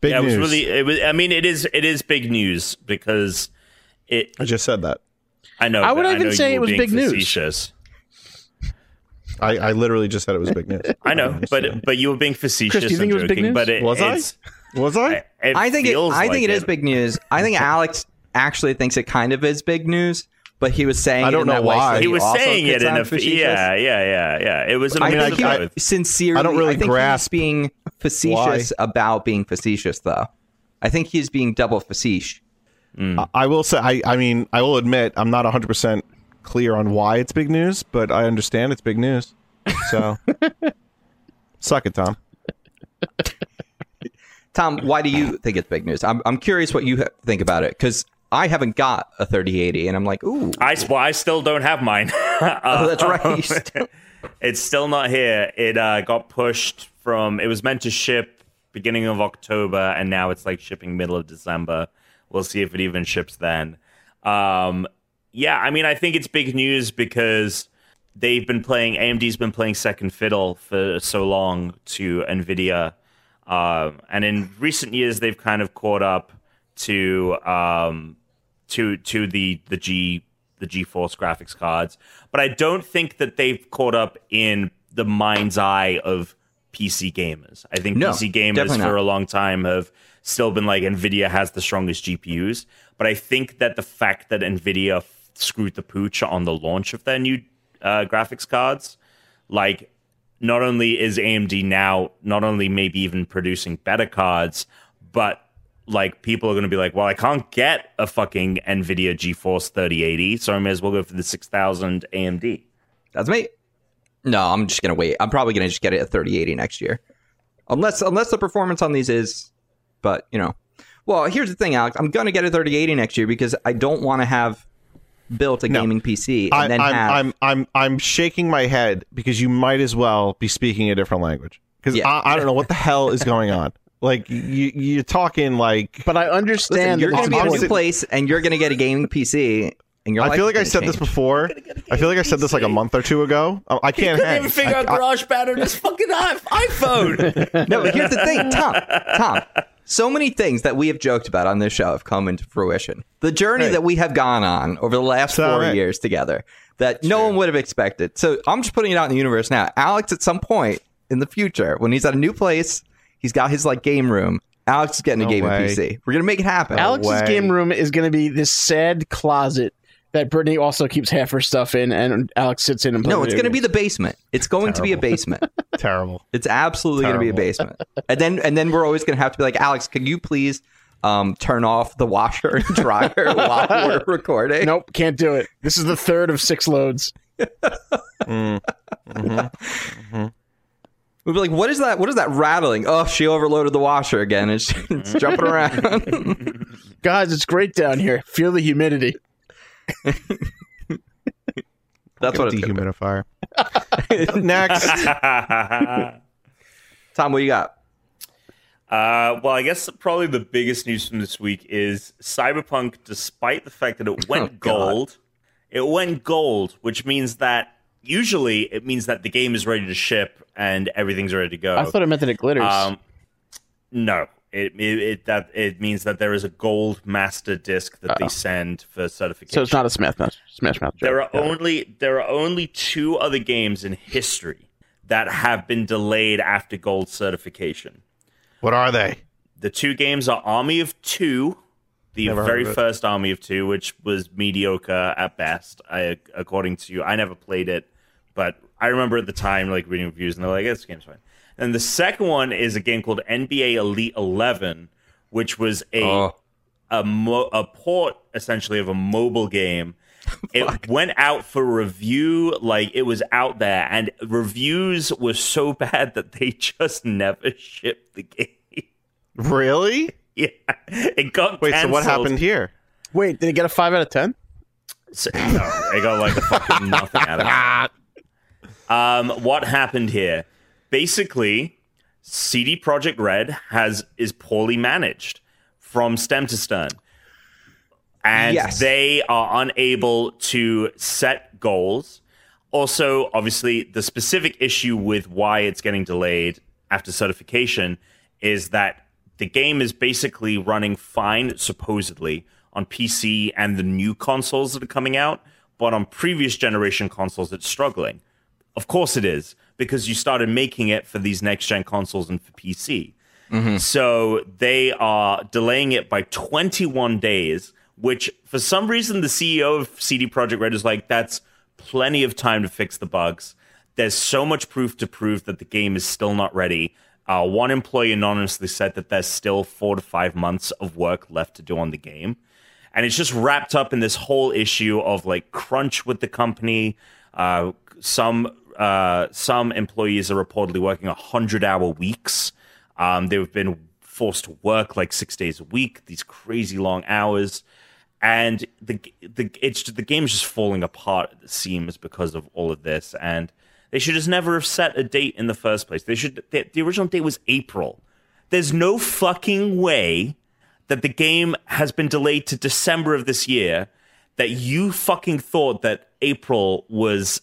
[SPEAKER 2] yeah, it was
[SPEAKER 3] news.
[SPEAKER 2] really. It was. I mean, it is. It is big news because it.
[SPEAKER 3] I just said that.
[SPEAKER 2] I know.
[SPEAKER 4] I would
[SPEAKER 2] but
[SPEAKER 4] even
[SPEAKER 2] know
[SPEAKER 4] say
[SPEAKER 2] you
[SPEAKER 4] it
[SPEAKER 2] were
[SPEAKER 4] was
[SPEAKER 2] being
[SPEAKER 4] big news.
[SPEAKER 2] facetious.
[SPEAKER 3] I, I literally just said it was big news.
[SPEAKER 2] I know, but but you were being facetious.
[SPEAKER 4] you think
[SPEAKER 2] and
[SPEAKER 4] it was big
[SPEAKER 2] joking,
[SPEAKER 4] news?
[SPEAKER 2] But it,
[SPEAKER 3] Was I?
[SPEAKER 2] it's,
[SPEAKER 3] Was I?
[SPEAKER 2] It
[SPEAKER 1] I think it,
[SPEAKER 2] feels
[SPEAKER 1] I
[SPEAKER 2] like
[SPEAKER 1] think it is big news. I think Alex actually thinks it kind of is big news, but he was saying
[SPEAKER 3] I
[SPEAKER 1] it
[SPEAKER 3] don't
[SPEAKER 1] in
[SPEAKER 3] know
[SPEAKER 1] that way so
[SPEAKER 3] why.
[SPEAKER 1] that
[SPEAKER 2] He was
[SPEAKER 1] also
[SPEAKER 2] saying
[SPEAKER 1] could
[SPEAKER 2] it in
[SPEAKER 1] sound
[SPEAKER 2] a.
[SPEAKER 1] facetious.
[SPEAKER 2] Yeah, yeah, yeah, yeah. It was a
[SPEAKER 1] I
[SPEAKER 2] mix
[SPEAKER 1] think
[SPEAKER 2] of
[SPEAKER 1] he
[SPEAKER 2] both.
[SPEAKER 1] sincerely.
[SPEAKER 3] I don't really
[SPEAKER 1] think he's
[SPEAKER 3] grasp
[SPEAKER 1] being facetious about being facetious, though. I think he's being double facetious.
[SPEAKER 3] I- I will say, I, I mean, I will admit, I'm not 100% clear on why it's big news, but I understand it's big news. So, suck it, Tom.
[SPEAKER 1] Tom, why do you think it's big news? I'm I'm curious what you ha- think about it because I haven't got a 3080, and I'm like, ooh,
[SPEAKER 2] I, s- well, I still don't have mine. Uh,
[SPEAKER 1] oh, that's right.
[SPEAKER 2] It's still not here. It uh, got pushed from. It was meant to ship beginning of October, and now it's like shipping middle of December. We'll see if it even ships then. Um, yeah, I mean, I think it's big news because they've been playing. AMD's been playing second fiddle for so long to Nvidia, um, and in recent years they've kind of caught up to um, to to the the G the GeForce graphics cards, but I don't think that they've caught up in the mind's eye of PC gamers. I think
[SPEAKER 1] No,
[SPEAKER 2] PC gamers
[SPEAKER 1] definitely
[SPEAKER 2] for
[SPEAKER 1] not.
[SPEAKER 2] a long time have still been like Nvidia has the strongest GPUs, but I think that the fact that Nvidia f- screwed the pooch on the launch of their new uh, graphics cards, like not only is AMD now not only maybe even producing better cards, but like people are going to be like, well, I can't get a fucking Nvidia GeForce 3080, so I may as well go for the 6000 AMD.
[SPEAKER 1] That's me. No, I'm just gonna wait. I'm probably gonna just get it at 3080 next year, unless unless the performance on these is. But you know, well, here's the thing, Alex. I'm gonna get a 3080 next year because I don't want to have built a
[SPEAKER 3] No.
[SPEAKER 1] gaming PC and
[SPEAKER 3] I,
[SPEAKER 1] then
[SPEAKER 3] I'm,
[SPEAKER 1] have.
[SPEAKER 3] I'm, I'm, I'm shaking my head because you might as well be speaking a different language. because
[SPEAKER 1] Yeah.
[SPEAKER 3] I, I don't know what the hell is going on. Like you, you're talking like
[SPEAKER 4] But I understand.
[SPEAKER 1] You're
[SPEAKER 4] that
[SPEAKER 1] going to be
[SPEAKER 4] it's
[SPEAKER 1] in a
[SPEAKER 4] important.
[SPEAKER 1] new place, and you're going to get a gaming PC. And your
[SPEAKER 3] I
[SPEAKER 1] life
[SPEAKER 3] feel like I
[SPEAKER 1] is
[SPEAKER 3] said
[SPEAKER 1] gonna
[SPEAKER 3] this
[SPEAKER 1] change.
[SPEAKER 3] before. I feel like I said this like a month or two ago. I, I can't
[SPEAKER 2] Couldn't
[SPEAKER 3] hang.
[SPEAKER 2] even figure
[SPEAKER 3] I-
[SPEAKER 2] out GarageBand on his fucking i- iPhone.
[SPEAKER 1] No, but here's the thing, Tom. Tom, so many things that we have joked about on this show have come into fruition. The journey
[SPEAKER 3] Right.
[SPEAKER 1] that we have gone on over the last
[SPEAKER 3] So,
[SPEAKER 1] four
[SPEAKER 3] right.
[SPEAKER 1] years together that no one would have expected. So I'm just putting it out in the universe now. Alex, at some point in the future, when he's at a new place, he's got his like game room. Alex is getting
[SPEAKER 3] No
[SPEAKER 1] a gaming
[SPEAKER 3] way.
[SPEAKER 1] PC. We're gonna make it happen.
[SPEAKER 4] Alex's
[SPEAKER 3] way.
[SPEAKER 4] game room is going to be this sad closet that Brittany also keeps half her stuff in, and Alex sits in and plays.
[SPEAKER 1] no, it's
[SPEAKER 4] video
[SPEAKER 1] going to be
[SPEAKER 4] games.
[SPEAKER 1] the basement. It's going to be a basement.
[SPEAKER 3] terrible.
[SPEAKER 1] It's absolutely going to be a
[SPEAKER 3] Terrible.
[SPEAKER 1] basement. And then and then we're always going to have to be like, Alex, can you please um, turn off the washer and dryer while we're recording?
[SPEAKER 4] Nope, can't do it. This is the third of six loads.
[SPEAKER 3] Mm. Mhm.
[SPEAKER 1] We'd be like, what is that? What is that rattling? Oh, she overloaded the washer again. It's, it's jumping around.
[SPEAKER 4] Guys, it's great down here. Feel the humidity.
[SPEAKER 1] That's what it's gonna be.
[SPEAKER 3] dehumidifier. Next,
[SPEAKER 2] uh,
[SPEAKER 1] Tom, what you got?
[SPEAKER 2] Uh, well, I guess probably the biggest news from this week is Cyberpunk, despite the fact that it went
[SPEAKER 1] Oh, God.
[SPEAKER 2] gold, it went gold, which means that usually it means that the game is ready to ship and everything's ready to go.
[SPEAKER 4] I thought it meant that it glitters.
[SPEAKER 2] Um, no, it, it, it that it means that there is a gold master disc that they send for certification.
[SPEAKER 4] so it's not a Smash Mouth. Smash Mouth.
[SPEAKER 2] There are
[SPEAKER 4] joke. Yeah.
[SPEAKER 2] only there are only two other games in history that have been delayed after gold certification.
[SPEAKER 3] what are they?
[SPEAKER 2] The two games are Army of Two, the
[SPEAKER 3] Never heard
[SPEAKER 2] very
[SPEAKER 3] of it.
[SPEAKER 2] first Army of Two, which was mediocre at best. I, according to you, I never played it, but I remember at the time like reading reviews and they're like, "This game's fine." And the second one is a game called NBA Elite Eleven, which was a
[SPEAKER 3] Oh.
[SPEAKER 2] a, mo- a port essentially of a mobile game. It went out for review, like it was out there, and reviews were so bad that they just never shipped the game.
[SPEAKER 3] Really?
[SPEAKER 2] yeah, it got
[SPEAKER 3] Wait. So what
[SPEAKER 2] canceled.
[SPEAKER 3] happened here?
[SPEAKER 4] Wait, did it get a five out of ten?
[SPEAKER 2] So- no, it got like a fucking nothing out of it. Um, what happened here? Basically, CD Project Red has is poorly managed from stem to stern, and
[SPEAKER 1] Yes.
[SPEAKER 2] they are unable to set goals. Also, obviously, the specific issue with why it's getting delayed after certification is that the game is basically running fine, supposedly, on PC and the new consoles that are coming out, but on previous generation consoles, it's struggling. Of course, it is, because you started making it for these next gen consoles and for PC. So they are delaying it by 21 days, which for some reason the CEO of CD Projekt Red is like, that's plenty of time to fix the bugs. There's so much proof to prove that the game is still not ready. Uh, one employee anonymously said that there's still four to five months of work left to do on the game. And it's just wrapped up in this whole issue of like crunch with the company. Uh, some uh, some employees are reportedly working hundred hour weeks. Um, they've been forced to work like six days a week, these crazy long hours, and the the it's the game's just falling apart at the seams because of all of this. And they should just never have set a date in the first place. They should the, the original date was April. There's no fucking way that the game has been delayed to December of this year, that you fucking thought that April was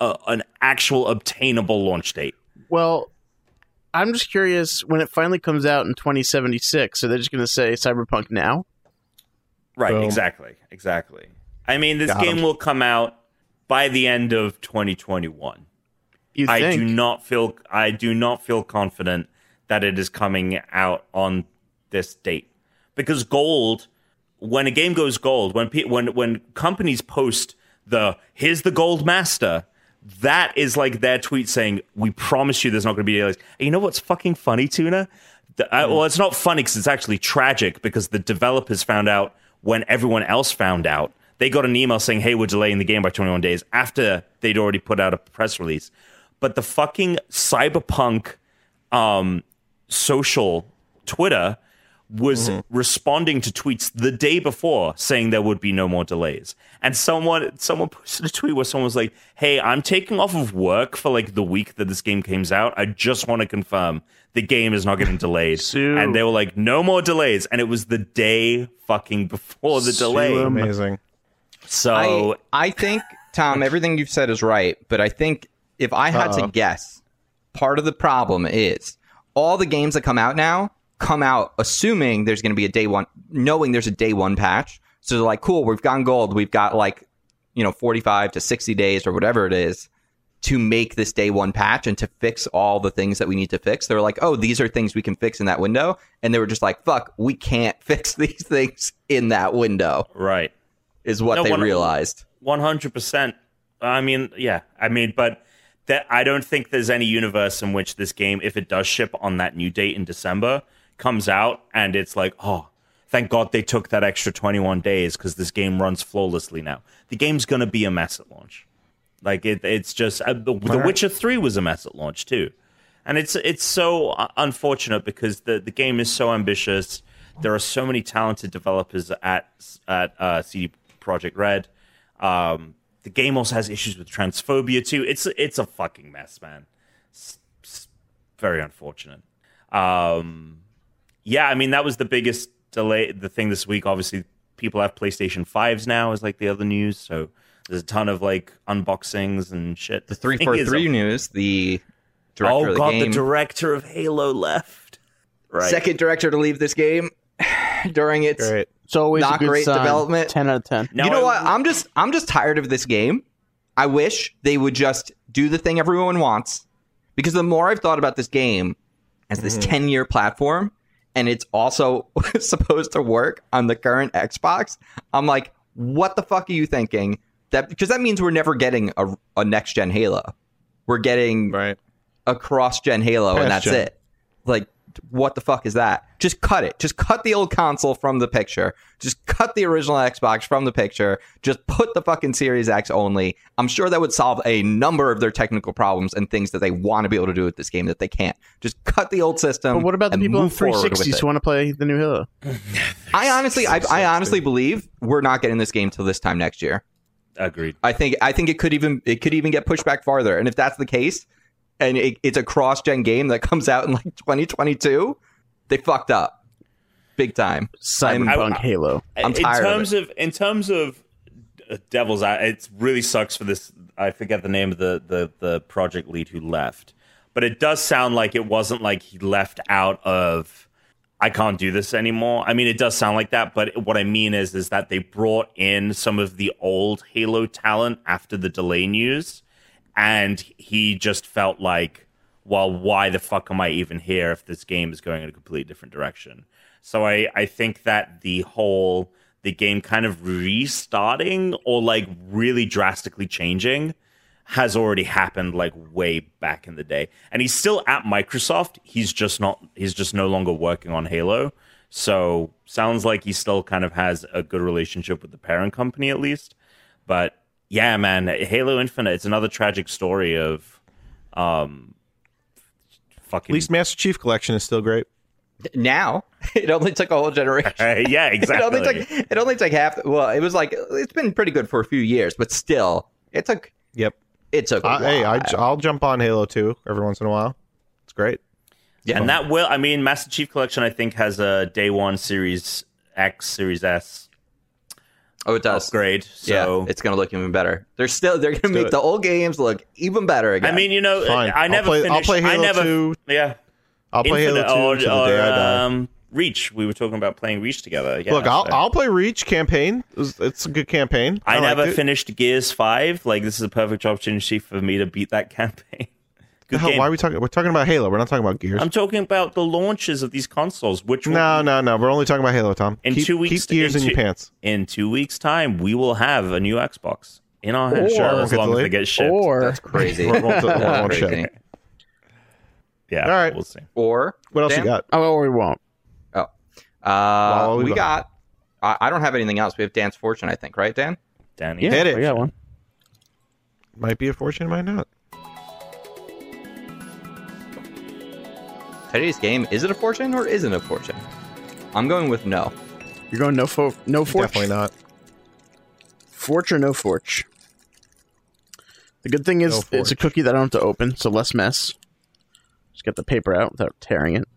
[SPEAKER 2] a, an actual obtainable launch date.
[SPEAKER 4] Well, I'm just curious when it finally comes out in 2076. So they're just going to say Cyberpunk now.
[SPEAKER 2] Right,
[SPEAKER 3] Boom.
[SPEAKER 2] exactly, exactly. I mean, this
[SPEAKER 3] Got
[SPEAKER 2] game will come out by the end of 2021.
[SPEAKER 4] You think?
[SPEAKER 2] I do not feel I do not feel confident that it is coming out on this date because gold when a game goes gold when pe- when when companies post the here's the gold master that is like their tweet saying we promise you there's not going to be delays. And you know what's fucking funny tuna The- I- well it's not funny cuz it's actually tragic because the developers found out when everyone else found out they got an email saying hey we're delaying the game by 21 days after they'd already put out a press release but the fucking cyberpunk um, social Twitter was responding to tweets the day before saying there would be no more delays. And someone someone posted a tweet where someone was like, "Hey, I'm taking off of work for like the week that this game comes out. I just want to confirm the game is not getting delayed."
[SPEAKER 4] Sue.
[SPEAKER 2] and they were like, "No more delays." And it was the day fucking before the delay.
[SPEAKER 3] Amazing.
[SPEAKER 2] So
[SPEAKER 1] I, I think, Tom, everything you've said is right, but I think if I had to guess, part of the problem is all the games that come out now come out assuming there's going to be a day one, knowing there's a day one patch. So they're like, cool, we've gotten gold. We've got like, you know, 45 to 60 days or whatever it is to make this day one patch and to fix all the things that we need to fix. They were like, oh, these are things we can fix in that window. And they were just like, fuck, we can't fix these things in that window,
[SPEAKER 2] right.
[SPEAKER 1] is what
[SPEAKER 2] No,
[SPEAKER 1] they
[SPEAKER 2] one-
[SPEAKER 1] realized.
[SPEAKER 2] One hundred percent. I mean, yeah. I mean, but that I don't think there's any universe in which this game, if it does ship on that new date in December, comes out and it's like, oh, thank God they took that extra twenty one days because this game runs flawlessly now. The game's gonna be a mess at launch. Like it, it's just uh, the, the Witcher Three was a mess at launch too, and it's it's so uh, unfortunate because the the game is so ambitious. There are so many talented developers at at uh, CD Project Red. Um, the game also has issues with transphobia too. It's it's a fucking mess, man. It's- it's very unfortunate. Um, yeah, I mean that was the biggest delay. The thing this week, obviously, people have PlayStation Fives now. Is like the other news. So there's a ton of like unboxings and shit.
[SPEAKER 1] the three four
[SPEAKER 2] Thing is,
[SPEAKER 1] three
[SPEAKER 2] um,
[SPEAKER 1] news. The director
[SPEAKER 2] Oh
[SPEAKER 1] of the
[SPEAKER 2] god,
[SPEAKER 1] game,
[SPEAKER 2] the director of Halo left. Right.
[SPEAKER 1] second director to leave this game during its.
[SPEAKER 3] Great.
[SPEAKER 4] It's always
[SPEAKER 1] Not
[SPEAKER 4] a good
[SPEAKER 1] great
[SPEAKER 4] sign.
[SPEAKER 1] development.
[SPEAKER 4] Ten out of ten.
[SPEAKER 2] Now
[SPEAKER 1] you know
[SPEAKER 2] I-
[SPEAKER 1] what? I'm just I'm just tired of this game. I wish they would just do the thing everyone wants. Because the more I've thought about this game as this
[SPEAKER 2] Mm-hmm.
[SPEAKER 1] 10 year platform, and it's also supposed to work on the current Xbox, I'm like, what the fuck are you thinking? That because that means we're never getting a, a next gen Halo. We're getting
[SPEAKER 3] Right.
[SPEAKER 1] a cross gen Halo and that's
[SPEAKER 3] Past-gen.
[SPEAKER 1] it. Like, what the fuck is that? Just cut it. Just cut the old console from the picture. Just cut the original Xbox from the picture. Just put the fucking Series X only. I'm sure that would solve a number of their technical problems and things that they want to be able to do with this game that they can't. Just cut the old system.
[SPEAKER 4] But what about the
[SPEAKER 1] and
[SPEAKER 4] people on
[SPEAKER 1] move forward with
[SPEAKER 4] 360s
[SPEAKER 1] it.
[SPEAKER 4] who want to play the new Halo?
[SPEAKER 1] I honestly, I, I honestly believe we're not getting this game till this time next year.
[SPEAKER 2] Agreed.
[SPEAKER 1] I think I think it could even it could even get pushed back farther. And if that's the case, and it, it's a cross-gen game that comes out in like 2022, they fucked up big time.
[SPEAKER 4] Cyberpunk
[SPEAKER 2] I- I-
[SPEAKER 4] Halo.
[SPEAKER 1] I'm tired
[SPEAKER 2] in
[SPEAKER 1] of
[SPEAKER 2] terms of, in terms of uh, Devil's Eye, it really sucks for this. I forget the name of the, the the project lead who left, but it does sound like it wasn't like he left out of I can't do this anymore. I mean, it does sound like that, but what I mean is is that they brought in some of the old Halo talent after the delay news, and he just felt like, well, why the fuck am I even here if this game is going in a completely different direction? So I I think that the whole the game kind of restarting or like really drastically changing has already happened like way back in the day. And he's still at Microsoft. He's just not he's just no longer working on Halo. So sounds like he still kind of has a good relationship with the parent company at least. But yeah, man, Halo Infinite, it's another tragic story of um
[SPEAKER 3] At
[SPEAKER 2] fucking
[SPEAKER 3] least Master Chief Collection is still great.
[SPEAKER 1] it. Now it only took a whole generation.
[SPEAKER 2] yeah,
[SPEAKER 1] It
[SPEAKER 2] exactly.
[SPEAKER 1] only took it only took half. Well, it was like it's been pretty good for a few years, but still, it took
[SPEAKER 3] Yep.
[SPEAKER 1] it took. a
[SPEAKER 3] I, hey, I,
[SPEAKER 1] while.
[SPEAKER 3] I'll jump on Halo 2 every once in a while. It's great.
[SPEAKER 2] And that will, I mean, Master Chief Collection, I think, has a day one Series X, Series S
[SPEAKER 1] oh, it does.
[SPEAKER 2] upgrade.
[SPEAKER 1] Yeah,
[SPEAKER 2] So,
[SPEAKER 1] it's gonna look even better. They're still they're gonna
[SPEAKER 3] do
[SPEAKER 1] make
[SPEAKER 3] it.
[SPEAKER 1] the old games look even better again.
[SPEAKER 2] I mean, you know,
[SPEAKER 3] Fine.
[SPEAKER 2] I
[SPEAKER 3] I'll
[SPEAKER 2] never
[SPEAKER 3] play- I'll
[SPEAKER 2] finished.
[SPEAKER 3] play Halo
[SPEAKER 2] I never,
[SPEAKER 3] 2.
[SPEAKER 2] Yeah.
[SPEAKER 3] I'll play
[SPEAKER 2] Infinite
[SPEAKER 3] Halo 2 to the
[SPEAKER 2] or,
[SPEAKER 3] day I die.
[SPEAKER 2] um, Reach. We were talking about playing Reach together. Yeah,
[SPEAKER 3] Look, I'll,
[SPEAKER 2] so-
[SPEAKER 3] I'll play Reach campaign. It was- It's a good campaign.
[SPEAKER 2] I,
[SPEAKER 3] liked
[SPEAKER 2] never
[SPEAKER 3] it.
[SPEAKER 2] finished Gears 5. Like, this is a perfect opportunity for me to beat that campaign.
[SPEAKER 3] The
[SPEAKER 2] Good
[SPEAKER 3] hell,
[SPEAKER 2] game.
[SPEAKER 3] why are we talking? We're talking about Halo. We're not talking about Gears.
[SPEAKER 2] I'm talking about the launches of these consoles, which will
[SPEAKER 3] no, no, no. We're only talking about Halo, Tom.
[SPEAKER 2] In
[SPEAKER 3] keep,
[SPEAKER 2] two weeks-
[SPEAKER 3] keep Gears
[SPEAKER 2] in
[SPEAKER 3] in, your
[SPEAKER 2] two-
[SPEAKER 3] pants.
[SPEAKER 2] in two weeks' time, we will have a new Xbox in our hands
[SPEAKER 3] Sure,
[SPEAKER 2] as
[SPEAKER 3] we'll get
[SPEAKER 2] long as
[SPEAKER 3] delayed.
[SPEAKER 2] they get shipped.
[SPEAKER 4] Or
[SPEAKER 1] crazy.
[SPEAKER 3] We're going to- we're
[SPEAKER 1] That's
[SPEAKER 3] going to
[SPEAKER 1] crazy.
[SPEAKER 3] ship.
[SPEAKER 2] yeah,
[SPEAKER 3] All right.
[SPEAKER 2] we'll see.
[SPEAKER 1] Or
[SPEAKER 3] What else
[SPEAKER 1] Dan?
[SPEAKER 3] you got?
[SPEAKER 4] oh, or we won't.
[SPEAKER 1] Oh, uh,
[SPEAKER 3] While we
[SPEAKER 1] we
[SPEAKER 3] look.
[SPEAKER 1] got. I, I don't have anything else. We have Dan's fortune, I think, right, Dan?
[SPEAKER 2] Danny.
[SPEAKER 4] Yeah,
[SPEAKER 3] Hit it.
[SPEAKER 4] we got one.
[SPEAKER 3] Might be a fortune, might not.
[SPEAKER 1] Today's game is it a fortune or isn't a fortune? I'm going with no.
[SPEAKER 4] You're going no fo- no forge.
[SPEAKER 3] Definitely not.
[SPEAKER 4] Forge or no forge. The good thing is
[SPEAKER 3] No
[SPEAKER 4] it's a
[SPEAKER 3] forge.
[SPEAKER 4] cookie that I don't have to open, so less mess. Just get the paper out without tearing it.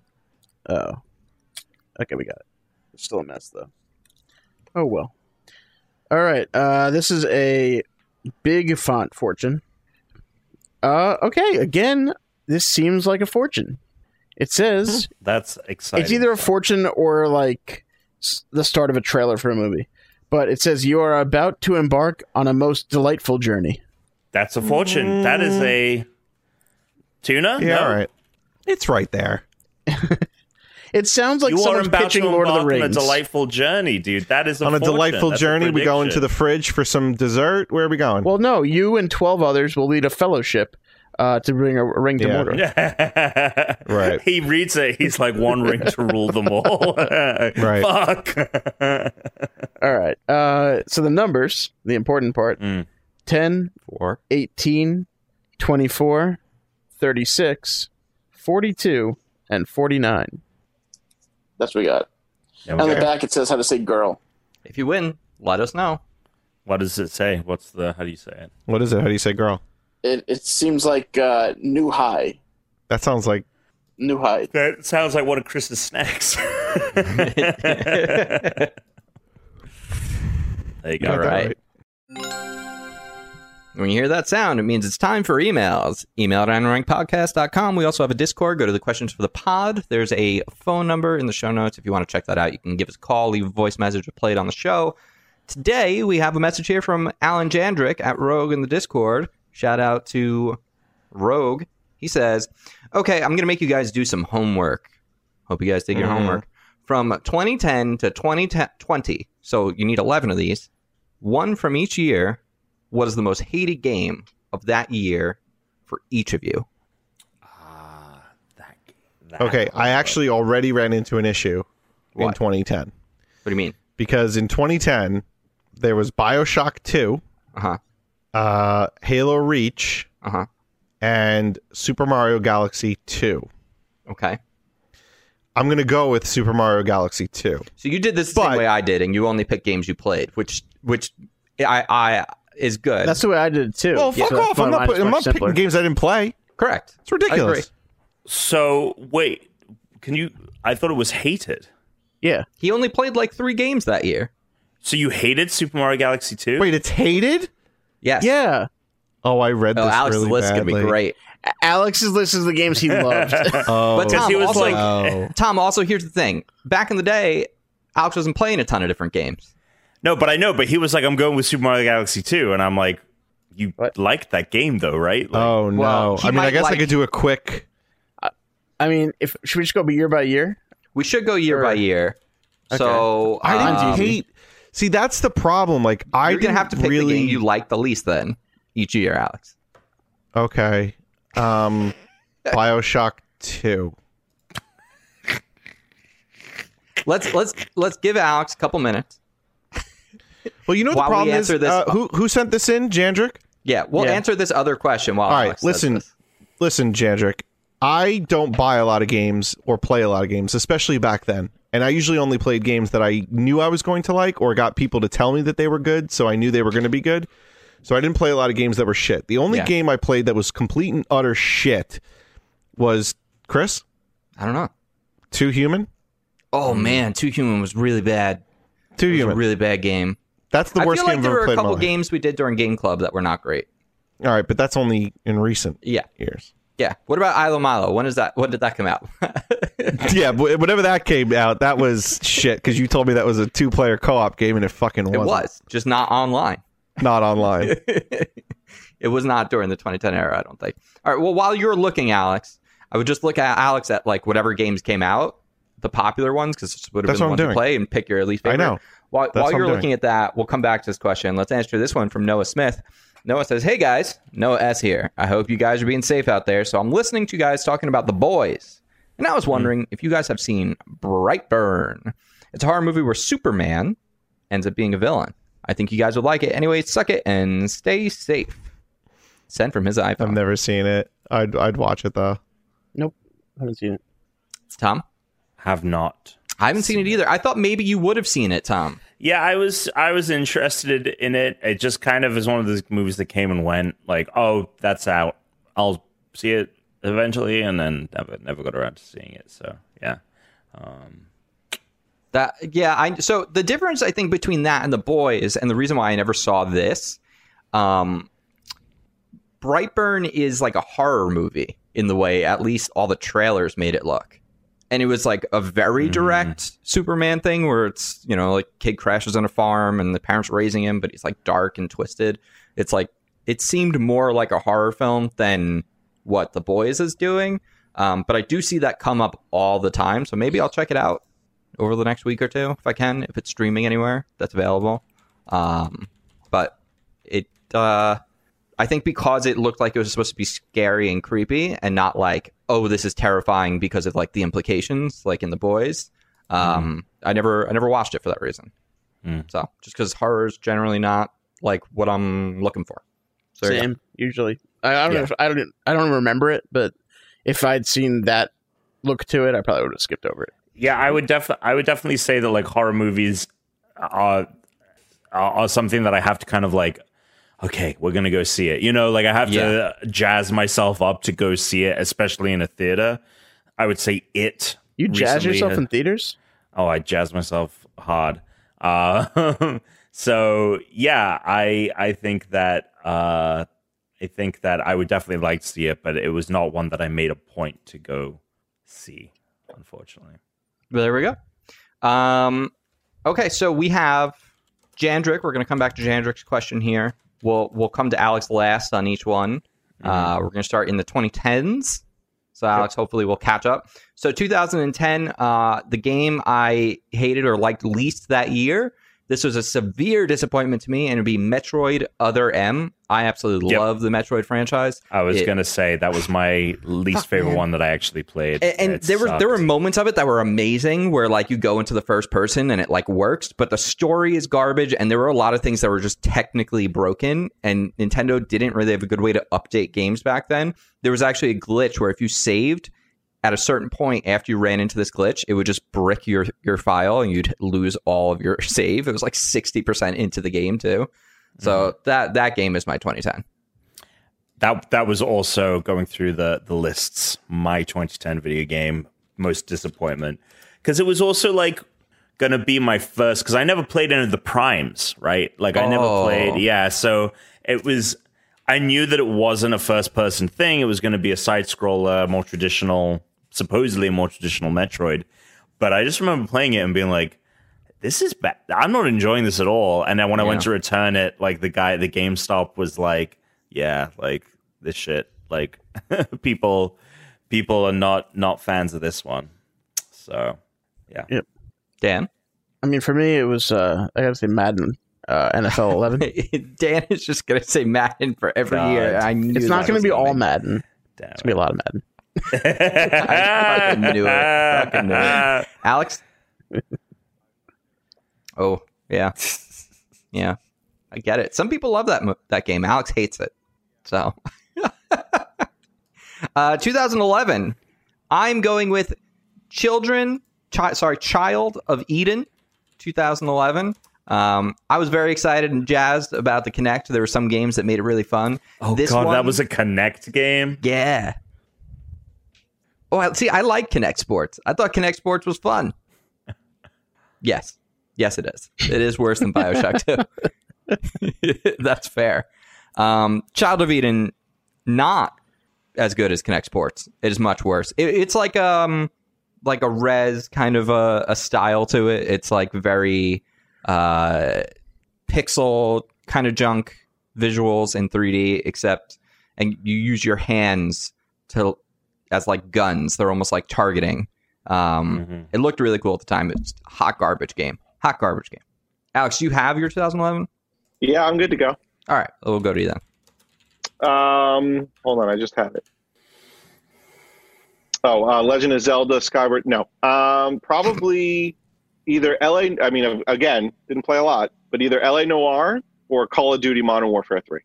[SPEAKER 4] Oh, okay, we got it. It's still a mess though. Oh well. All right. Uh, this is a big font fortune. Uh, okay. Again, this seems like a fortune. It says
[SPEAKER 2] That's exciting.
[SPEAKER 4] it's either a fortune or like s- the start of a trailer for a movie. But it says you are about to embark on a most delightful journey.
[SPEAKER 2] That's a fortune. That is a tuna.
[SPEAKER 3] Mm. Yeah,
[SPEAKER 2] No.
[SPEAKER 3] all right. It's right there.
[SPEAKER 4] It sounds like
[SPEAKER 2] you are
[SPEAKER 4] someone's
[SPEAKER 2] about to
[SPEAKER 4] pitching Lord of the
[SPEAKER 2] embark on a
[SPEAKER 4] Rings.
[SPEAKER 2] delightful journey, dude. That is a
[SPEAKER 3] On a
[SPEAKER 2] fortune.
[SPEAKER 3] delightful
[SPEAKER 2] That's a
[SPEAKER 3] journey, we go into
[SPEAKER 2] prediction.
[SPEAKER 3] the fridge for some dessert. Where are we going?
[SPEAKER 4] well, no, you and twelve others will lead a fellowship uh, to bring a ring to
[SPEAKER 3] Yeah.
[SPEAKER 4] mortar.
[SPEAKER 3] Right.
[SPEAKER 2] He reads it. He's like one ring to rule them all.
[SPEAKER 3] Right.
[SPEAKER 2] Fuck.
[SPEAKER 4] All right. Uh, so the numbers, the important part:
[SPEAKER 2] Mm.
[SPEAKER 4] 10,
[SPEAKER 1] Four.
[SPEAKER 4] 18, 24, 36, 42, and 49.
[SPEAKER 5] That's what we got. On the back, it says how to say girl.
[SPEAKER 1] If you win, let us know.
[SPEAKER 2] What does it say? What's the? How do you say it?
[SPEAKER 3] what is it? How do you say girl?
[SPEAKER 5] It, it seems like uh, new high.
[SPEAKER 3] That sounds like
[SPEAKER 5] New high.
[SPEAKER 2] That sounds like one of Chris's snacks. there you go.
[SPEAKER 3] Got that
[SPEAKER 1] right.
[SPEAKER 3] right.
[SPEAKER 1] When you hear that sound, it means it's time for emails. Email at ironrankpodcast.com. We also have a Discord. Go to the questions for the pod. There's a phone number in the show notes. If you want to check that out, you can give us a call, leave a voice message, or play it on the show. Today, we have a message here from Alan Jandrick at Rogue in the Discord. Shout out to Rogue. He says, Okay, I'm going to make you guys do some homework. Hope you guys did your
[SPEAKER 3] Mhm.
[SPEAKER 1] homework. From 2010 to 2020, so you need 11 of these, one from each year what is the most hated game of that year for each of you?
[SPEAKER 2] Ah, that, that-
[SPEAKER 3] Okay, I actually already ran into an issue in
[SPEAKER 1] What?
[SPEAKER 3] 2010
[SPEAKER 1] What do you mean?
[SPEAKER 3] because in 2010 there was BioShock 2,
[SPEAKER 1] Uh huh.
[SPEAKER 3] uh, Halo Reach,
[SPEAKER 1] Uh huh.
[SPEAKER 3] and Super Mario Galaxy 2.
[SPEAKER 1] Okay.
[SPEAKER 3] I'm gonna go with Super Mario Galaxy 2.
[SPEAKER 1] So you did this the
[SPEAKER 3] But-
[SPEAKER 1] same way I did, and you only picked games you played, which which I I is good.
[SPEAKER 4] That's the way I did it too.
[SPEAKER 3] Well, fuck
[SPEAKER 4] So
[SPEAKER 3] off! I'm
[SPEAKER 4] mine's
[SPEAKER 3] not, put- I'm
[SPEAKER 4] much
[SPEAKER 3] not
[SPEAKER 4] simpler.
[SPEAKER 3] picking games I didn't play.
[SPEAKER 1] correct.
[SPEAKER 3] It's ridiculous.
[SPEAKER 2] So wait, can you? I thought it was hated.
[SPEAKER 4] Yeah.
[SPEAKER 1] He only played like three games that year.
[SPEAKER 2] So you hated Super Mario Galaxy Two?
[SPEAKER 3] Wait, it's hated?
[SPEAKER 1] Yes.
[SPEAKER 4] Yeah.
[SPEAKER 3] Oh, I read
[SPEAKER 1] Oh,
[SPEAKER 3] this
[SPEAKER 1] Alex,
[SPEAKER 3] really
[SPEAKER 1] the list is gonna be
[SPEAKER 3] badly.
[SPEAKER 1] great.
[SPEAKER 4] A- Alex's list is the games he loved.
[SPEAKER 3] Oh,
[SPEAKER 1] But Tom,
[SPEAKER 2] he was
[SPEAKER 1] also,
[SPEAKER 2] like-
[SPEAKER 3] oh.
[SPEAKER 1] Tom, also here's the thing. Back in the day, Alex wasn't playing a ton of different games.
[SPEAKER 2] No, but I know. But he was like, "I'm going with Super Mario Galaxy 2. and I'm like, "You
[SPEAKER 4] What?
[SPEAKER 2] liked that game though, right?" Like,
[SPEAKER 3] Oh, no!
[SPEAKER 1] well, he
[SPEAKER 3] I mean, I
[SPEAKER 1] might
[SPEAKER 3] guess I
[SPEAKER 1] like-
[SPEAKER 3] could do a quick.
[SPEAKER 4] I mean, if should we just go year by year?
[SPEAKER 1] We should go year
[SPEAKER 4] Sure.
[SPEAKER 1] by year. So
[SPEAKER 3] I didn't
[SPEAKER 1] um,
[SPEAKER 3] hate. See, that's the problem. Like, I
[SPEAKER 1] You're gonna
[SPEAKER 3] didn't
[SPEAKER 1] have to pick
[SPEAKER 3] really
[SPEAKER 1] the game you like the least then each year, Alex.
[SPEAKER 3] Okay. Um BioShock 2.
[SPEAKER 1] Let's let's let's give Alex a couple minutes.
[SPEAKER 3] Well, you know what
[SPEAKER 1] While
[SPEAKER 3] the
[SPEAKER 1] we
[SPEAKER 3] problem is
[SPEAKER 1] answer this-
[SPEAKER 3] Uh, who who sent this in, Jandrick?
[SPEAKER 1] Yeah, we'll
[SPEAKER 4] Yeah.
[SPEAKER 1] answer this other question while.
[SPEAKER 3] All right,
[SPEAKER 1] Alex does
[SPEAKER 3] listen.
[SPEAKER 1] this.
[SPEAKER 3] Listen, Jandrick, I don't buy a lot of games or play a lot of games, especially back then. And I usually only played games that I knew I was going to like or got people to tell me that they were good, so I knew they were going to be good. So I didn't play a lot of games that were shit. The only
[SPEAKER 1] Yeah.
[SPEAKER 3] game I played that was complete and utter shit was Chris,
[SPEAKER 1] I don't know.
[SPEAKER 3] Too Human?
[SPEAKER 1] Oh man, Two Human was really bad.
[SPEAKER 3] Too
[SPEAKER 1] It was a
[SPEAKER 3] Human.
[SPEAKER 1] really bad game.
[SPEAKER 3] that's the
[SPEAKER 1] I
[SPEAKER 3] worst
[SPEAKER 1] feel like
[SPEAKER 3] game
[SPEAKER 1] there
[SPEAKER 3] I've
[SPEAKER 1] were
[SPEAKER 3] ever
[SPEAKER 1] a
[SPEAKER 3] played in my
[SPEAKER 1] couple
[SPEAKER 3] life.
[SPEAKER 1] games we did during Game Club that were not great.
[SPEAKER 3] All right, but that's only in recent
[SPEAKER 1] Yeah,
[SPEAKER 3] years.
[SPEAKER 1] yeah. What about Ilo Milo? When is that? When did that come out?
[SPEAKER 3] yeah, but whenever that came out, that was shit because you told me that was a two-player co-op game and it fucking
[SPEAKER 1] it
[SPEAKER 3] wasn't.
[SPEAKER 1] was just not online.
[SPEAKER 3] not online.
[SPEAKER 1] It was not during the 2010 era, I don't think. All right. Well, while you're looking, Alex, I would just look at Alex at like whatever games came out, the popular ones, because this would have
[SPEAKER 3] That's
[SPEAKER 1] been the
[SPEAKER 3] what I'm
[SPEAKER 1] one to
[SPEAKER 3] doing.
[SPEAKER 1] play and pick your least favorite.
[SPEAKER 3] know.
[SPEAKER 1] While,
[SPEAKER 3] what
[SPEAKER 1] while
[SPEAKER 3] I'm
[SPEAKER 1] you're
[SPEAKER 3] doing.
[SPEAKER 1] looking at that, we'll come back to this question. Let's answer this one from Noah Smith. Noah says, Hey guys, Noah S here. I hope you guys are being safe out there. So I'm listening to you guys talking about the boys. And
[SPEAKER 3] Hmm.
[SPEAKER 1] I was wondering if you guys have seen Brightburn. It's a horror movie where Superman ends up being a villain. I think you guys would like it. Anyway, suck it and stay safe. Sent from his
[SPEAKER 3] I've
[SPEAKER 1] iPhone.
[SPEAKER 3] never seen it. I'd I'd watch it though.
[SPEAKER 4] Nope. Haven't seen it.
[SPEAKER 1] Tom,
[SPEAKER 2] have not.
[SPEAKER 1] I haven't seen it either. I thought maybe you would have seen it, Tom.
[SPEAKER 2] Yeah, I was I was interested in it. It just kind of is one of those movies that came and went. Like, oh, that's out. I'll see it eventually, and then never never got around to seeing it. So yeah, um,
[SPEAKER 1] That yeah, I so the difference I think between that and the boys, and the reason why I never saw this, um, Brightburn is like a horror movie in the way at least all the trailers made it look, and it was like a very direct Superman thing where it's you know like kid crashes on a farm and the parents raising him, but he's like dark and twisted. It's like it seemed more like a horror film than what the boys is doing. Um, but I do see that come up all the time, so maybe I'll check it out over the next week or two if I can, if it's streaming anywhere that's available. Um, but it, uh, I think because it looked like it was supposed to be scary and creepy and not like, oh, this is terrifying because of like the implications, like in the boys. Um, I never, I never watched it for that reason.
[SPEAKER 2] Mm.
[SPEAKER 1] So just because horror is generally not like what I'm looking for. So there you go.
[SPEAKER 4] Same usually. I, I don't know.
[SPEAKER 2] Yeah.
[SPEAKER 4] If, I don't. I don't remember it, but if I'd seen that look to it, I probably would have skipped over it.
[SPEAKER 2] yeah, I would def I would definitely say that like horror movies uh, are are are something that I have to kind of like. Okay, we're gonna go see it. You know, like I have to jazz myself up to go see it, especially in a theater. I would say it.
[SPEAKER 4] You jazz
[SPEAKER 2] recently
[SPEAKER 4] yourself
[SPEAKER 2] has-
[SPEAKER 4] in theaters?
[SPEAKER 2] Oh, I jazzed myself hard. Uh, so yeah, I I think that uh, I think that I would definitely like to see it, but it was not one that I made a point to go see, unfortunately.
[SPEAKER 1] But there we go. Um, okay, so we have Jandrick. We're going to come back to Jandrick's question here. We'll we'll come to Alex last on each one. Uh, we're going to start in the 2010s. So Alex, hopefully, will catch up. So 2010, uh, the game I hated or liked least that year. This was a severe disappointment to me, and it'd be Metroid Other M. I absolutely
[SPEAKER 2] Yep.
[SPEAKER 1] love the Metroid franchise.
[SPEAKER 2] I was
[SPEAKER 1] It-
[SPEAKER 2] gonna say that was my least favorite one that I actually played,
[SPEAKER 1] and, and
[SPEAKER 2] It
[SPEAKER 1] there were there were
[SPEAKER 2] sucked.
[SPEAKER 1] moments of it that were amazing where like you go into the first person and it like works but the story is garbage and there were a lot of things that were just technically broken and nintendo didn't really have a good way to update games back then there was actually a glitch where if you saved at a certain point after you ran into this glitch it would just brick your your file and you'd lose all of your save it was like 60% into the game too
[SPEAKER 4] Mm-hmm.
[SPEAKER 1] so that that game is my 2010
[SPEAKER 2] that that was also going through the the lists my 2010 video game most disappointment because it was also like gonna be my first because i never played any of the primes right like i never
[SPEAKER 1] Oh.
[SPEAKER 2] played yeah so it was i knew that it wasn't a first person thing it was gonna be a side scroller more traditional supposedly more traditional metroid but i just remember playing it and being like this is bad. I'm not enjoying this at all. And then when I went
[SPEAKER 1] Yeah.
[SPEAKER 2] to return it, like the guy at the GameStop was like, yeah, like this shit, like people, people are not not fans of this one. So
[SPEAKER 1] dan
[SPEAKER 4] I mean, for me, it was. Uh, I gotta say, Madden uh, NFL 11.
[SPEAKER 1] dan is just gonna say madden for every
[SPEAKER 2] God.
[SPEAKER 1] year i knew
[SPEAKER 4] it's
[SPEAKER 1] that
[SPEAKER 4] not going
[SPEAKER 1] was
[SPEAKER 4] to be all
[SPEAKER 1] coming.
[SPEAKER 4] Madden. It's
[SPEAKER 2] damn.
[SPEAKER 4] going to be a lot of Madden.
[SPEAKER 1] I fucking knew it. Fucking knew it. Alex. oh yeah, yeah. I get it. Some people love that mo- that game. Alex hates it. So, uh, 2011. I'm going with Children. Chi- sorry, Child of Eden. 2011. Um, I was very excited and jazzed about the Connect. There were some games that made it really fun.
[SPEAKER 2] Oh
[SPEAKER 1] This
[SPEAKER 2] god,
[SPEAKER 1] one-
[SPEAKER 2] that was a Connect game.
[SPEAKER 1] yeah. Oh, I- see, I like Connect Sports. I thought Connect Sports was fun. Yes. Yes, it is. It is worse than Bioshock 2. That's fair. Um, Child of Eden, not as good as Connect Sports. It is much worse. It, it's like um like a res kind of a, a style to it. It's like very uh pixel kind of junk visuals in 3D, except and you use your hands to as like guns. They're almost like targeting. Um,
[SPEAKER 2] Mhm.
[SPEAKER 1] It looked really cool at the time. It's a hot garbage game. Hot garbage game. Alex, you have your 2011.
[SPEAKER 6] Yeah, I'm good to go.
[SPEAKER 1] All right, we'll go to you then.
[SPEAKER 6] Um, hold on, I just have it. Oh, uh, Legend of Zelda: Skyward. No, um, probably either LA. I mean, again, didn't play a lot, but either LA Noir or Call of Duty: Modern Warfare Three.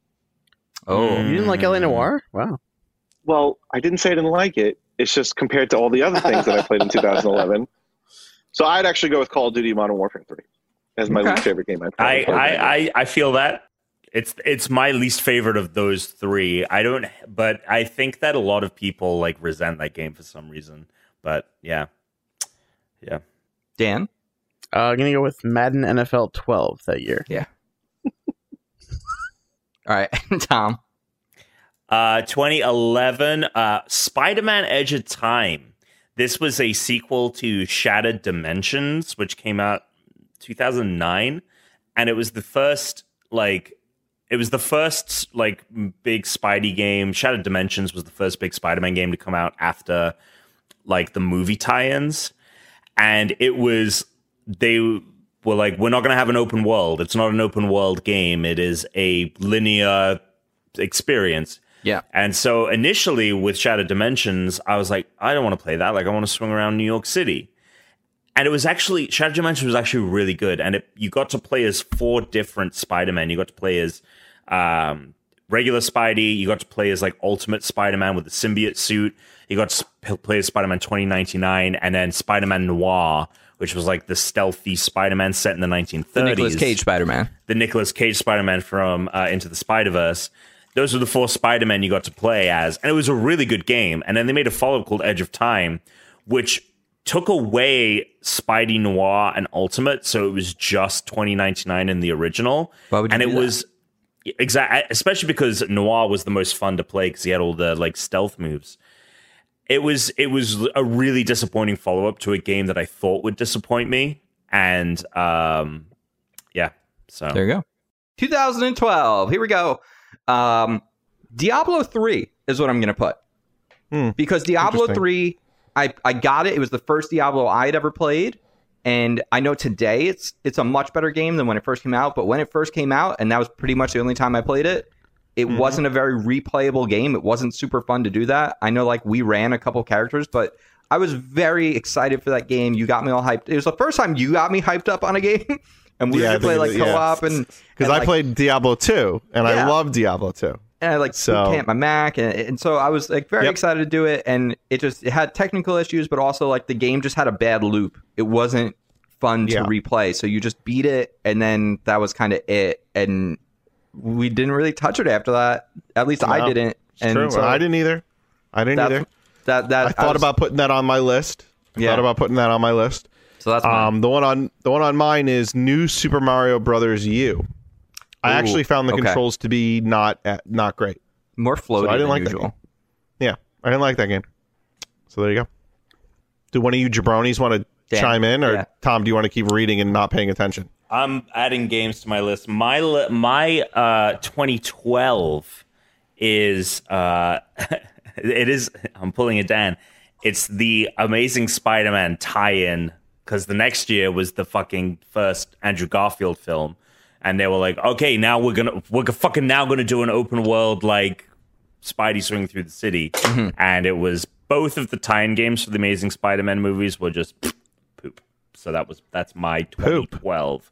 [SPEAKER 1] Oh,
[SPEAKER 2] Mm.
[SPEAKER 4] You didn't like LA Noir? Wow.
[SPEAKER 6] Well, I didn't say I didn't like it. It's just compared to all the other things that I played in 2011. So I'd actually go with Call of Duty Modern Warfare 3 as my
[SPEAKER 1] Okay.
[SPEAKER 6] least favorite game. I've probably
[SPEAKER 2] I,
[SPEAKER 6] played that
[SPEAKER 2] I, I, I feel that it's it's my least favorite of those three. I don't, but I think that a lot of people like resent that game for some reason. But yeah,
[SPEAKER 1] Dan,
[SPEAKER 4] Uh, I'm gonna go with Madden NFL 12 that year.
[SPEAKER 1] all right, Tom.
[SPEAKER 2] uh, 2011, uh, Spider-Man: Edge of Time. This was a sequel to Shattered Dimensions, which came out 2009, and it was the first like it was the first like m- big Spidey game. Shattered Dimensions was the first big Spider-Man game to come out after like the movie tie-ins, and it was they were like, we're not going to have an open world. It's not an open world game. It is a linear experience.
[SPEAKER 1] Yeah.
[SPEAKER 2] And so initially with Shattered Dimensions, I was like, I don't want to play that. Like, I want to swing around New York City. And it was actually Shattered Dimensions was actually really good. And it, you got to play as four different Spider-Man. You got to play as um, regular Spidey. You got to play as like Ultimate Spider-Man with the symbiote suit. You got to sp- play as Spider-Man 2099 and then Spider-Man Noir, which was like the stealthy Spider-Man set in the 1930s
[SPEAKER 1] The Nicolas Cage Spider Man.
[SPEAKER 2] the Nicolas Cage Spider Man from uh, Into the Spider Verse. Those were the four Spider Men you got to play as, and it was a really good game. And then they made a follow up called Edge of Time, which took away Spidey Noir and Ultimate, so it was just 2099 in the original.
[SPEAKER 1] Why would you
[SPEAKER 2] and
[SPEAKER 1] do
[SPEAKER 2] it
[SPEAKER 1] that?
[SPEAKER 2] was exactly, especially because Noir was the most fun to play because he had all the like stealth moves it was it was a really disappointing follow up to a game that I thought would disappoint me, and um, yeah. So
[SPEAKER 1] There you go. 2012. Here we go. Um, Diablo 3 is what I'm going to put.
[SPEAKER 3] Hmm.
[SPEAKER 1] Because Diablo
[SPEAKER 3] Interesting.
[SPEAKER 1] 3, I, I got it. It was the first Diablo I had ever played. And I know today it's it's a much better game than when it first came out. But when it first came out, and that was pretty much the only time I played it, it
[SPEAKER 3] Mm-hmm.
[SPEAKER 1] wasn't a very replayable game. It wasn't super fun to do that. I know like we ran a couple characters, but I was very excited for that game. You got me all hyped. It was the first time you got me hyped up on a game. And we
[SPEAKER 3] Yeah,
[SPEAKER 1] used
[SPEAKER 3] I
[SPEAKER 1] to play like
[SPEAKER 3] think it was- yeah.
[SPEAKER 1] co-op and
[SPEAKER 3] because
[SPEAKER 1] and,
[SPEAKER 3] I
[SPEAKER 1] like,
[SPEAKER 3] played Diablo 2 and I
[SPEAKER 1] Yeah.
[SPEAKER 3] love Diablo 2.
[SPEAKER 1] and I like
[SPEAKER 3] So-
[SPEAKER 1] so, my Mac, and, and so I was like very
[SPEAKER 3] Yep.
[SPEAKER 1] excited to do it, and it just it had technical issues, but also like the game just had a bad loop. It wasn't fun to
[SPEAKER 3] Yeah.
[SPEAKER 1] replay, so you just beat it, and then that was kind of it, and we didn't really touch it after that. At least I
[SPEAKER 3] No,
[SPEAKER 1] didn't, and
[SPEAKER 3] True.
[SPEAKER 1] so
[SPEAKER 3] I didn't either. I didn't
[SPEAKER 1] That's,
[SPEAKER 3] either.
[SPEAKER 1] That that
[SPEAKER 3] I thought
[SPEAKER 1] was-
[SPEAKER 3] about putting that on my list. I
[SPEAKER 1] Yeah.
[SPEAKER 3] thought about putting that on my list.
[SPEAKER 1] so that's mine.
[SPEAKER 3] Um, the one on the one on mine is New Super Mario Brothers U. I
[SPEAKER 1] Ooh,
[SPEAKER 3] actually found the
[SPEAKER 1] okay.
[SPEAKER 3] controls to be not at, not great.
[SPEAKER 1] more floaty
[SPEAKER 3] so I didn't
[SPEAKER 1] than
[SPEAKER 3] like that
[SPEAKER 1] usual.
[SPEAKER 3] Yeah, I didn't like that game. So there you go. Do one of you jabronis want to
[SPEAKER 1] Dan,
[SPEAKER 3] chime in, or
[SPEAKER 1] yeah.
[SPEAKER 3] Tom? Do you want to keep reading and not paying attention?
[SPEAKER 2] I'm adding games to my list. My li- my uh, 2012 is uh, it is. I'm pulling it down. It's the Amazing Spider-Man tie-in because the next year was the fucking first Andrew Garfield film, and they were like, okay, now we're gonna we're fucking now gonna do an open world like Spidey swinging through the city,
[SPEAKER 1] Mm-hmm.
[SPEAKER 2] and it was both of the tie-in games for the Amazing Spider-Man movies were just poop. So that was that's my 2012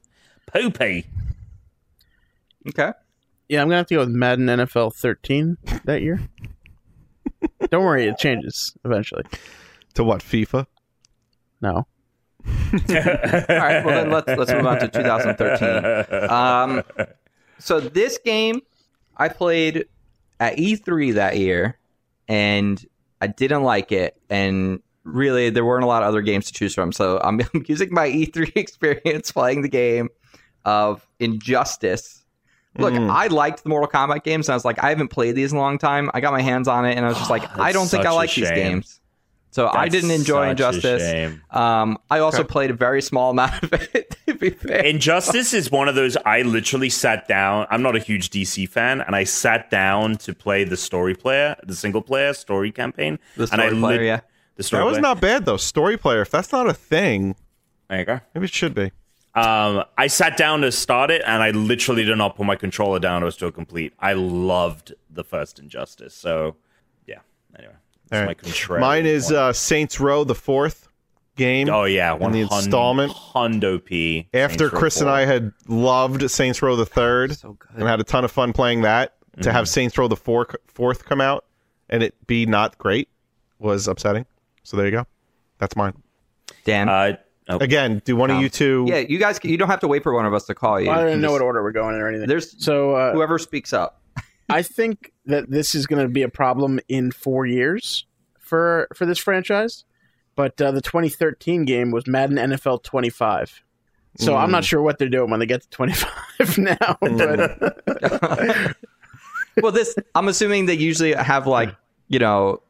[SPEAKER 2] poopy.
[SPEAKER 1] Okay,
[SPEAKER 4] Yeah, I'm gonna have to go with Madden NFL 13 that year. Don't worry, it changes eventually.
[SPEAKER 3] To what FIFA?
[SPEAKER 4] No,
[SPEAKER 1] all right. Well then let's let's move on to 2013. Um, so this game I played at E3 that year, and I didn't like it. And really, there weren't a lot of other games to choose from. So I'm, I'm using my E3 experience playing the game of Injustice. Look,
[SPEAKER 3] Mm.
[SPEAKER 1] I liked the Mortal Kombat games, and I was like, I haven't played these in a long time. I got my hands on it, and I was just like,
[SPEAKER 2] That's
[SPEAKER 1] I don't think I
[SPEAKER 2] such a
[SPEAKER 1] like these
[SPEAKER 2] shame.
[SPEAKER 1] games. So I
[SPEAKER 2] That's
[SPEAKER 1] didn't enjoy
[SPEAKER 2] such a
[SPEAKER 1] Injustice.
[SPEAKER 2] shame.
[SPEAKER 1] Um, I also played a very small amount of it. To be fair,
[SPEAKER 2] Injustice is one of those I literally sat down. I'm not a huge DC fan, and I sat down to play the story player, the single player story campaign.
[SPEAKER 1] the
[SPEAKER 2] and I
[SPEAKER 1] story player,
[SPEAKER 2] lit-
[SPEAKER 1] yeah.
[SPEAKER 2] The story
[SPEAKER 3] That was
[SPEAKER 2] player.
[SPEAKER 3] not bad though. Story player. If that's not a thing,
[SPEAKER 2] There you go.
[SPEAKER 3] maybe it should be.
[SPEAKER 2] Um, I sat down to start it, and I literally did not put my controller down. It was still complete. I loved the first Injustice. So, yeah. Anyway, that's
[SPEAKER 3] All
[SPEAKER 2] my
[SPEAKER 3] right.
[SPEAKER 2] contrary
[SPEAKER 3] Mine is
[SPEAKER 2] one.
[SPEAKER 3] uh, Saints Row, the fourth game.
[SPEAKER 2] Oh yeah,
[SPEAKER 3] in the installment.
[SPEAKER 2] Hondo P.
[SPEAKER 3] After Chris and I had loved Saints Row the third,
[SPEAKER 1] So good.
[SPEAKER 3] and had a ton of fun playing that. To
[SPEAKER 2] Mm-hmm.
[SPEAKER 3] have Saints Row the four, fourth come out and it be not great was upsetting. So there you go. That's mine.
[SPEAKER 1] Dan.
[SPEAKER 2] uh, Nope.
[SPEAKER 3] Again, do one of
[SPEAKER 1] No.
[SPEAKER 3] you two?
[SPEAKER 1] Yeah, you guys, you don't have to wait for one of us to call you.
[SPEAKER 4] I
[SPEAKER 1] You
[SPEAKER 4] don't
[SPEAKER 1] can
[SPEAKER 4] even know
[SPEAKER 1] just-
[SPEAKER 4] what order we're going in or anything.
[SPEAKER 1] There's
[SPEAKER 4] So uh,
[SPEAKER 1] whoever speaks up.
[SPEAKER 4] I think that this is going to be a problem in four years for for this franchise. But uh, the 2013 game was Madden NFL 25, so I'm
[SPEAKER 1] Mm.
[SPEAKER 4] not sure what they're doing when they get to 25 now. But
[SPEAKER 1] well, this I'm assuming they usually have like you know,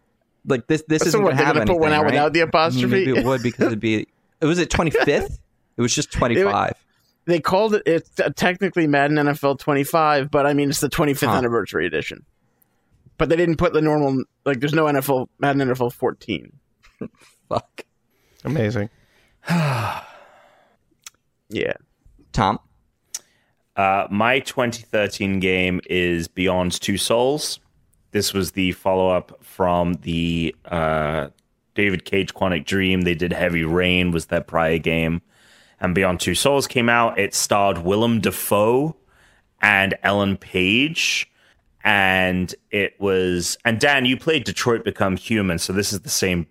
[SPEAKER 1] like this. This
[SPEAKER 4] this
[SPEAKER 1] isn't
[SPEAKER 4] so what,
[SPEAKER 1] going to
[SPEAKER 4] they're
[SPEAKER 1] have
[SPEAKER 4] going to
[SPEAKER 1] anything.
[SPEAKER 4] put one out
[SPEAKER 1] right? Mm,
[SPEAKER 4] without the apostrophe.
[SPEAKER 1] Maybe it would because it'd be. It was it 25th. It was just 25.
[SPEAKER 4] they called it it's technically Madden NFL 25, but I mean it's the 25th
[SPEAKER 1] Huh.
[SPEAKER 4] anniversary edition. But they didn't put the normal like there's no NFL Madden NFL 14.
[SPEAKER 1] Fuck,
[SPEAKER 3] Amazing.
[SPEAKER 4] Yeah.
[SPEAKER 1] Tom.
[SPEAKER 2] Uh, my 2013 game is Beyond Two Souls. This was the follow up from the uh, David Cage Quantic Dream. They did Heavy Rain, was their prior game. And Beyond Two Souls came out. It starred Willem Dafoe and Ellen Page. And it was. And Dan, you played Detroit Become Human. So this is the same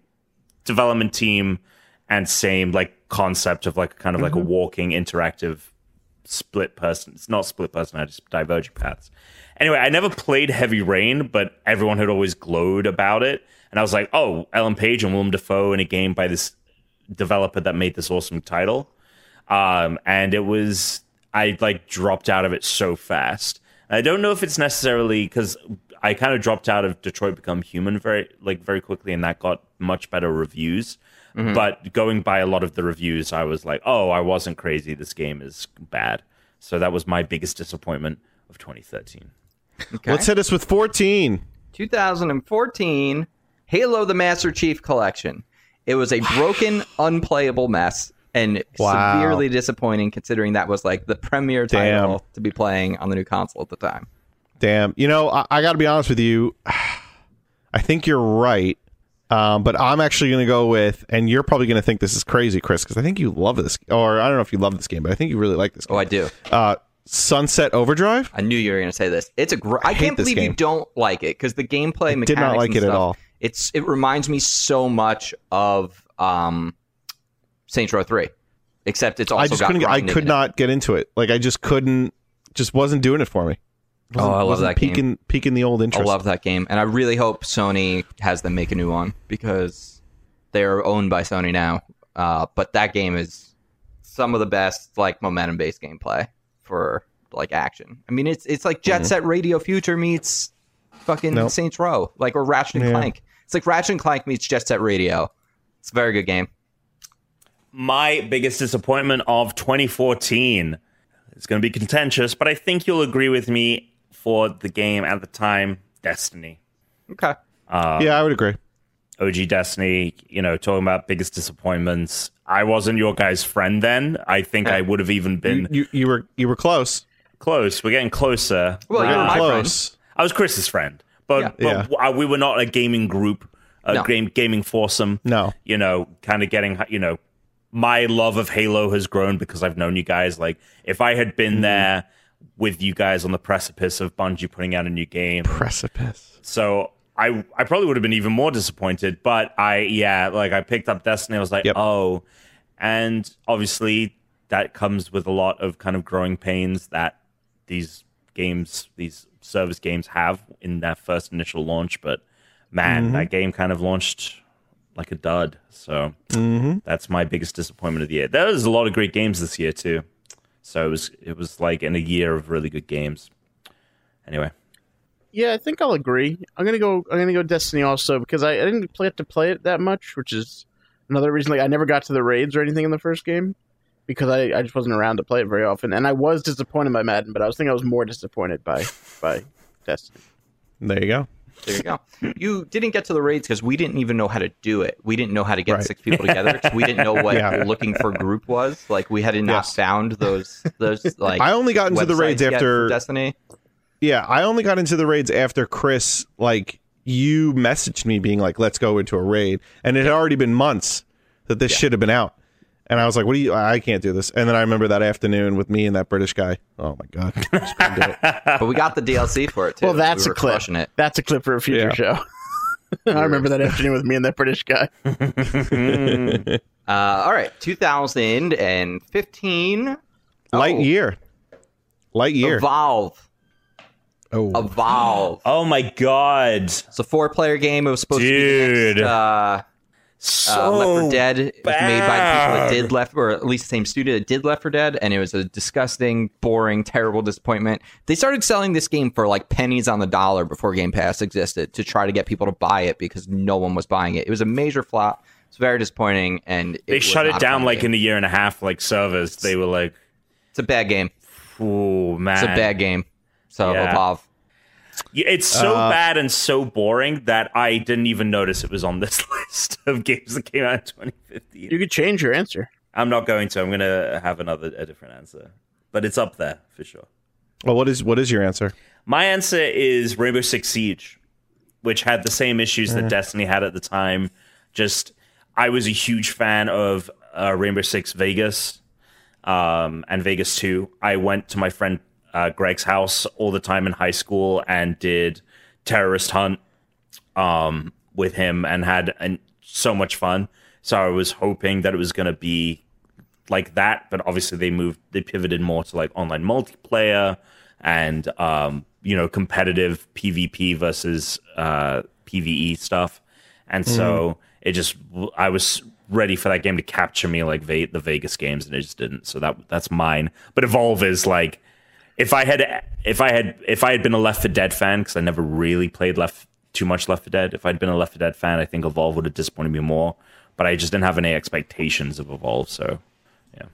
[SPEAKER 2] development team and same like concept of like kind of like a walking interactive split person. It's not split person. I just divergent paths. Anyway, I never played Heavy Rain, but everyone had always glowed about it, and I was like, "Oh, Ellen Page and Willem Dafoe in a game by this developer that made this awesome title." Um, and it was I like dropped out of it so fast. I don't know if it's necessarily because I kind of dropped out of Detroit Become Human very like very quickly, and that got much better reviews. But going by a lot of the reviews, I was like, oh, I wasn't crazy. This game is bad. So that was my biggest disappointment of 2013.
[SPEAKER 1] Okay.
[SPEAKER 3] Let's hit us with fourteen.
[SPEAKER 1] 2014 Halo the Master Chief Collection. It was a broken, unplayable mess and
[SPEAKER 3] Wow.
[SPEAKER 1] severely disappointing considering that was like the premier
[SPEAKER 3] Damn.
[SPEAKER 1] title to be playing on the new console at the time.
[SPEAKER 3] Damn. You know, I, I got to be honest with you. I think you're right. Um, but I'm actually going to go with, and you're probably going to think this is crazy, Chris, because I think you love this, or I don't know if you love this game, but I think you really like this
[SPEAKER 1] Oh,
[SPEAKER 3] game.
[SPEAKER 1] I do.
[SPEAKER 3] uh, Sunset Overdrive.
[SPEAKER 1] I knew you were going to say this. It's a gr- I,
[SPEAKER 3] hate
[SPEAKER 1] can't
[SPEAKER 3] this
[SPEAKER 1] believe
[SPEAKER 3] game.
[SPEAKER 1] you don't like it cuz the gameplay mechanics
[SPEAKER 3] did not like
[SPEAKER 1] and
[SPEAKER 3] it at
[SPEAKER 1] stuff,
[SPEAKER 3] all.
[SPEAKER 1] It's it reminds me so much of um Saints Row 3 except it's also
[SPEAKER 3] I just
[SPEAKER 1] got
[SPEAKER 3] couldn't. I
[SPEAKER 1] grind in
[SPEAKER 3] could
[SPEAKER 1] it.
[SPEAKER 3] not get into it. Like I just couldn't. Just wasn't doing it for me.
[SPEAKER 1] Oh, I love
[SPEAKER 3] wasn't
[SPEAKER 1] that game.
[SPEAKER 3] Peaking, peaking the old
[SPEAKER 1] I
[SPEAKER 3] interest.
[SPEAKER 1] love that game, and I really hope Sony has them make a new one because they're owned by Sony now. Uh, but that game is some of the best like momentum based gameplay for like action. I mean, it's it's like Jet Set Radio Future meets fucking
[SPEAKER 3] Mm-hmm. Nope.
[SPEAKER 1] Saints Row, like or Ratchet and
[SPEAKER 3] Yeah.
[SPEAKER 1] Clank. It's like Ratchet and Clank meets Jet Set Radio. It's a very good game.
[SPEAKER 2] My biggest disappointment of 2014. It's going to be contentious, but I think you'll agree with me for the game at the time Destiny.
[SPEAKER 1] Okay,
[SPEAKER 3] yeah, I would agree.
[SPEAKER 2] OG Destiny, you know, talking about biggest disappointments. I wasn't your guy's friend then. I think I would have even been
[SPEAKER 3] You you were you were close.
[SPEAKER 2] close. We're getting closer.
[SPEAKER 1] Well,
[SPEAKER 3] You
[SPEAKER 1] you're
[SPEAKER 3] were
[SPEAKER 1] my friend.
[SPEAKER 3] close.
[SPEAKER 2] I was Chris's friend, but,
[SPEAKER 1] Yeah.
[SPEAKER 2] but
[SPEAKER 3] Yeah.
[SPEAKER 2] w- uh, we were not a gaming group, a
[SPEAKER 1] No.
[SPEAKER 2] game gaming foursome.
[SPEAKER 3] No.
[SPEAKER 2] you know, kind of getting you know, my love of Halo has grown because I've known you guys. Like, if I had
[SPEAKER 1] Mm-hmm.
[SPEAKER 2] been there with you guys on the precipice of Bungie putting out a new game,
[SPEAKER 3] Precipice.
[SPEAKER 2] so I I probably would have been even more disappointed. But I yeah, like I picked up Destiny. I was like,
[SPEAKER 3] Yep.
[SPEAKER 2] oh, and obviously that comes with a lot of kind of growing pains that these games, these service games have in their first initial launch. But man, that game kind of launched like a dud. So that's my biggest disappointment of the year. There was a lot of great games this year too. So it was it was like in a year of really good games. Anyway.
[SPEAKER 4] Yeah, I think I'll agree. I'm gonna go. I'm gonna go Destiny also because I, I didn't play it to play it that much, which is another reason. Like I never got to the raids or anything in the first game because I, I just wasn't around to play it very often, and I was disappointed by Madden, but I was thinking I was more disappointed by by Destiny.
[SPEAKER 3] There you go.
[SPEAKER 1] there you go. You didn't get to the raids because we didn't even know how to do it. We didn't know how to get
[SPEAKER 3] Right.
[SPEAKER 1] six people together. 'cause we didn't know what
[SPEAKER 3] Yeah.
[SPEAKER 1] looking for group was. Like we had not
[SPEAKER 3] Yes.
[SPEAKER 1] found those those like.
[SPEAKER 3] I only got into the
[SPEAKER 1] websites
[SPEAKER 3] raids
[SPEAKER 1] yet for
[SPEAKER 3] after
[SPEAKER 1] Destiny.
[SPEAKER 3] Yeah, I only got into the raids after Chris like you messaged me being like, "Let's go into a raid," and it had already been months that this shit had been out, and I was like, "What do you? I I can't do this." And then I remember that afternoon with me and that British guy. Oh my god, Just couldn't do it.
[SPEAKER 1] But we got the DLC for it too.
[SPEAKER 4] Well,
[SPEAKER 1] we
[SPEAKER 4] that's a
[SPEAKER 1] were
[SPEAKER 4] clip.
[SPEAKER 1] crushing it.
[SPEAKER 4] That's a clip for a future show. I remember that afternoon with me and that British guy.
[SPEAKER 1] Uh, all right, 2015.
[SPEAKER 3] Light
[SPEAKER 1] Oh,
[SPEAKER 3] year. Light year.
[SPEAKER 1] Evolve.
[SPEAKER 3] Oh,
[SPEAKER 1] Evolve.
[SPEAKER 2] Oh my god,
[SPEAKER 1] It's a four-player game. It was supposed to be the
[SPEAKER 2] dude!
[SPEAKER 1] next, uh, uh,
[SPEAKER 2] so
[SPEAKER 1] Left 4 Dead. It was made by the people that
[SPEAKER 2] bad.
[SPEAKER 1] did Left, or at least the same studio that did Left 4 Dead, and it was a disgusting, boring, terrible disappointment. They started selling this game for like pennies on the dollar before Game Pass existed to try to get people to buy it because no one was buying it. It was a major flop. It's very disappointing, and
[SPEAKER 2] They shut it down like
[SPEAKER 1] in
[SPEAKER 2] in a year and a half, like servers. They were like,
[SPEAKER 1] it's a bad game.
[SPEAKER 2] "Ooh man,
[SPEAKER 1] It's a bad game. So
[SPEAKER 2] Yeah.
[SPEAKER 1] evolve.
[SPEAKER 2] Yeah, It's so
[SPEAKER 3] Uh,
[SPEAKER 2] bad and so boring that I didn't even notice it was on this list of games that came out in 2015.
[SPEAKER 4] You could change your answer.
[SPEAKER 2] I'm not going to. I'm going to have another a different answer, but it's up there for sure.
[SPEAKER 3] well, what is what is your answer?
[SPEAKER 2] My answer is Rainbow Six Siege, which had the same issues that Destiny had at the time. Just I was a huge fan of uh, Rainbow Six Vegas um, and Vegas 2. I went to my friend uh, Greg's house all the time in high school and did terrorist hunt um, with him and had an, so much fun. So I was hoping that it was going to be like that, but obviously they moved, they pivoted more to like online multiplayer and um, you know competitive PvP versus uh, PVE stuff, and so it just I was ready for that game to capture me like ve- the Vegas games, and it just didn't. So that that's mine. But Evolve is like if I had if I had if I had been a Left for Dead fan because I never really played Left too much Left for Dead. If I'd been a Left for Dead fan, I think Evolve would have disappointed me more. But I just didn't have any expectations of Evolve, so yeah,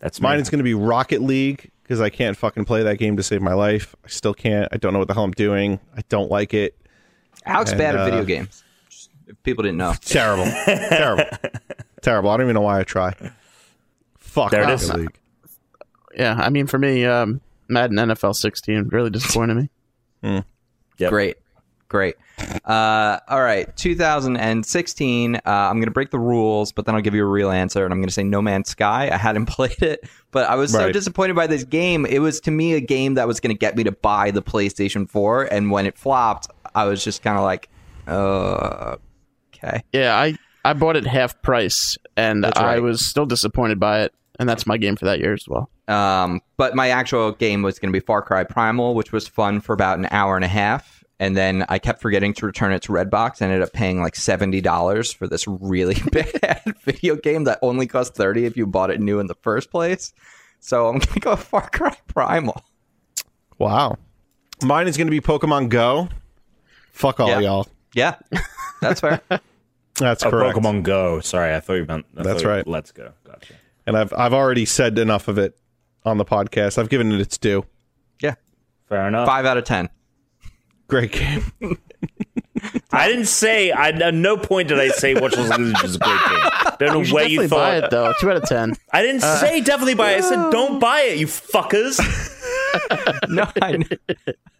[SPEAKER 2] that's
[SPEAKER 3] Mine
[SPEAKER 2] me.
[SPEAKER 3] is going to be Rocket League because I can't fucking play that game to save my life. I still can't. I don't know what the hell I'm doing. I don't like it.
[SPEAKER 1] Alex
[SPEAKER 3] And,
[SPEAKER 1] bad at
[SPEAKER 3] uh,
[SPEAKER 1] video games. Just if people didn't know.
[SPEAKER 3] Terrible. Terrible. Terrible. I don't even know why I try. Fuck
[SPEAKER 2] There it
[SPEAKER 3] Rocket
[SPEAKER 2] is.
[SPEAKER 3] League.
[SPEAKER 4] Yeah, I mean, for me, um, Madden NFL 16 really disappointed me.
[SPEAKER 2] Yep.
[SPEAKER 1] Great. Great. Uh, all right. 2016. Uh, I'm going to break the rules, but then I'll give you a real answer. And I'm going to say No Man's Sky. I hadn't played it, but I was so
[SPEAKER 3] Right.
[SPEAKER 1] disappointed by this game. It was, to me, a game that was going to get me to buy the PlayStation 4. And when it flopped, I was just kind of like, uh, okay.
[SPEAKER 4] Yeah, I, I bought it half price, and
[SPEAKER 1] That's
[SPEAKER 4] I
[SPEAKER 1] right.
[SPEAKER 4] was still disappointed by it, and that's my game for that year as well.
[SPEAKER 1] Um, but my actual game was going to be Far Cry Primal, which was fun for about an hour and a half. And then I kept forgetting to return it to Redbox. I ended up paying like $70 for this really bad video game that only cost 30 if you bought it new in the first place. So I'm going to go Far Cry Primal.
[SPEAKER 3] Wow. Mine is going to be Pokemon Go. Fuck all
[SPEAKER 1] Yeah.
[SPEAKER 3] y'all.
[SPEAKER 1] Yeah, that's fair.
[SPEAKER 3] That's
[SPEAKER 2] Oh,
[SPEAKER 3] correct.
[SPEAKER 2] Pokemon Go. Sorry, I thought you meant. I thought
[SPEAKER 3] That's
[SPEAKER 2] you-
[SPEAKER 3] right.
[SPEAKER 2] Let's go. Gotcha.
[SPEAKER 3] And I've I've already said enough of it on the podcast. I've given it its due.
[SPEAKER 1] Yeah,
[SPEAKER 2] Fair enough.
[SPEAKER 1] five out of 10.
[SPEAKER 3] Great game.
[SPEAKER 2] I didn't say. I at no point did I say Watch Dogs Legion is a great game. Don't know where
[SPEAKER 4] Definitely
[SPEAKER 2] you
[SPEAKER 4] buy
[SPEAKER 2] thought.
[SPEAKER 4] it though. Uh, Two out of ten.
[SPEAKER 2] I didn't say definitely buy it. I said don't buy it, you fuckers.
[SPEAKER 1] No, I know.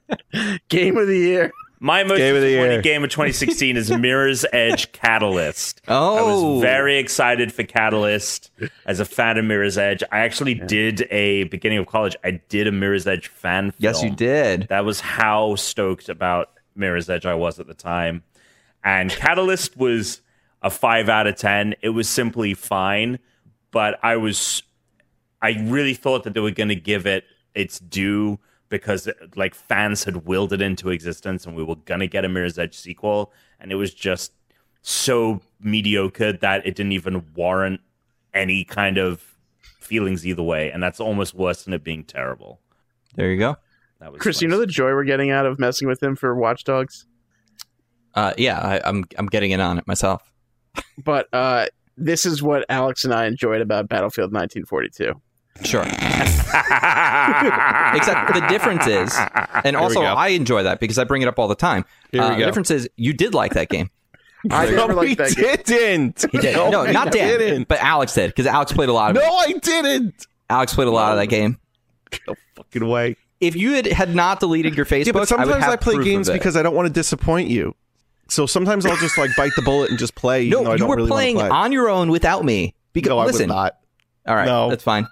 [SPEAKER 4] Game of the year.
[SPEAKER 2] My most
[SPEAKER 3] Game of the
[SPEAKER 2] disappointing
[SPEAKER 3] year.
[SPEAKER 2] game of 2016 is Mirror's Edge Catalyst. I
[SPEAKER 1] Oh.
[SPEAKER 2] was very excited for Catalyst as a fan of Mirror's Edge. I actually did a beginning of college. I did a Mirror's Edge fan.
[SPEAKER 1] Yes,
[SPEAKER 2] film.
[SPEAKER 1] you did.
[SPEAKER 2] That was how stoked about Mirror's Edge I was at the time. And Catalyst was a five out of 10. It was simply fine, but I was, I really thought that they were going to give it its due because like fans had willed it into existence and we were going to get a Mirror's Edge sequel. And it was just so mediocre that it didn't even warrant any kind of feelings either way. And that's almost worse than it being terrible.
[SPEAKER 1] There you go.
[SPEAKER 2] That was
[SPEAKER 4] Chris, you
[SPEAKER 2] my-
[SPEAKER 4] know the joy we're getting out of messing with him for Watch Dogs,
[SPEAKER 1] Uh, yeah, I, I'm, I'm getting in on it myself.
[SPEAKER 4] but uh, this is what Alex and I enjoyed about Battlefield 1942.
[SPEAKER 1] Sure.
[SPEAKER 2] Except
[SPEAKER 1] Except the difference is, and also
[SPEAKER 3] go.
[SPEAKER 1] I enjoy that because I bring it up all the time.
[SPEAKER 3] Here we
[SPEAKER 1] Uh, The
[SPEAKER 3] go.
[SPEAKER 1] difference is, you did like that game.
[SPEAKER 4] I
[SPEAKER 3] No,
[SPEAKER 4] never
[SPEAKER 3] we
[SPEAKER 4] liked that game.
[SPEAKER 3] didn't.
[SPEAKER 1] He did.
[SPEAKER 3] No,
[SPEAKER 1] no,
[SPEAKER 3] we
[SPEAKER 1] not Dan,
[SPEAKER 3] didn't.
[SPEAKER 1] but Alex did because Alex played a lot of
[SPEAKER 3] No,
[SPEAKER 1] it.
[SPEAKER 3] I didn't.
[SPEAKER 1] Alex played a lot of that game.
[SPEAKER 3] Fucking way.
[SPEAKER 1] If you had, had not deleted your Facebook,
[SPEAKER 3] Yeah, but sometimes
[SPEAKER 1] I, would
[SPEAKER 3] I,
[SPEAKER 1] have
[SPEAKER 3] play
[SPEAKER 1] proof
[SPEAKER 3] games
[SPEAKER 1] of it.
[SPEAKER 3] because I don't want to disappoint you. So sometimes I'll just like bite the bullet and just play. even though
[SPEAKER 1] no,
[SPEAKER 3] I
[SPEAKER 1] you
[SPEAKER 3] don't
[SPEAKER 1] were
[SPEAKER 3] really wanna
[SPEAKER 1] playing
[SPEAKER 3] play.
[SPEAKER 1] on your own without me. Because
[SPEAKER 3] no, I
[SPEAKER 1] listen,
[SPEAKER 3] was not.
[SPEAKER 1] all right,
[SPEAKER 3] No.
[SPEAKER 1] that's fine.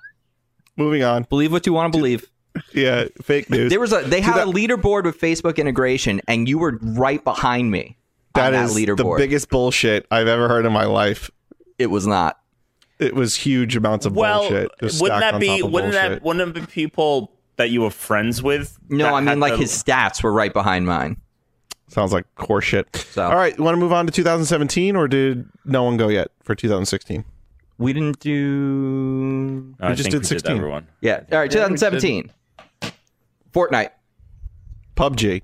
[SPEAKER 3] Moving on.
[SPEAKER 1] Believe what you want to believe.
[SPEAKER 3] Yeah, fake news.
[SPEAKER 1] There was a they had
[SPEAKER 3] that-
[SPEAKER 1] a leaderboard with Facebook integration, and you were right behind me on
[SPEAKER 3] that is
[SPEAKER 1] that leaderboard.
[SPEAKER 3] the biggest bullshit I've ever heard in my life.
[SPEAKER 1] It was not.
[SPEAKER 3] It was huge amounts of
[SPEAKER 2] well,
[SPEAKER 3] bullshit. Just
[SPEAKER 2] wouldn't
[SPEAKER 3] stacked
[SPEAKER 2] that
[SPEAKER 3] on
[SPEAKER 2] be?
[SPEAKER 3] top of
[SPEAKER 2] Wouldn't
[SPEAKER 3] bullshit.
[SPEAKER 2] that? Wouldn't it be people that you were friends with?
[SPEAKER 1] No,
[SPEAKER 2] that
[SPEAKER 1] I mean
[SPEAKER 2] had
[SPEAKER 1] like
[SPEAKER 2] the-
[SPEAKER 1] his stats were right behind mine.
[SPEAKER 3] Sounds like core shit.
[SPEAKER 1] So
[SPEAKER 3] All right, want to move on to 2017, or did no one go yet for 2016?
[SPEAKER 1] we didn't do.
[SPEAKER 2] I
[SPEAKER 3] We just
[SPEAKER 2] think
[SPEAKER 3] did
[SPEAKER 2] we
[SPEAKER 3] 16.
[SPEAKER 2] everyone.
[SPEAKER 1] Yeah. All right. 2017. Fortnite.
[SPEAKER 3] PUBG.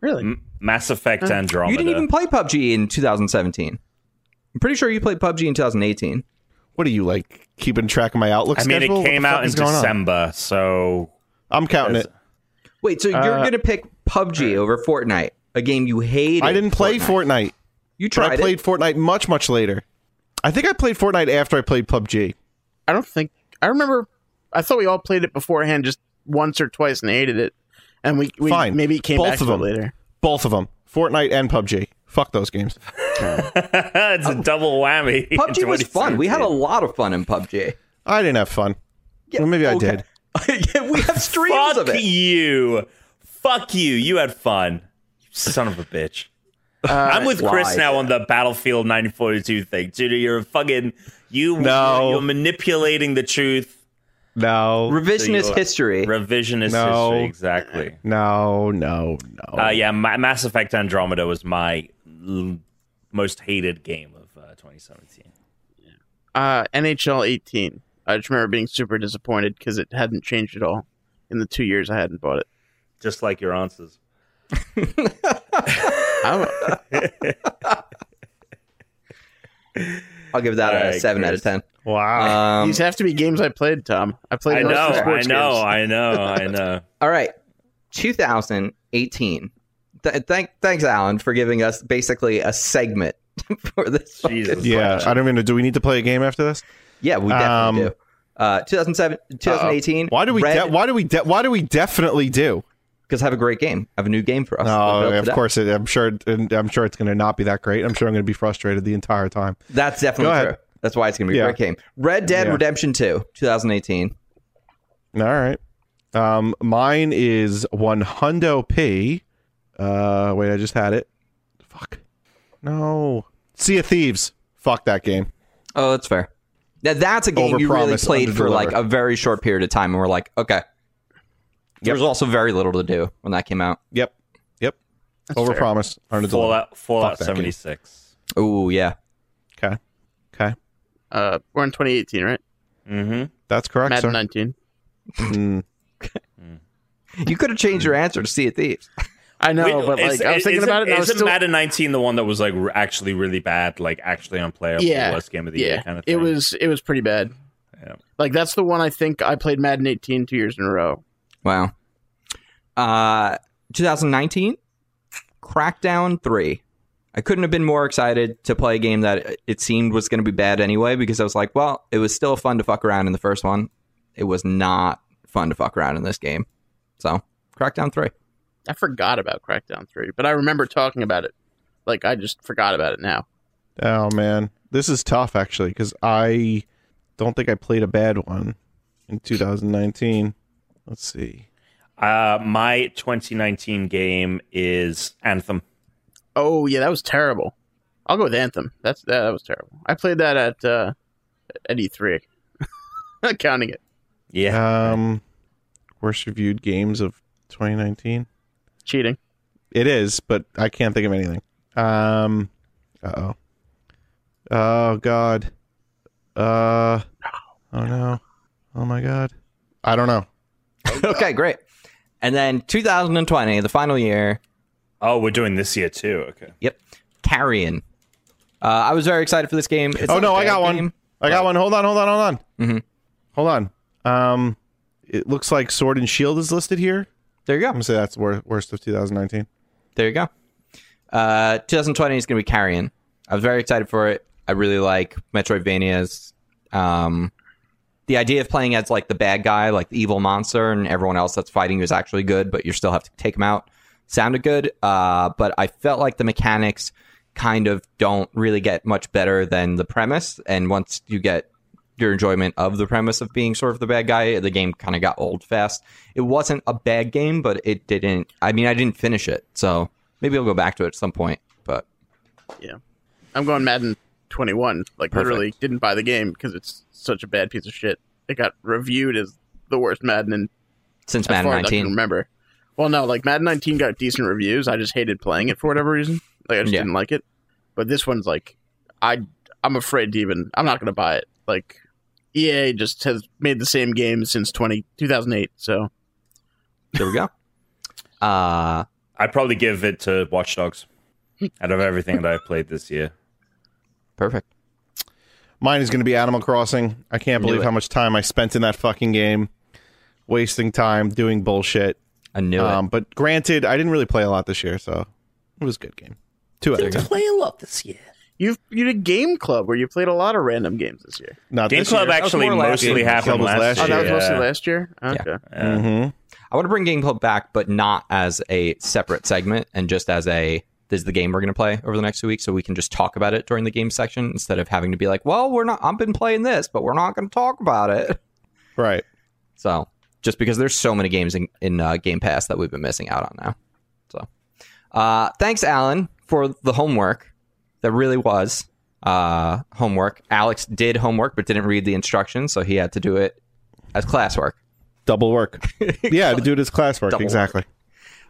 [SPEAKER 4] Really?
[SPEAKER 2] M- Mass
[SPEAKER 3] Uh,
[SPEAKER 2] Effect Andromeda.
[SPEAKER 1] You didn't even play PUBG in 2017. I'm pretty sure you played PUBG in 2018.
[SPEAKER 3] What are you like keeping track of my Outlook
[SPEAKER 2] I mean,
[SPEAKER 3] schedule?
[SPEAKER 2] it
[SPEAKER 3] What the
[SPEAKER 2] came
[SPEAKER 3] fuck
[SPEAKER 2] out in
[SPEAKER 3] is going on?
[SPEAKER 2] December, so
[SPEAKER 3] I'm counting it.
[SPEAKER 1] Wait, so you're
[SPEAKER 4] Uh,
[SPEAKER 1] gonna pick PUBG over Fortnite, a game you hated?
[SPEAKER 3] I didn't play Fortnite.
[SPEAKER 1] You
[SPEAKER 3] but
[SPEAKER 1] tried
[SPEAKER 3] I played
[SPEAKER 1] it.
[SPEAKER 3] Fortnite much, much later. I think I played Fortnite after I played PUBG.
[SPEAKER 4] I don't think I remember. I thought we all played it beforehand, just once or twice, and hated it. And we, we
[SPEAKER 3] Fine.
[SPEAKER 4] maybe came
[SPEAKER 3] Both
[SPEAKER 4] back
[SPEAKER 3] of
[SPEAKER 4] to it
[SPEAKER 3] them.
[SPEAKER 4] later.
[SPEAKER 3] Both of them, Fortnite and PUBG. Fuck those games.
[SPEAKER 2] it's a double whammy. in
[SPEAKER 1] PUBG was fun. We had a
[SPEAKER 2] 2017.
[SPEAKER 1] lot of fun in PUBG.
[SPEAKER 3] I didn't have fun. well, maybe I did.
[SPEAKER 1] did. yeah, we have streams
[SPEAKER 2] Fuck
[SPEAKER 1] of it.
[SPEAKER 2] you. Fuck you. You had fun. You Son of a bitch.
[SPEAKER 1] Uh,
[SPEAKER 2] I'm with Chris
[SPEAKER 1] lies.
[SPEAKER 2] now on the Battlefield 1942 thing. Dude, you're a fucking you
[SPEAKER 3] No.
[SPEAKER 2] you're manipulating the truth.
[SPEAKER 3] No,
[SPEAKER 1] Revisionist
[SPEAKER 2] So you-
[SPEAKER 1] history.
[SPEAKER 2] Revisionist
[SPEAKER 3] No.
[SPEAKER 2] history, exactly.
[SPEAKER 3] no, no, no.
[SPEAKER 2] Uh, yeah, Ma- Mass Effect Andromeda was my l- most hated game of uh, 2017.
[SPEAKER 4] Uh, NHL 18. I just remember being super disappointed because it hadn't changed at all in the two years I hadn't bought it.
[SPEAKER 2] Just like your answers.
[SPEAKER 4] I,
[SPEAKER 1] I'll give that a
[SPEAKER 2] Alright,
[SPEAKER 1] seven out
[SPEAKER 2] Chris.
[SPEAKER 1] of ten.
[SPEAKER 3] wow.
[SPEAKER 1] Um,
[SPEAKER 4] these have to be games I played, Tom. I played
[SPEAKER 2] I
[SPEAKER 4] most
[SPEAKER 2] know,
[SPEAKER 4] of the
[SPEAKER 2] I
[SPEAKER 4] sports
[SPEAKER 2] know,
[SPEAKER 4] games.
[SPEAKER 2] I know, I know.
[SPEAKER 1] all right, 2018. Th- thank, thanks, Alan, for giving us basically a segment for this. fucking-
[SPEAKER 2] Jesus.
[SPEAKER 3] yeah,
[SPEAKER 2] Christ.
[SPEAKER 3] I don't even know. Do we need to play a game after this?
[SPEAKER 1] yeah, we definitely
[SPEAKER 3] Um,
[SPEAKER 1] do. Uh, 2007, 2018.
[SPEAKER 3] Why do we?
[SPEAKER 1] Red,
[SPEAKER 3] De- why do we? De- why do we definitely do?
[SPEAKER 1] Because I have a great game. I have a new game for us. I'll
[SPEAKER 3] Oh,
[SPEAKER 1] build
[SPEAKER 3] of
[SPEAKER 1] it up.
[SPEAKER 3] course. It, I'm sure. and I'm sure it's going to not be that great. I'm sure I'm going to be frustrated the entire time.
[SPEAKER 1] That's definitely
[SPEAKER 3] Go ahead.
[SPEAKER 1] true. That's why it's going to be
[SPEAKER 3] Yeah.
[SPEAKER 1] a great game. Red Dead
[SPEAKER 3] Yeah.
[SPEAKER 1] Redemption 2, 2018.
[SPEAKER 3] All right. Um, mine is one hundo p. Uh, wait, I just had it. Fuck. No. Sea of Thieves. Fuck that game.
[SPEAKER 1] Oh, that's fair. Now, that's a game you really
[SPEAKER 3] Overpromise,
[SPEAKER 1] played for
[SPEAKER 3] underdeliver.
[SPEAKER 1] like a very short period of time and we're like, okay. There was also very little to do when that came out.
[SPEAKER 3] Yep. Yep. Overpromise. Underdeliver.
[SPEAKER 2] Fallout, Fallout
[SPEAKER 3] that game.
[SPEAKER 2] 76.
[SPEAKER 1] Oh, yeah.
[SPEAKER 3] Okay. Okay.
[SPEAKER 4] Uh, we're in 2018, right?
[SPEAKER 2] Mm-hmm.
[SPEAKER 3] That's correct,
[SPEAKER 4] Madden
[SPEAKER 3] sir.
[SPEAKER 4] 19.
[SPEAKER 3] Mm.
[SPEAKER 1] You could have changed your answer to Sea of Thieves.
[SPEAKER 4] I know,
[SPEAKER 2] Wait,
[SPEAKER 4] but
[SPEAKER 2] is-
[SPEAKER 4] like I was thinking
[SPEAKER 2] isn't-
[SPEAKER 4] about it. And I was
[SPEAKER 2] Isn't
[SPEAKER 4] still,
[SPEAKER 2] Madden 19 the one that was like r- actually really bad, like actually unplayable,
[SPEAKER 4] Yeah.
[SPEAKER 2] worst game of the year
[SPEAKER 4] yeah,
[SPEAKER 2] kind of thing?
[SPEAKER 4] it was it was pretty bad.
[SPEAKER 2] Yeah.
[SPEAKER 4] Like that's the one I think I played Madden 18 two years in a row.
[SPEAKER 1] Wow. Uh, 2019, Crackdown 3. I couldn't have been more excited to play a game that it seemed was going to be bad anyway because I was like, well, it was still fun to fuck around in the first one. It was not fun to fuck around in this game. So, Crackdown 3.
[SPEAKER 4] I forgot about Crackdown 3, but I remember talking about it. Like I just forgot about it now.
[SPEAKER 3] Oh man, this is tough actually because I don't think I played a bad one in 2019. Let's see.
[SPEAKER 2] Uh, my 2019 game is Anthem.
[SPEAKER 4] Oh yeah, that was terrible. I'll go with Anthem. That's that, that was terrible. I played that at uh, at E3. Not counting it.
[SPEAKER 2] Yeah.
[SPEAKER 3] Um, worst reviewed games of 2019.
[SPEAKER 4] Cheating.
[SPEAKER 3] It is, but I can't think of anything. Um, uh oh. Oh god. Uh. Oh no. Oh my god. I don't know.
[SPEAKER 1] okay, great. And then 2020, the final year,
[SPEAKER 2] oh, we're doing this year too. Okay.
[SPEAKER 1] Yep. Carrion. Uh, I was very excited for this game. It's
[SPEAKER 3] oh
[SPEAKER 1] not
[SPEAKER 3] no,
[SPEAKER 1] a
[SPEAKER 3] I
[SPEAKER 1] bad
[SPEAKER 3] got one.
[SPEAKER 1] game.
[SPEAKER 3] I got one. Hold on, hold on, hold on.
[SPEAKER 1] Mhm.
[SPEAKER 3] Hold on. Um, it looks like Sword and Shield is listed here.
[SPEAKER 1] There you
[SPEAKER 3] I'm
[SPEAKER 1] go.
[SPEAKER 3] gonna say that's wor- worst of 2019.
[SPEAKER 1] There you go. Uh, 2020 is going to be Carrion. I was very excited for it. I really like Metroidvanias. Um, the idea of playing as like the bad guy, like the evil monster, and everyone else that's fighting you is actually good, but you still have to take them out. Sounded good, uh, but I felt like the mechanics kind of don't really get much better than the premise. And once you get your enjoyment of the premise of being sort of the bad guy, the game kind of got old fast. It wasn't a bad game, but it didn't. I mean, I didn't finish it, so maybe I'll go back to it at some point. But
[SPEAKER 4] I'm going Madden 21. Like
[SPEAKER 1] Perfect.
[SPEAKER 4] literally didn't buy the game because it's such a bad piece of shit. It got reviewed as the worst Madden in
[SPEAKER 1] since
[SPEAKER 4] as
[SPEAKER 1] Madden
[SPEAKER 4] far as I can
[SPEAKER 1] 19.
[SPEAKER 4] remember. Well, no, like Madden 19 got decent reviews. I just hated playing it for whatever reason. Like I just
[SPEAKER 1] Yeah.
[SPEAKER 4] didn't like it. But this one's like, I I'm afraid to even. I'm not going to buy it. Like EA just has made the same game since 20, 2008. So
[SPEAKER 1] There we go. Uh,
[SPEAKER 2] I'd probably give it to Watch Dogs out of everything that I've played this year.
[SPEAKER 1] perfect.
[SPEAKER 3] Mine is going to be Animal Crossing. I can't
[SPEAKER 1] Knew
[SPEAKER 3] believe
[SPEAKER 1] it.
[SPEAKER 3] how much time I spent in that fucking game, wasting time doing bullshit.
[SPEAKER 1] I knew
[SPEAKER 3] Um, but granted, I didn't really play a lot this year, so it was a good game. Two out of ten.
[SPEAKER 2] play a lot this year.
[SPEAKER 4] you've you did game club where you played a lot of random games this year.
[SPEAKER 3] Not
[SPEAKER 2] Game
[SPEAKER 3] this
[SPEAKER 2] Club
[SPEAKER 3] year.
[SPEAKER 2] actually
[SPEAKER 1] more last year.
[SPEAKER 2] mostly
[SPEAKER 1] Game
[SPEAKER 3] Club
[SPEAKER 2] happened
[SPEAKER 3] was
[SPEAKER 2] last,
[SPEAKER 3] last
[SPEAKER 4] Oh,
[SPEAKER 2] year.
[SPEAKER 4] that was mostly
[SPEAKER 2] yeah.
[SPEAKER 4] last year. Okay.
[SPEAKER 2] Yeah.
[SPEAKER 3] Mhm.
[SPEAKER 1] it. I want to bring Game Club back, but not as a separate segment and just as a this is the game we're going to play over the next two weeks, so we can just talk about it during the game section instead of having to be like, well, we're not. I've been playing this, but we're not going to talk about it.
[SPEAKER 3] Right.
[SPEAKER 1] So just because there's so many games in, in uh, Game Pass that we've been missing out on now. So uh, thanks, Alan, for the homework. That really was uh, homework. Alex did homework but didn't read the instructions, so he had to do it as classwork.
[SPEAKER 3] Double work. Yeah, to do it as classwork.
[SPEAKER 1] Double work.
[SPEAKER 3] exactly.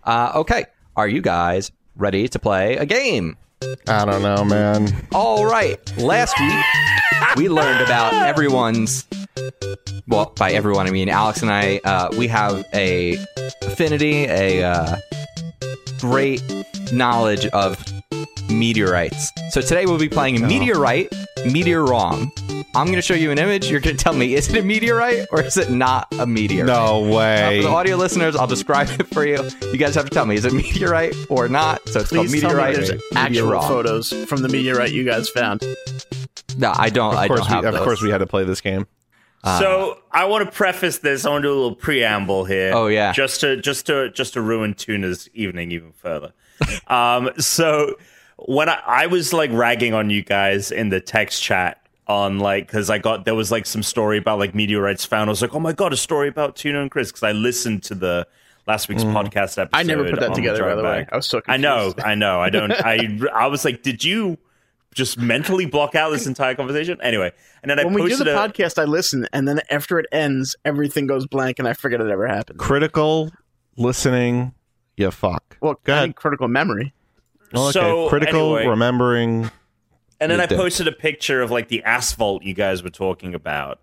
[SPEAKER 1] Uh, okay, are you guys ready to play a game?
[SPEAKER 3] I don't know, man.
[SPEAKER 1] All right. Last week, we learned about everyone's. Well, by everyone, I mean Alex and I. Uh, we have a affinity, a uh, great knowledge of meteorites. So today we'll be playing
[SPEAKER 3] Oh.
[SPEAKER 1] meteorite, meteor wrong. I'm going to show you an image. You're going to tell me is it a meteorite or is it not a meteorite?
[SPEAKER 3] No
[SPEAKER 1] Uh, for the
[SPEAKER 3] way.
[SPEAKER 1] audio listeners, I'll describe it for you. You guys have to tell me is it meteorite or not. So it's called
[SPEAKER 4] Please tell me
[SPEAKER 1] meteorite.
[SPEAKER 4] there's
[SPEAKER 1] meteor
[SPEAKER 4] actual
[SPEAKER 1] wrong.
[SPEAKER 4] photos from the meteorite you guys found.
[SPEAKER 1] No, I don't. I
[SPEAKER 3] Of
[SPEAKER 1] don't
[SPEAKER 3] course, we,
[SPEAKER 1] have
[SPEAKER 3] of
[SPEAKER 1] those.
[SPEAKER 3] course, we had to play this game.
[SPEAKER 2] so I want to preface this. I want to do a little preamble here.
[SPEAKER 1] Oh, yeah.
[SPEAKER 2] just to just to just to ruin Tuna's evening even further. um, so when I, I was like ragging on you guys in the text chat on like because I got there was like some story about like meteorites found. I was like, oh my god, a story about Tuna and Chris because I listened to the last week's podcast episode.
[SPEAKER 4] I never put
[SPEAKER 2] on
[SPEAKER 4] that
[SPEAKER 2] the
[SPEAKER 4] together. By
[SPEAKER 2] drive
[SPEAKER 4] the way,
[SPEAKER 2] back.
[SPEAKER 4] I was so
[SPEAKER 2] I
[SPEAKER 4] confused.
[SPEAKER 2] know, I know. I don't. I I was like, did you just mentally block out this entire conversation? Anyway, and then I
[SPEAKER 4] when we do
[SPEAKER 2] posted
[SPEAKER 4] the
[SPEAKER 2] a,
[SPEAKER 4] podcast, I listen, and then after it ends, everything goes blank, and I forget it ever happened.
[SPEAKER 3] Critical listening. You fuck.
[SPEAKER 4] Well,
[SPEAKER 3] Go
[SPEAKER 4] I
[SPEAKER 3] ahead.
[SPEAKER 4] think critical memory.
[SPEAKER 3] Well, okay.
[SPEAKER 2] So,
[SPEAKER 3] Critical
[SPEAKER 2] anyway.
[SPEAKER 3] remembering.
[SPEAKER 2] and then
[SPEAKER 3] you
[SPEAKER 2] I
[SPEAKER 3] did.
[SPEAKER 2] posted a picture of like the asphalt you guys were talking about,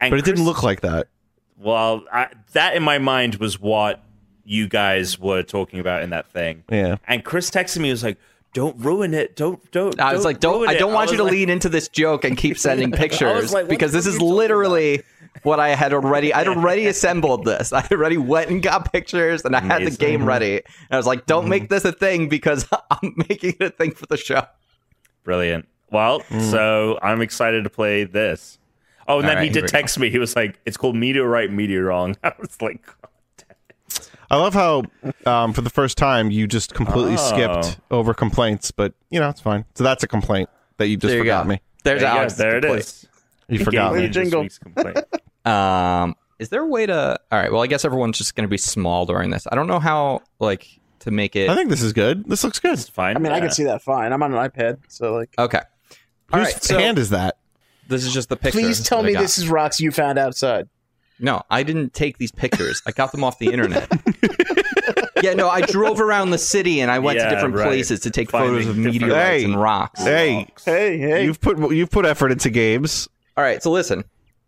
[SPEAKER 2] and
[SPEAKER 3] But it didn't
[SPEAKER 2] Chris-
[SPEAKER 3] look like that.
[SPEAKER 2] well. I, that in my mind was what you guys were talking about in that thing.
[SPEAKER 3] Yeah.
[SPEAKER 2] And Chris texted me, he was like, "Don't ruin it. Don't don't."
[SPEAKER 1] I was like, don't.
[SPEAKER 2] ruin
[SPEAKER 1] I
[SPEAKER 2] it."
[SPEAKER 1] don't want
[SPEAKER 2] was
[SPEAKER 1] you to
[SPEAKER 2] like-
[SPEAKER 1] lean into this joke and keep sending pictures
[SPEAKER 2] like, what
[SPEAKER 1] because
[SPEAKER 2] the
[SPEAKER 1] this
[SPEAKER 2] fuck
[SPEAKER 1] is
[SPEAKER 2] are you talking
[SPEAKER 1] literally what I had already. I'd already assembled this. I already went and got pictures, and I had the
[SPEAKER 2] Amazing. Mm-hmm.
[SPEAKER 1] game ready. And I was like, don't make this a thing because I'm making it a thing for the show.
[SPEAKER 2] Brilliant. Well,
[SPEAKER 1] Hmm.
[SPEAKER 2] so I'm excited to play this. Oh, and
[SPEAKER 1] All
[SPEAKER 2] then
[SPEAKER 1] right,
[SPEAKER 2] he
[SPEAKER 1] here
[SPEAKER 2] did
[SPEAKER 1] we go.
[SPEAKER 2] text me. He was like, "It's called meteorite, meteor wrong." I was like,
[SPEAKER 3] I love how, um, for the first time, you just completely
[SPEAKER 2] Oh.
[SPEAKER 3] skipped over complaints, but you know it's fine. So that's a complaint that you just
[SPEAKER 1] There you
[SPEAKER 3] forgot
[SPEAKER 1] go.
[SPEAKER 3] me.
[SPEAKER 1] There's
[SPEAKER 2] "There, you go.
[SPEAKER 1] Alex.
[SPEAKER 2] there it is."
[SPEAKER 3] You forgot
[SPEAKER 2] Gave
[SPEAKER 3] me.
[SPEAKER 2] me this
[SPEAKER 4] Jingle.
[SPEAKER 2] week's complaint.
[SPEAKER 1] Um, is there a way to? All right. Well, I guess everyone's just going to be small during this. I don't know how like to make it.
[SPEAKER 3] I think this is good. This looks good.
[SPEAKER 2] It's fine.
[SPEAKER 4] I mean, I
[SPEAKER 2] Yeah.
[SPEAKER 4] can see that fine. I'm on an iPad, so like.
[SPEAKER 1] okay. All
[SPEAKER 3] Whose
[SPEAKER 1] right. So
[SPEAKER 3] hand is that?
[SPEAKER 1] this is just the picture.
[SPEAKER 4] Please tell
[SPEAKER 1] that I
[SPEAKER 4] me
[SPEAKER 1] got.
[SPEAKER 4] this is rocks you found outside.
[SPEAKER 1] No, I didn't take these pictures. I got them off the internet. yeah, no, I drove around the city and I went
[SPEAKER 2] Yeah,
[SPEAKER 1] to different
[SPEAKER 2] right.
[SPEAKER 1] places to take
[SPEAKER 2] Finding
[SPEAKER 1] photos of
[SPEAKER 2] different-
[SPEAKER 1] meteorites
[SPEAKER 3] Hey.
[SPEAKER 1] and rocks.
[SPEAKER 3] Hey,
[SPEAKER 4] Hey, hey.
[SPEAKER 3] you've put you've put effort into games.
[SPEAKER 1] All right, so listen.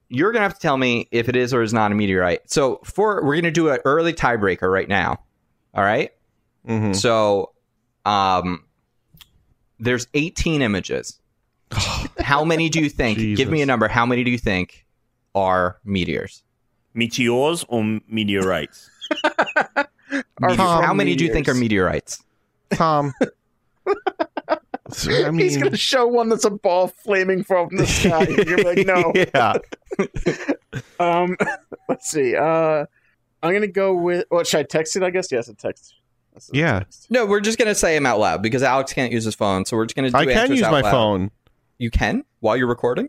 [SPEAKER 1] You're going to have to tell me if it is or is not a meteorite. So, for we're going to do an early tiebreaker right now. All right?
[SPEAKER 3] Mm-hmm.
[SPEAKER 1] So, um there's 18 images. how many do you think? Give me a
[SPEAKER 3] Jesus.
[SPEAKER 1] number. How many do you think are meteors?
[SPEAKER 2] meteors or meteorites?
[SPEAKER 1] Meteor-
[SPEAKER 3] Tom,
[SPEAKER 1] How many do you think are meteorites?
[SPEAKER 3] Tom. I
[SPEAKER 4] He's
[SPEAKER 3] mean,
[SPEAKER 4] gonna show one that's a ball flaming from the sky. You're like, no.
[SPEAKER 3] yeah,
[SPEAKER 4] Um, let's see. Uh, I'm gonna go with. What should I text it? I guess yes, a text. That's a
[SPEAKER 3] Yeah.
[SPEAKER 4] text.
[SPEAKER 1] No, we're just gonna say them out loud because Alex can't use his phone, so we're just gonna. Do
[SPEAKER 3] I can
[SPEAKER 1] answers
[SPEAKER 3] use
[SPEAKER 1] out
[SPEAKER 3] my
[SPEAKER 1] loud.
[SPEAKER 3] phone.
[SPEAKER 1] You can while you're recording.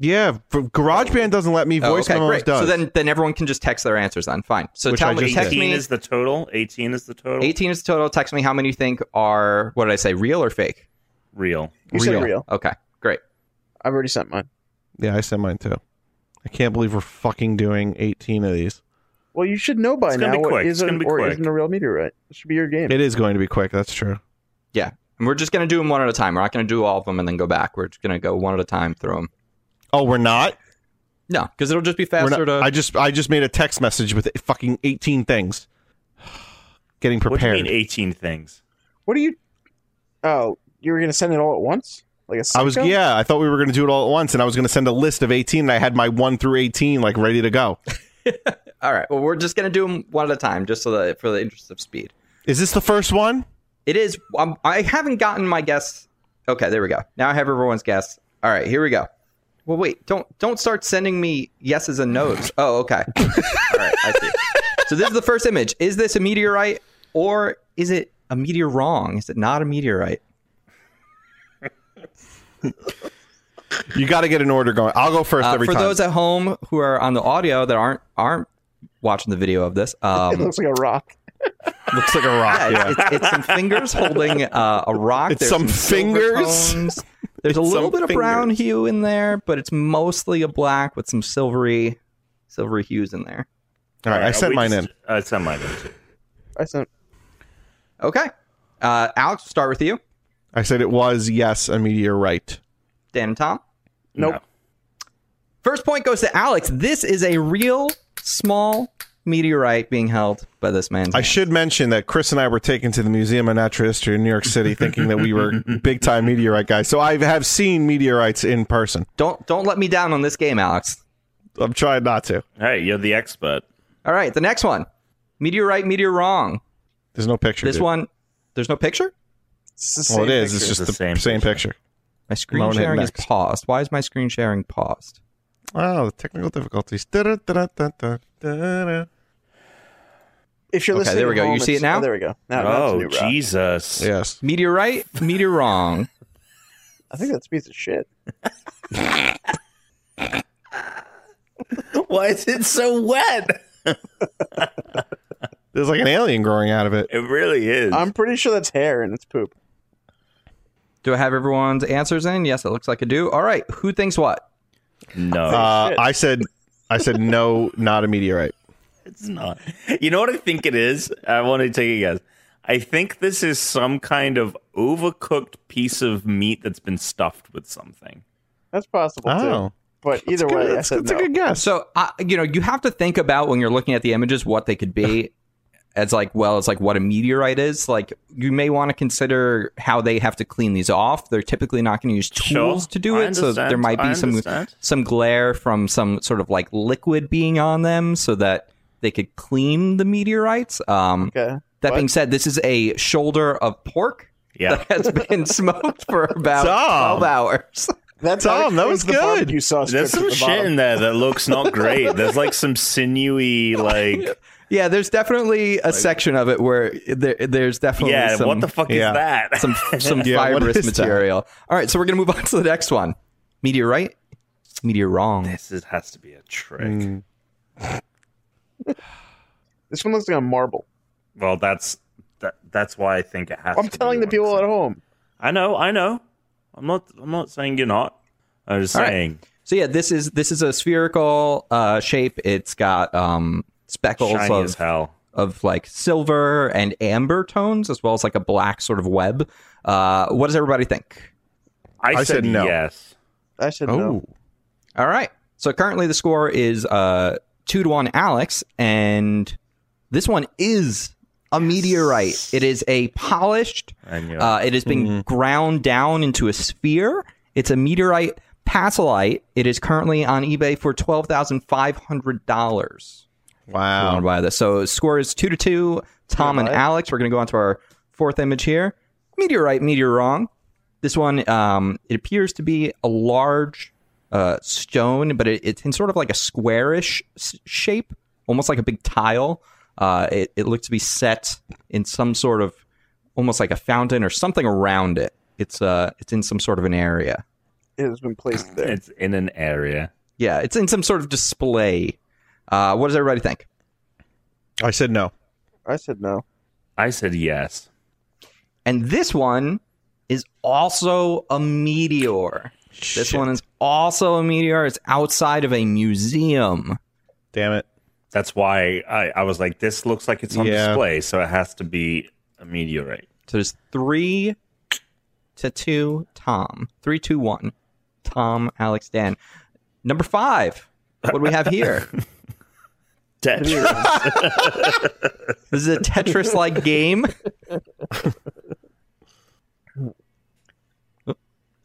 [SPEAKER 3] Yeah, but GarageBand doesn't let me
[SPEAKER 1] Oh,
[SPEAKER 3] voice memos. Does
[SPEAKER 1] So then, then everyone can just text their answers. Then fine. So
[SPEAKER 3] Which
[SPEAKER 1] tell
[SPEAKER 3] I
[SPEAKER 1] me,
[SPEAKER 3] just
[SPEAKER 1] text
[SPEAKER 3] did.
[SPEAKER 2] Eighteen
[SPEAKER 1] me.
[SPEAKER 2] is the total. Eighteen is the total.
[SPEAKER 1] Eighteen is the total. Text me how many you think are what did I say, real or fake?
[SPEAKER 2] Real.
[SPEAKER 4] You said
[SPEAKER 3] Real.
[SPEAKER 4] real.
[SPEAKER 1] Okay, great.
[SPEAKER 4] I've already sent mine.
[SPEAKER 3] Yeah, I sent mine too. I can't believe we're fucking doing 18 of these.
[SPEAKER 4] Well, you should know by
[SPEAKER 2] It's gonna
[SPEAKER 4] now
[SPEAKER 2] be
[SPEAKER 4] what
[SPEAKER 2] quick. It's
[SPEAKER 4] is
[SPEAKER 2] gonna
[SPEAKER 4] an-
[SPEAKER 2] be
[SPEAKER 4] or
[SPEAKER 2] quick.
[SPEAKER 4] isn't a real meteorite. It should be your game.
[SPEAKER 3] It is going to be quick. That's true.
[SPEAKER 1] And we're just going to do them one at a time. We're not going to do all of them and then go back. We're just going to go one at a time through them.
[SPEAKER 3] Oh, we're not.
[SPEAKER 1] No, because it'll just be
[SPEAKER 3] We're
[SPEAKER 1] faster
[SPEAKER 3] not-
[SPEAKER 1] to.
[SPEAKER 3] I just I just made a text message with fucking 18 things. Getting
[SPEAKER 2] What do you
[SPEAKER 3] prepared.
[SPEAKER 2] mean 18 things?
[SPEAKER 4] What are you? Oh, you were gonna send it all at once, like a
[SPEAKER 3] I was
[SPEAKER 4] psycho?
[SPEAKER 3] yeah. I thought we were going to do it all at once, and I was going to send a list of 18, and I had my one through 18 like ready to go.
[SPEAKER 1] all right. Well, we're just going to do them one at a time, just so that for the interest of speed.
[SPEAKER 3] Is this the first one?
[SPEAKER 1] It is. Um, I haven't gotten my guess. Okay, there we go. Now I have everyone's guess. All right, here we go. Well, wait. Don't don't start sending me yeses and nos. Oh, okay. All right, I see. So this is the first image. Is this a meteorite or is it a meteor wrong? Is it not a meteorite?
[SPEAKER 3] You got to get an order going. I'll go first
[SPEAKER 1] Uh,
[SPEAKER 3] every
[SPEAKER 1] for
[SPEAKER 3] time.
[SPEAKER 1] those at home who are on the audio that aren't aren't watching the video of this,
[SPEAKER 4] It
[SPEAKER 1] um,
[SPEAKER 4] looks like a rock.
[SPEAKER 3] Looks like a rock.
[SPEAKER 1] yeah,
[SPEAKER 3] yeah.
[SPEAKER 1] it's, it's, it's some fingers holding uh, a rock.
[SPEAKER 3] It's
[SPEAKER 1] There's
[SPEAKER 3] some
[SPEAKER 1] silver
[SPEAKER 3] fingers.
[SPEAKER 1] tones. There's a
[SPEAKER 3] It's
[SPEAKER 1] little
[SPEAKER 3] some
[SPEAKER 1] bit of brown
[SPEAKER 3] fingers.
[SPEAKER 1] hue in there, but it's mostly a black with some silvery, silvery hues in there.
[SPEAKER 3] All right, I sent
[SPEAKER 2] we
[SPEAKER 3] mine
[SPEAKER 2] just-
[SPEAKER 3] in.
[SPEAKER 2] I sent mine in. too.
[SPEAKER 4] I sent.
[SPEAKER 1] Okay, uh, Alex, we'll start with you.
[SPEAKER 3] I said it was yes a meteorite.
[SPEAKER 1] Dan and Tom.
[SPEAKER 4] Nope.
[SPEAKER 2] No.
[SPEAKER 1] First point goes to Alex. This is a real small meteorite being held by this man's.
[SPEAKER 3] I
[SPEAKER 1] hand.
[SPEAKER 3] should mention that Chris and I were taken to the Museum of Natural History in New York City, thinking that we were big time meteorite guys. So I have seen meteorites in person.
[SPEAKER 1] don't don't let me down on this game, Alex.
[SPEAKER 3] I'm trying not to.
[SPEAKER 2] Hey, you're the expert.
[SPEAKER 1] All right, the next one. Meteorite, meteor wrong.
[SPEAKER 3] There's no picture.
[SPEAKER 1] This
[SPEAKER 3] dude.
[SPEAKER 1] one, there's no picture.
[SPEAKER 4] It's the
[SPEAKER 3] Well,
[SPEAKER 4] same
[SPEAKER 3] it is.
[SPEAKER 4] picture.
[SPEAKER 3] It's just
[SPEAKER 2] It's
[SPEAKER 3] the
[SPEAKER 2] the
[SPEAKER 3] same,
[SPEAKER 2] same
[SPEAKER 3] picture.
[SPEAKER 1] My screen
[SPEAKER 3] Mona hit
[SPEAKER 1] sharing is
[SPEAKER 3] next.
[SPEAKER 1] paused. Why is my screen sharing paused?
[SPEAKER 3] Oh, the technical difficulties. Da-da-da-da-da-da-da.
[SPEAKER 4] If you're
[SPEAKER 1] Okay,
[SPEAKER 4] listening,
[SPEAKER 1] there we
[SPEAKER 4] at
[SPEAKER 1] go. You
[SPEAKER 4] home,
[SPEAKER 1] see it
[SPEAKER 4] it's-
[SPEAKER 1] now?
[SPEAKER 4] oh, there we go. Now, now it's a
[SPEAKER 2] oh,
[SPEAKER 4] new rock.
[SPEAKER 2] Jesus.
[SPEAKER 3] Yes.
[SPEAKER 1] Meteorite, meteor wrong.
[SPEAKER 4] I think that's a piece of shit.
[SPEAKER 2] Why is it so wet?
[SPEAKER 3] There's like an alien growing out of it.
[SPEAKER 2] It really is.
[SPEAKER 4] I'm pretty sure that's hair and it's poop.
[SPEAKER 1] Do I have everyone's answers in? Yes, it looks like I do. All right, who thinks what?
[SPEAKER 2] no,
[SPEAKER 3] Uh,
[SPEAKER 4] shit.
[SPEAKER 3] I said, I said no, not a meteorite.
[SPEAKER 2] it's not. You know what I think it is? I want to take a guess. I think this is some kind of overcooked piece of meat that's been stuffed with something.
[SPEAKER 4] That's possible too.
[SPEAKER 3] Oh,
[SPEAKER 4] But either way, I
[SPEAKER 3] that's,
[SPEAKER 4] said
[SPEAKER 3] that's
[SPEAKER 4] no.
[SPEAKER 3] a good guess.
[SPEAKER 1] So, uh, you know, you have to think about when you're looking at the images what they could be. As like well as like what a meteorite is like, you may want to consider how they have to clean these off. They're typically not going to use
[SPEAKER 2] Sure.
[SPEAKER 1] tools to do
[SPEAKER 2] I
[SPEAKER 1] it, so
[SPEAKER 2] understand.
[SPEAKER 1] there might be
[SPEAKER 2] I
[SPEAKER 1] some
[SPEAKER 2] understand.
[SPEAKER 1] some glare from some sort of like liquid being on them, so that they could clean the meteorites. Um,
[SPEAKER 4] Okay.
[SPEAKER 1] That
[SPEAKER 4] What?
[SPEAKER 1] being said, this is a shoulder of pork
[SPEAKER 2] Yeah.
[SPEAKER 1] that has been smoked for about
[SPEAKER 3] Tom.
[SPEAKER 1] 12 hours.
[SPEAKER 4] That's
[SPEAKER 3] Tom,
[SPEAKER 4] how it
[SPEAKER 3] that
[SPEAKER 4] creates
[SPEAKER 3] was
[SPEAKER 4] the
[SPEAKER 3] good.
[SPEAKER 4] barbecue sauce.
[SPEAKER 2] There's some
[SPEAKER 4] strips at the
[SPEAKER 2] shit
[SPEAKER 4] bottom.
[SPEAKER 2] in there that looks not great. There's like some sinewy, like,
[SPEAKER 1] Yeah, there's definitely a section of it where there, there's definitely
[SPEAKER 2] yeah,
[SPEAKER 1] some,
[SPEAKER 2] what the fuck
[SPEAKER 3] yeah.
[SPEAKER 2] is that?
[SPEAKER 1] some, some
[SPEAKER 3] Yeah, what
[SPEAKER 1] fibrous
[SPEAKER 3] is that?
[SPEAKER 1] material. All right, so we're going to move on to the next one. Meteorite? Meteor wrong.
[SPEAKER 2] this is, has to be a trick.
[SPEAKER 4] Hmm.
[SPEAKER 3] Mm.
[SPEAKER 4] This one looks like a marble.
[SPEAKER 2] Well, that's that, that's why I think it has.
[SPEAKER 4] I'm
[SPEAKER 2] to be
[SPEAKER 4] telling the
[SPEAKER 2] one
[SPEAKER 4] people
[SPEAKER 2] thing.
[SPEAKER 4] at home.
[SPEAKER 2] I know, I know. I'm not. I'm not saying you're not. I'm just
[SPEAKER 1] All right.
[SPEAKER 2] saying
[SPEAKER 1] So yeah, this is this is a spherical uh, shape. It's got um, speckles
[SPEAKER 2] shiny
[SPEAKER 1] of
[SPEAKER 2] as hell.
[SPEAKER 1] of like silver and amber tones, as well as like a black sort of web. Uh, what does everybody think?
[SPEAKER 2] I,
[SPEAKER 3] I said no.
[SPEAKER 2] yes.
[SPEAKER 4] I said no.
[SPEAKER 3] Oh,
[SPEAKER 1] All right. So currently the score is uh, two to one, Alex, and this one is a meteorite. It is a polished.
[SPEAKER 2] I knew it. Mm-hmm.
[SPEAKER 1] Uh, it has been ground down into a sphere. It's a meteorite pasolite. It is currently on eBay for twelve thousand five hundred dollars.
[SPEAKER 3] wow. Um,
[SPEAKER 1] blown by this. So score is two to two. Tom and
[SPEAKER 4] Alright.
[SPEAKER 1] Alex. We're gonna go on to our fourth image here. Meteorite, meteor wrong. This one, um, it appears to be a large uh, stone, but it, it's in sort of like a squarish s- shape, almost like a big tile. Uh, it, it looks to be set in some sort of almost like a fountain or something around it. It's uh, it's in some sort of an area.
[SPEAKER 4] It has been placed there.
[SPEAKER 2] it's in an area.
[SPEAKER 1] Yeah, it's in some sort of display. Uh, what does everybody think?
[SPEAKER 3] I said no.
[SPEAKER 4] I said no.
[SPEAKER 2] I said yes.
[SPEAKER 1] And this one is also a meteor. This one is also a meteor. It's outside of a museum.
[SPEAKER 3] Damn it.
[SPEAKER 2] That's why I, I was like, this looks like it's on
[SPEAKER 3] Yeah.
[SPEAKER 2] display, so it has to be a meteorite.
[SPEAKER 1] So there's three to two. Tom, three, two, one. Tom, Alex, Dan. Number five. What do we have here?
[SPEAKER 2] Tetris.
[SPEAKER 1] this is a Tetris-like game.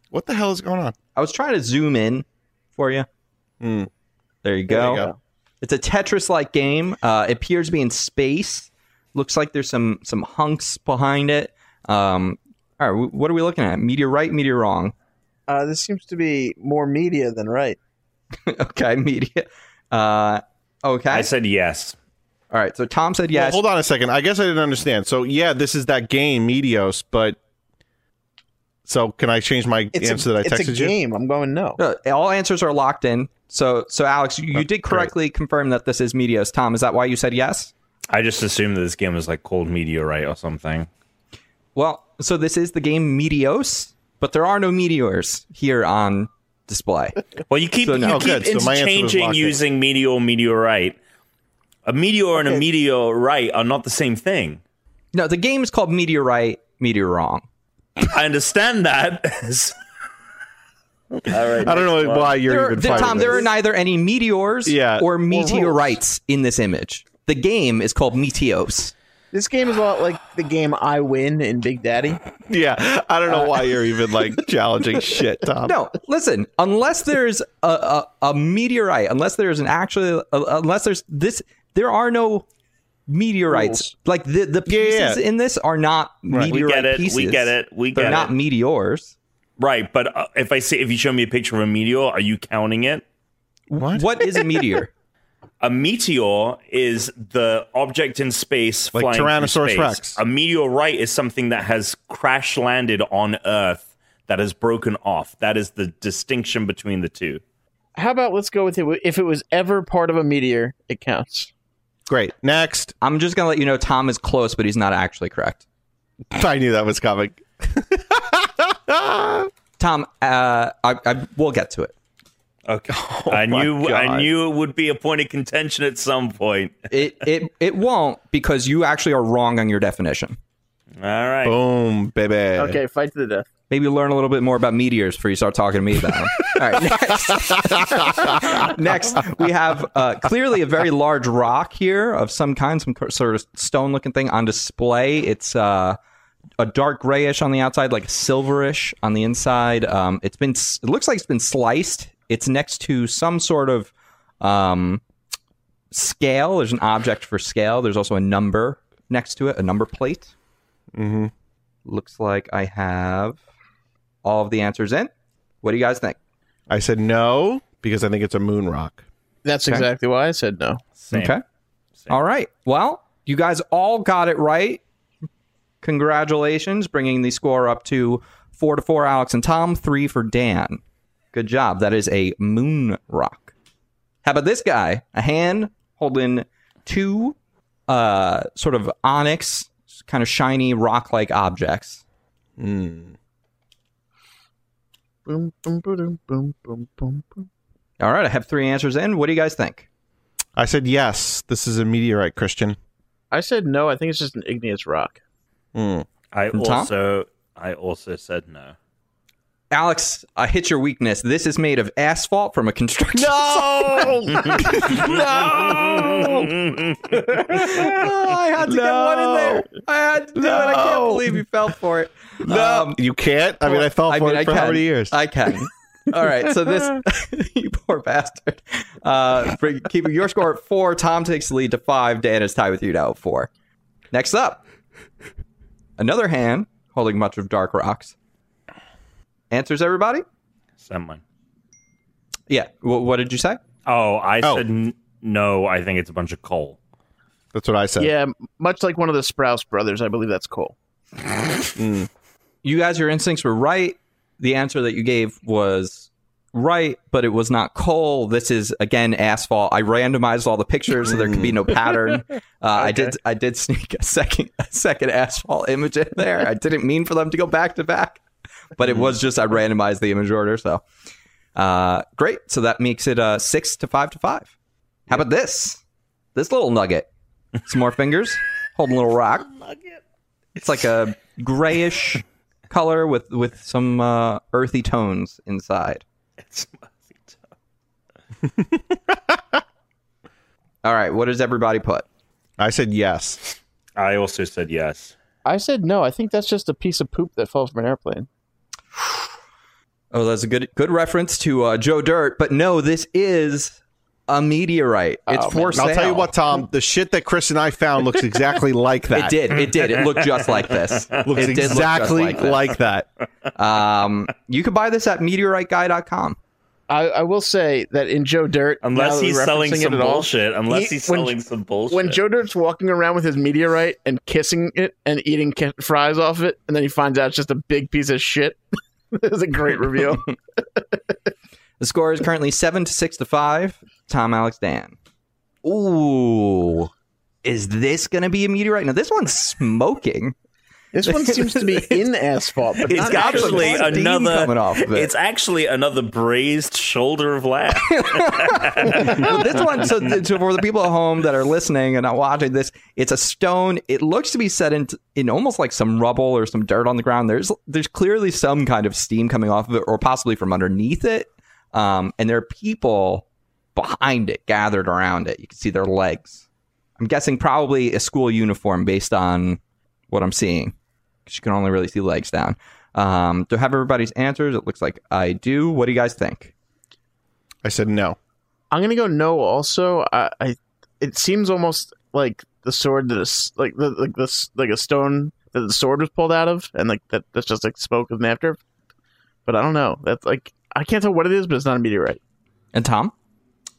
[SPEAKER 3] What the hell is going on?
[SPEAKER 1] I was trying to zoom in for you.
[SPEAKER 3] Hmm.
[SPEAKER 1] There you
[SPEAKER 3] There
[SPEAKER 1] go.
[SPEAKER 3] you go.
[SPEAKER 1] It's a Tetris-like game. Uh, it appears to be in space. Looks like there's some some hunks behind it. Um, all right, wh- what are we looking at? Meteor right, meteor wrong.
[SPEAKER 4] Uh, this seems to be more media than right.
[SPEAKER 1] okay, media. Uh, okay.
[SPEAKER 2] I said yes.
[SPEAKER 1] all right. So Tom said yes.
[SPEAKER 3] Well, hold on a second. I guess I didn't understand. So yeah, this is that game Medios, but so can I change my
[SPEAKER 4] It's
[SPEAKER 3] answer
[SPEAKER 4] a,
[SPEAKER 3] that I
[SPEAKER 4] it's
[SPEAKER 3] texted
[SPEAKER 4] a
[SPEAKER 3] you?
[SPEAKER 4] game. I'm going no.
[SPEAKER 1] No, Uh, all answers are locked in. So, so Alex, you, you did correctly confirm that this is Meteos. Tom, is that why you said yes?
[SPEAKER 2] I just assumed that this game was like cold meteorite or something.
[SPEAKER 1] Well, so this is the game Meteos, but there are no meteors here on display.
[SPEAKER 2] Well, you keep
[SPEAKER 1] So no.
[SPEAKER 2] you
[SPEAKER 1] Oh,
[SPEAKER 2] keep
[SPEAKER 3] good. So my answer was
[SPEAKER 2] interchanging
[SPEAKER 3] locked in.
[SPEAKER 2] using meteor meteorite. A meteor and a meteorite are not the same thing.
[SPEAKER 1] No, the game is called Meteorite, Meteor Wrong.
[SPEAKER 2] I understand that.
[SPEAKER 5] All right.
[SPEAKER 3] I don't know why you're
[SPEAKER 1] There,
[SPEAKER 3] even
[SPEAKER 1] there-
[SPEAKER 3] fighting
[SPEAKER 1] Tom, there
[SPEAKER 3] this.
[SPEAKER 1] are neither any meteors
[SPEAKER 3] Yeah.
[SPEAKER 1] or meteorites in this image. The game is called Meteos.
[SPEAKER 4] This game is a lot like the game I Win in Big Daddy.
[SPEAKER 3] Yeah, I don't know why you're even like challenging shit, Tom.
[SPEAKER 1] Uh, No, listen. Unless there's a, a, a meteorite, unless there's an actually, uh, unless there's this, there are no meteorites. Like the the
[SPEAKER 3] Yeah,
[SPEAKER 1] pieces
[SPEAKER 3] yeah, yeah.
[SPEAKER 1] in this are not
[SPEAKER 2] we
[SPEAKER 1] meteorite
[SPEAKER 2] get it.
[SPEAKER 1] pieces.
[SPEAKER 2] We get it. We
[SPEAKER 1] They're
[SPEAKER 2] get
[SPEAKER 1] not
[SPEAKER 2] it.
[SPEAKER 1] meteors.
[SPEAKER 2] Right, but uh, if I say if you show me a picture of a meteor, are you counting it?
[SPEAKER 3] What?
[SPEAKER 1] What is a meteor?
[SPEAKER 2] A meteor is the object in space
[SPEAKER 3] Like
[SPEAKER 2] flying through
[SPEAKER 3] Tyrannosaurus
[SPEAKER 2] space.
[SPEAKER 3] Rex.
[SPEAKER 2] A meteorite is something that has crash landed on Earth that has broken off. That is the distinction between the two.
[SPEAKER 4] How about let's go with it? If it was ever part of a meteor, it counts.
[SPEAKER 3] Great. Next.
[SPEAKER 1] I'm just gonna let you know. Tom is close, but he's not actually correct.
[SPEAKER 3] I knew that was coming.
[SPEAKER 1] Tom, uh, I, I we'll get to it.
[SPEAKER 2] Okay. I
[SPEAKER 3] Oh my
[SPEAKER 2] knew I
[SPEAKER 3] God.
[SPEAKER 2] knew it would be a point of contention at some point.
[SPEAKER 1] It it it won't because you actually are wrong on your definition.
[SPEAKER 2] All right.
[SPEAKER 3] Boom, baby.
[SPEAKER 4] Okay, fight to the death.
[SPEAKER 1] Maybe learn a little bit more about meteors before you start talking to me about them. All right, next. next, we have uh, clearly a very large rock here of some kind, some cor- sort of stone-looking thing on display. It's uh, a dark grayish on the outside, like silverish on the inside. Um, it's been, s- it looks like it's been sliced. It's next to some sort of um, scale. There's an object for scale. There's also a number next to it, a number plate
[SPEAKER 3] Mm-hmm.
[SPEAKER 1] looks like I have all of the answers in. What do you guys think?
[SPEAKER 3] I said no because I think it's a moon rock.
[SPEAKER 4] That's exactly why I said no.
[SPEAKER 2] Same.
[SPEAKER 1] Okay. All right. Well, you guys all got it right. Congratulations, bringing the score up to four to four, Alex and Tom, three for Dan. Good job. That is a moon rock. How about this guy? A hand holding two uh, sort of onyx, kind of shiny rock like objects.
[SPEAKER 3] Mm.
[SPEAKER 4] Boom, boom, boom, boom, boom, boom, boom.
[SPEAKER 1] All right. I have three answers in. What do you guys think?
[SPEAKER 3] I said yes. This is a meteorite, Christian.
[SPEAKER 4] I said no. I think it's just an igneous rock.
[SPEAKER 3] Mm.
[SPEAKER 2] I
[SPEAKER 1] Tom?
[SPEAKER 2] also I also said no.
[SPEAKER 1] Alex, I hit your weakness. This is made of asphalt from a construction.
[SPEAKER 4] Oh!
[SPEAKER 3] No. Oh.
[SPEAKER 2] no.
[SPEAKER 1] Oh, I had to get one in there. I had to do it. I can't
[SPEAKER 3] No.
[SPEAKER 1] believe you fell for it.
[SPEAKER 3] No,
[SPEAKER 1] Um,
[SPEAKER 3] you can't. I mean, I fell for
[SPEAKER 1] I mean,
[SPEAKER 3] it
[SPEAKER 1] I
[SPEAKER 3] for how
[SPEAKER 1] can.
[SPEAKER 3] many years?
[SPEAKER 1] I can. All right, so this you poor bastard. Uh, for keeping your score at four, Tom takes the lead to five. Dan is tied with you now at four. Next up, another hand holding much of dark rocks. Answers everybody.
[SPEAKER 2] Someone.
[SPEAKER 1] Yeah. Wh- what did you say?
[SPEAKER 2] Oh, I
[SPEAKER 3] Oh.
[SPEAKER 2] said n- no. I think it's a bunch of coal.
[SPEAKER 3] That's what I said.
[SPEAKER 4] Yeah, m- much like one of the Sprouse brothers, I believe that's coal.
[SPEAKER 1] you guys, your instincts were right. The answer that you gave was right, but it was not coal. This is again asphalt. I randomized all the pictures so there could be no pattern. Uh, I did. I did sneak a second a second asphalt image in there. I didn't mean for them to go back to back, but it was just I randomized the image order. So, Uh, great. So that makes it uh, six to five to five. How about this? This little nugget. Some more fingers holding a little rock. It's like a grayish color with with some uh, earthy tones inside.
[SPEAKER 2] It's
[SPEAKER 1] All right, what does everybody put?
[SPEAKER 3] I said yes.
[SPEAKER 2] I also said yes.
[SPEAKER 4] I said no. I think that's just a piece of poop that fell from an airplane.
[SPEAKER 1] Oh, that's a good good reference to uh, Joe Dirt, but no, this is a meteorite. It's
[SPEAKER 4] Oh,
[SPEAKER 1] for
[SPEAKER 3] Um, And
[SPEAKER 1] sale.
[SPEAKER 3] I'll tell you what, Tom. The shit that Chris and I found looks exactly like that.
[SPEAKER 1] It did. It did. It looked just like this.
[SPEAKER 3] Looks
[SPEAKER 1] it did look just
[SPEAKER 3] exactly
[SPEAKER 1] this.
[SPEAKER 3] like that.
[SPEAKER 1] Um, you can buy this at meteoriteguy.com.
[SPEAKER 4] I, I will say that in Joe Dirt, now
[SPEAKER 2] Unless
[SPEAKER 4] that
[SPEAKER 2] he's
[SPEAKER 4] we're
[SPEAKER 2] selling
[SPEAKER 4] referencing
[SPEAKER 2] some
[SPEAKER 4] it at all,
[SPEAKER 2] bullshit. Unless
[SPEAKER 4] He-
[SPEAKER 2] he's
[SPEAKER 4] when-
[SPEAKER 2] selling some bullshit.
[SPEAKER 4] When Joe Dirt's walking around with his meteorite and kissing it and eating ki- fries off it, and then he finds out it's just a big piece of shit. it was a great reveal.
[SPEAKER 1] The score is currently seven to six to five. Tom, Alex, Dan. Ooh, is this gonna be a meteorite? Now this one's smoking.
[SPEAKER 4] this one seems to be in asphalt, but
[SPEAKER 2] it's
[SPEAKER 4] not
[SPEAKER 1] got
[SPEAKER 4] actually.
[SPEAKER 1] some
[SPEAKER 2] actually
[SPEAKER 1] steam
[SPEAKER 2] another.
[SPEAKER 1] coming off of it.
[SPEAKER 2] It's actually another braised shoulder of laugh.
[SPEAKER 1] Well, this one, so, so for the people at home that are listening and not watching this, it's a stone. It looks to be set in in almost like some rubble or some dirt on the ground. There's there's clearly some kind of steam coming off of it, or possibly from underneath it. Um, and there are people behind it, gathered around it. You can see their legs. I'm guessing probably a school uniform based on what I'm seeing, because you can only really see legs down. Um, do I have everybody's answers? It looks like I do. What do you guys think?
[SPEAKER 3] I said no.
[SPEAKER 4] I'm gonna go no. Also, I, I it seems almost like the sword that is like the like this like a stone that the sword was pulled out of, and like that that's just like smoke of an after. But I don't know. That's like I can't tell what it is, but it's not a meteorite.
[SPEAKER 1] And Tom?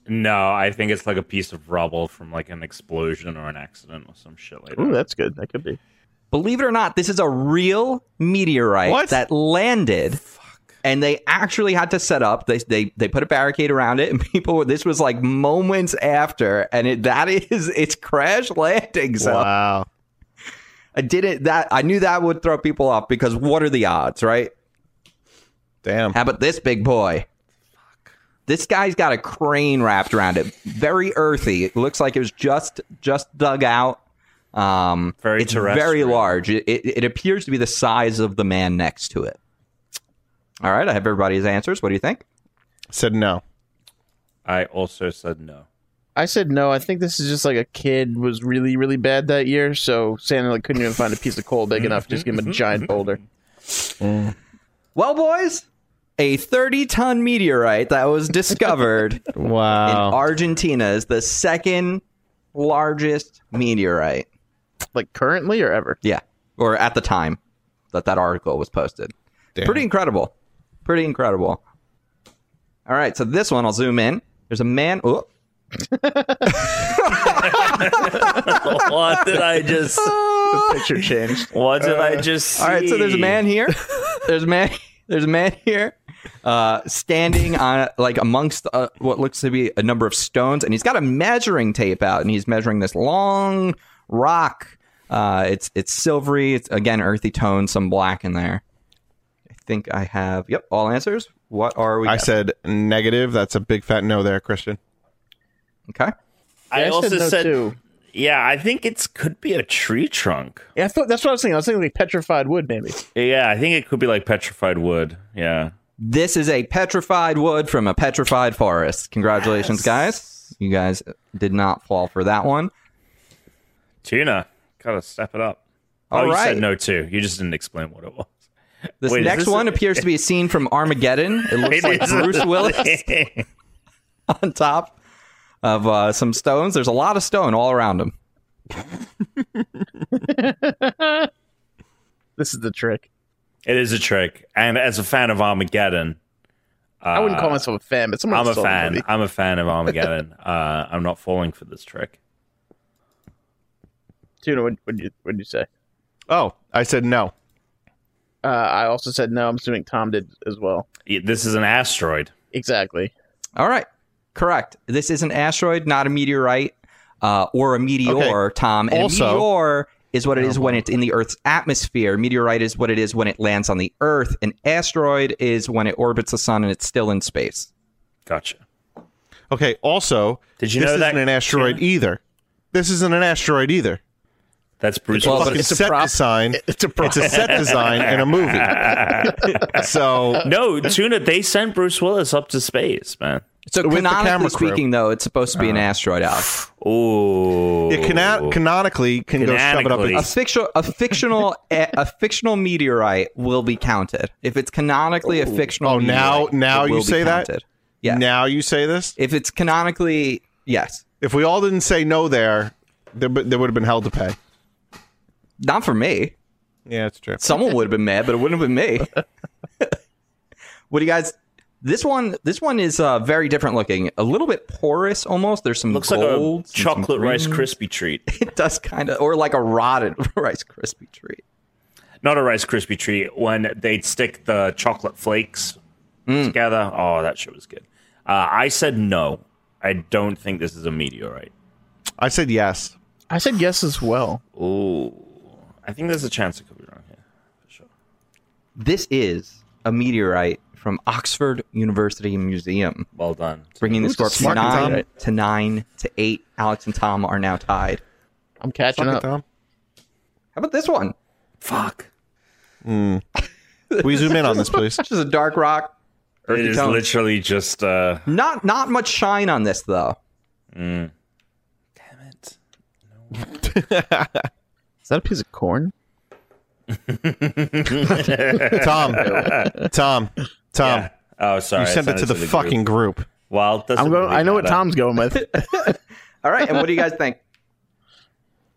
[SPEAKER 2] no, I think it's like a piece of rubble from like an explosion or an accident or some shit like that.
[SPEAKER 4] Ooh, that's good. That could be.
[SPEAKER 1] Believe it or not, this is a real meteorite
[SPEAKER 3] What?
[SPEAKER 1] that landed. And they actually had to set up. They, they they put a barricade around it, and people. were- This was like moments after, and it, that is its crash landing. So
[SPEAKER 3] Wow.
[SPEAKER 1] I didn't that. I knew that would throw people off because what are the odds, right?
[SPEAKER 3] Damn.
[SPEAKER 1] How about this big boy? This guy's got a crane wrapped around it. Very earthy. It looks like it was just just dug out. Um,
[SPEAKER 2] Very
[SPEAKER 1] it's
[SPEAKER 2] terrestrial.
[SPEAKER 1] very large. It, it, it appears to be the size of the man next to it. All right, I have everybody's answers. What do you think?
[SPEAKER 3] Said no.
[SPEAKER 2] I also said no.
[SPEAKER 4] I said no. I think this is just like a kid was really really bad that year, so Santa like couldn't even find a piece of coal big enough. Just
[SPEAKER 2] Mm-hmm,
[SPEAKER 4] give him a giant boulder.
[SPEAKER 1] Well, boys, a 30 ton meteorite that was discovered
[SPEAKER 2] Oh.
[SPEAKER 1] in
[SPEAKER 3] Wow.
[SPEAKER 1] Argentina is the second largest meteorite.
[SPEAKER 4] Like currently or ever.
[SPEAKER 1] Yeah, or at the time that that article was posted.
[SPEAKER 3] Damn.
[SPEAKER 1] Pretty incredible. Pretty incredible. All right, so this one I'll zoom in. There's a man. Oh,
[SPEAKER 2] what did I just?
[SPEAKER 4] Picture changed.
[SPEAKER 2] What did I just?
[SPEAKER 1] all right, so there's a
[SPEAKER 2] see?
[SPEAKER 1] man here. There's a man. There's a man here, uh, standing on like amongst uh, what looks to be a number of stones, and he's got a measuring tape out, and he's measuring this long rock. Uh, it's it's silvery. It's again earthy tone, some black in there. I think I have. Yep, all answers. What are we?
[SPEAKER 3] I
[SPEAKER 1] got?
[SPEAKER 3] said negative. That's a big fat no there, Christian.
[SPEAKER 1] okay.
[SPEAKER 2] I,
[SPEAKER 4] Yeah,
[SPEAKER 2] also
[SPEAKER 4] no,
[SPEAKER 2] said,
[SPEAKER 4] too.
[SPEAKER 2] yeah. I think it's could be a tree trunk.
[SPEAKER 4] Yeah, I thought that's what I was thinking. I was thinking like petrified wood, maybe.
[SPEAKER 2] Yeah, I think it could be like petrified wood. Yeah.
[SPEAKER 1] This is a petrified wood from a petrified forest. Congratulations, guys. You guys did not fall for that one.
[SPEAKER 2] Tuna, gotta step it up.
[SPEAKER 1] All
[SPEAKER 2] oh, you
[SPEAKER 1] right.
[SPEAKER 2] said no too. You just didn't explain what it was.
[SPEAKER 1] This
[SPEAKER 2] Wait, is
[SPEAKER 1] next
[SPEAKER 2] this-
[SPEAKER 1] one appears to be a scene from Armageddon. It looks like Bruce Willis on top of uh, some stones. There's a lot of stone all around him.
[SPEAKER 4] This is the trick.
[SPEAKER 2] it is a trick. And as a fan of Armageddon, uh,
[SPEAKER 4] I wouldn't call myself a fan, but someone
[SPEAKER 2] I'm a
[SPEAKER 4] stole the
[SPEAKER 2] fan.
[SPEAKER 4] movie.
[SPEAKER 2] I'm a fan of Armageddon. uh, I'm not falling for this trick.
[SPEAKER 4] Tuna, what would you what you say?
[SPEAKER 3] Oh, I said no.
[SPEAKER 4] Uh, I also said no. I'm assuming Tom did as well.
[SPEAKER 2] Yeah, This is an asteroid.
[SPEAKER 4] Exactly.
[SPEAKER 1] All right. Correct. This is an asteroid, not a meteorite uh, or a meteor, Tom. And
[SPEAKER 3] Also-
[SPEAKER 1] a meteor is what it is when it's in the Earth's atmosphere. Meteorite is what it is when it lands on the Earth. An asteroid is when it orbits the sun and it's still in space.
[SPEAKER 2] Gotcha.
[SPEAKER 3] Okay. Also,
[SPEAKER 2] Did you
[SPEAKER 3] this
[SPEAKER 2] know that,
[SPEAKER 3] isn't an asteroid
[SPEAKER 2] Tina?
[SPEAKER 3] either. This isn't an asteroid either.
[SPEAKER 2] That's Bruce.
[SPEAKER 1] Well, but
[SPEAKER 3] Fucking
[SPEAKER 4] it's a
[SPEAKER 3] set
[SPEAKER 4] prop.
[SPEAKER 3] design.
[SPEAKER 4] It's a prop.
[SPEAKER 3] It's a set design in a movie. so
[SPEAKER 2] no, Tuna. They sent Bruce Willis up to space, man.
[SPEAKER 1] So
[SPEAKER 3] With the
[SPEAKER 1] canonically
[SPEAKER 3] camera crew. Uh.
[SPEAKER 1] speaking, though, it's supposed to be an asteroid, Alex.
[SPEAKER 2] Oh,
[SPEAKER 3] it cano- canonically can go shove it up.
[SPEAKER 2] Canonically.
[SPEAKER 1] A
[SPEAKER 3] its-
[SPEAKER 1] fictional, a fictional, a, a fictional meteorite will be counted if it's canonically a fictional.
[SPEAKER 3] Oh, now-
[SPEAKER 1] meteorite,
[SPEAKER 3] now
[SPEAKER 1] it
[SPEAKER 3] you
[SPEAKER 1] will be
[SPEAKER 3] say that?
[SPEAKER 1] counted. Yeah.
[SPEAKER 3] Now you say this.
[SPEAKER 1] If it's canonically, yes.
[SPEAKER 3] If we all didn't say no there, there, b- there would have been hell to pay.
[SPEAKER 1] Not for me.
[SPEAKER 3] Yeah, it's true.
[SPEAKER 1] Someone would have been mad, but it wouldn't have been me. what do you guys? This one, this one is uh, very different looking. A little bit porous, almost. There's some
[SPEAKER 2] Looks like a
[SPEAKER 1] gold,
[SPEAKER 2] chocolate rice crispy treat.
[SPEAKER 1] It does kind of, or like a rotted Rice Krispie treat.
[SPEAKER 2] Not a rice crispy treat. When they'd stick the chocolate flakes together. Oh, that shit was good. Uh, I said no. I don't think this is a meteorite.
[SPEAKER 3] I said yes.
[SPEAKER 4] I said yes as well.
[SPEAKER 2] Ooh, I think there's a chance it could be wrong here.
[SPEAKER 1] This is a meteorite from Oxford University Museum,
[SPEAKER 2] Well done.
[SPEAKER 1] bringing the score from
[SPEAKER 3] smart Tom.
[SPEAKER 1] nine to nine to eight. Alex and Tom are now tied.
[SPEAKER 4] I'm catching
[SPEAKER 3] Fuck it,
[SPEAKER 4] up.
[SPEAKER 3] Tom.
[SPEAKER 1] How about this one?
[SPEAKER 2] Fuck.
[SPEAKER 3] Will you zoom in on this, please?
[SPEAKER 1] This is a dark rock.
[SPEAKER 2] It
[SPEAKER 1] earthy
[SPEAKER 2] is
[SPEAKER 1] tone.
[SPEAKER 2] literally just. Uh,
[SPEAKER 1] not not much shine on this though.
[SPEAKER 2] Damn it.
[SPEAKER 4] Is that a piece of corn?
[SPEAKER 3] Tom, Tom, Tom.
[SPEAKER 2] Yeah. Oh, sorry.
[SPEAKER 3] You
[SPEAKER 2] I
[SPEAKER 3] sent it to the,
[SPEAKER 2] group.
[SPEAKER 3] fucking group.
[SPEAKER 2] Well, it doesn't
[SPEAKER 4] I'm going.
[SPEAKER 2] really
[SPEAKER 4] I know what
[SPEAKER 2] matter.
[SPEAKER 4] Tom's going with.
[SPEAKER 1] All right, and what do you guys think?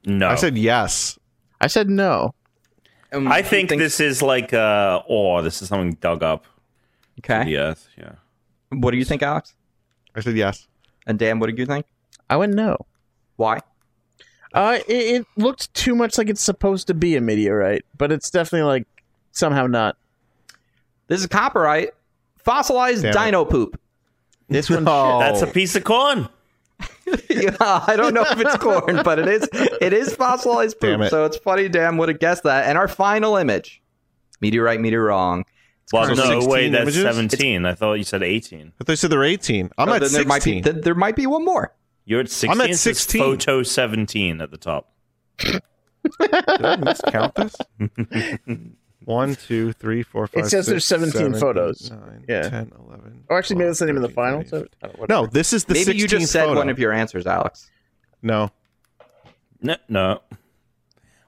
[SPEAKER 2] No,
[SPEAKER 3] I said yes.
[SPEAKER 4] I said no.
[SPEAKER 1] Um,
[SPEAKER 2] I
[SPEAKER 1] who
[SPEAKER 2] think
[SPEAKER 1] thinks-
[SPEAKER 2] this is like uh or this is something dug up
[SPEAKER 1] Okay.
[SPEAKER 3] Eh?
[SPEAKER 2] the earth. Yeah.
[SPEAKER 1] What do you think, Alex?
[SPEAKER 3] I said yes.
[SPEAKER 1] And Dan, what do you think?
[SPEAKER 4] I went no.
[SPEAKER 1] Why?
[SPEAKER 4] Uh, it, it looked too much like it's supposed to be a meteorite, but it's definitely like somehow not.
[SPEAKER 1] This is copperite, fossilized
[SPEAKER 3] Damn it.
[SPEAKER 1] dino poop.
[SPEAKER 4] This one,
[SPEAKER 3] Oh,
[SPEAKER 2] That's a piece of corn.
[SPEAKER 1] Yeah, I don't know if it's corn, but it is it is fossilized
[SPEAKER 3] Damn
[SPEAKER 1] poop.
[SPEAKER 3] it.
[SPEAKER 1] So it's funny Dan would have guessed that. And our final image. Meteorite, meteor wrong.
[SPEAKER 2] Well,
[SPEAKER 3] So
[SPEAKER 2] no,
[SPEAKER 3] 16
[SPEAKER 2] wait, that's
[SPEAKER 3] images?
[SPEAKER 2] 17. I thought you said 18.
[SPEAKER 3] But they said they're 18. I'm
[SPEAKER 1] So
[SPEAKER 3] at
[SPEAKER 1] then
[SPEAKER 3] 16.
[SPEAKER 1] there might be th- there might be one more.
[SPEAKER 2] You're at 16.
[SPEAKER 3] I'm at
[SPEAKER 2] It says
[SPEAKER 3] 16.
[SPEAKER 2] Photo 17 at the top.
[SPEAKER 3] Did I miscount this? One, two, three, four, five.
[SPEAKER 4] says there's
[SPEAKER 3] six,
[SPEAKER 4] 17
[SPEAKER 3] seven,
[SPEAKER 4] photos.
[SPEAKER 3] eight, nine,
[SPEAKER 4] Yeah.
[SPEAKER 3] 10, 11.
[SPEAKER 4] or actually, maybe that's not even the
[SPEAKER 3] 12,
[SPEAKER 4] final.
[SPEAKER 3] 13,
[SPEAKER 4] So
[SPEAKER 3] 14.
[SPEAKER 4] I don't, whatever.
[SPEAKER 3] No, Oh, this is the
[SPEAKER 1] Maybe
[SPEAKER 3] 16th
[SPEAKER 1] you just said
[SPEAKER 3] photo.
[SPEAKER 1] one of your answers, Alex.
[SPEAKER 3] No.
[SPEAKER 2] No. no.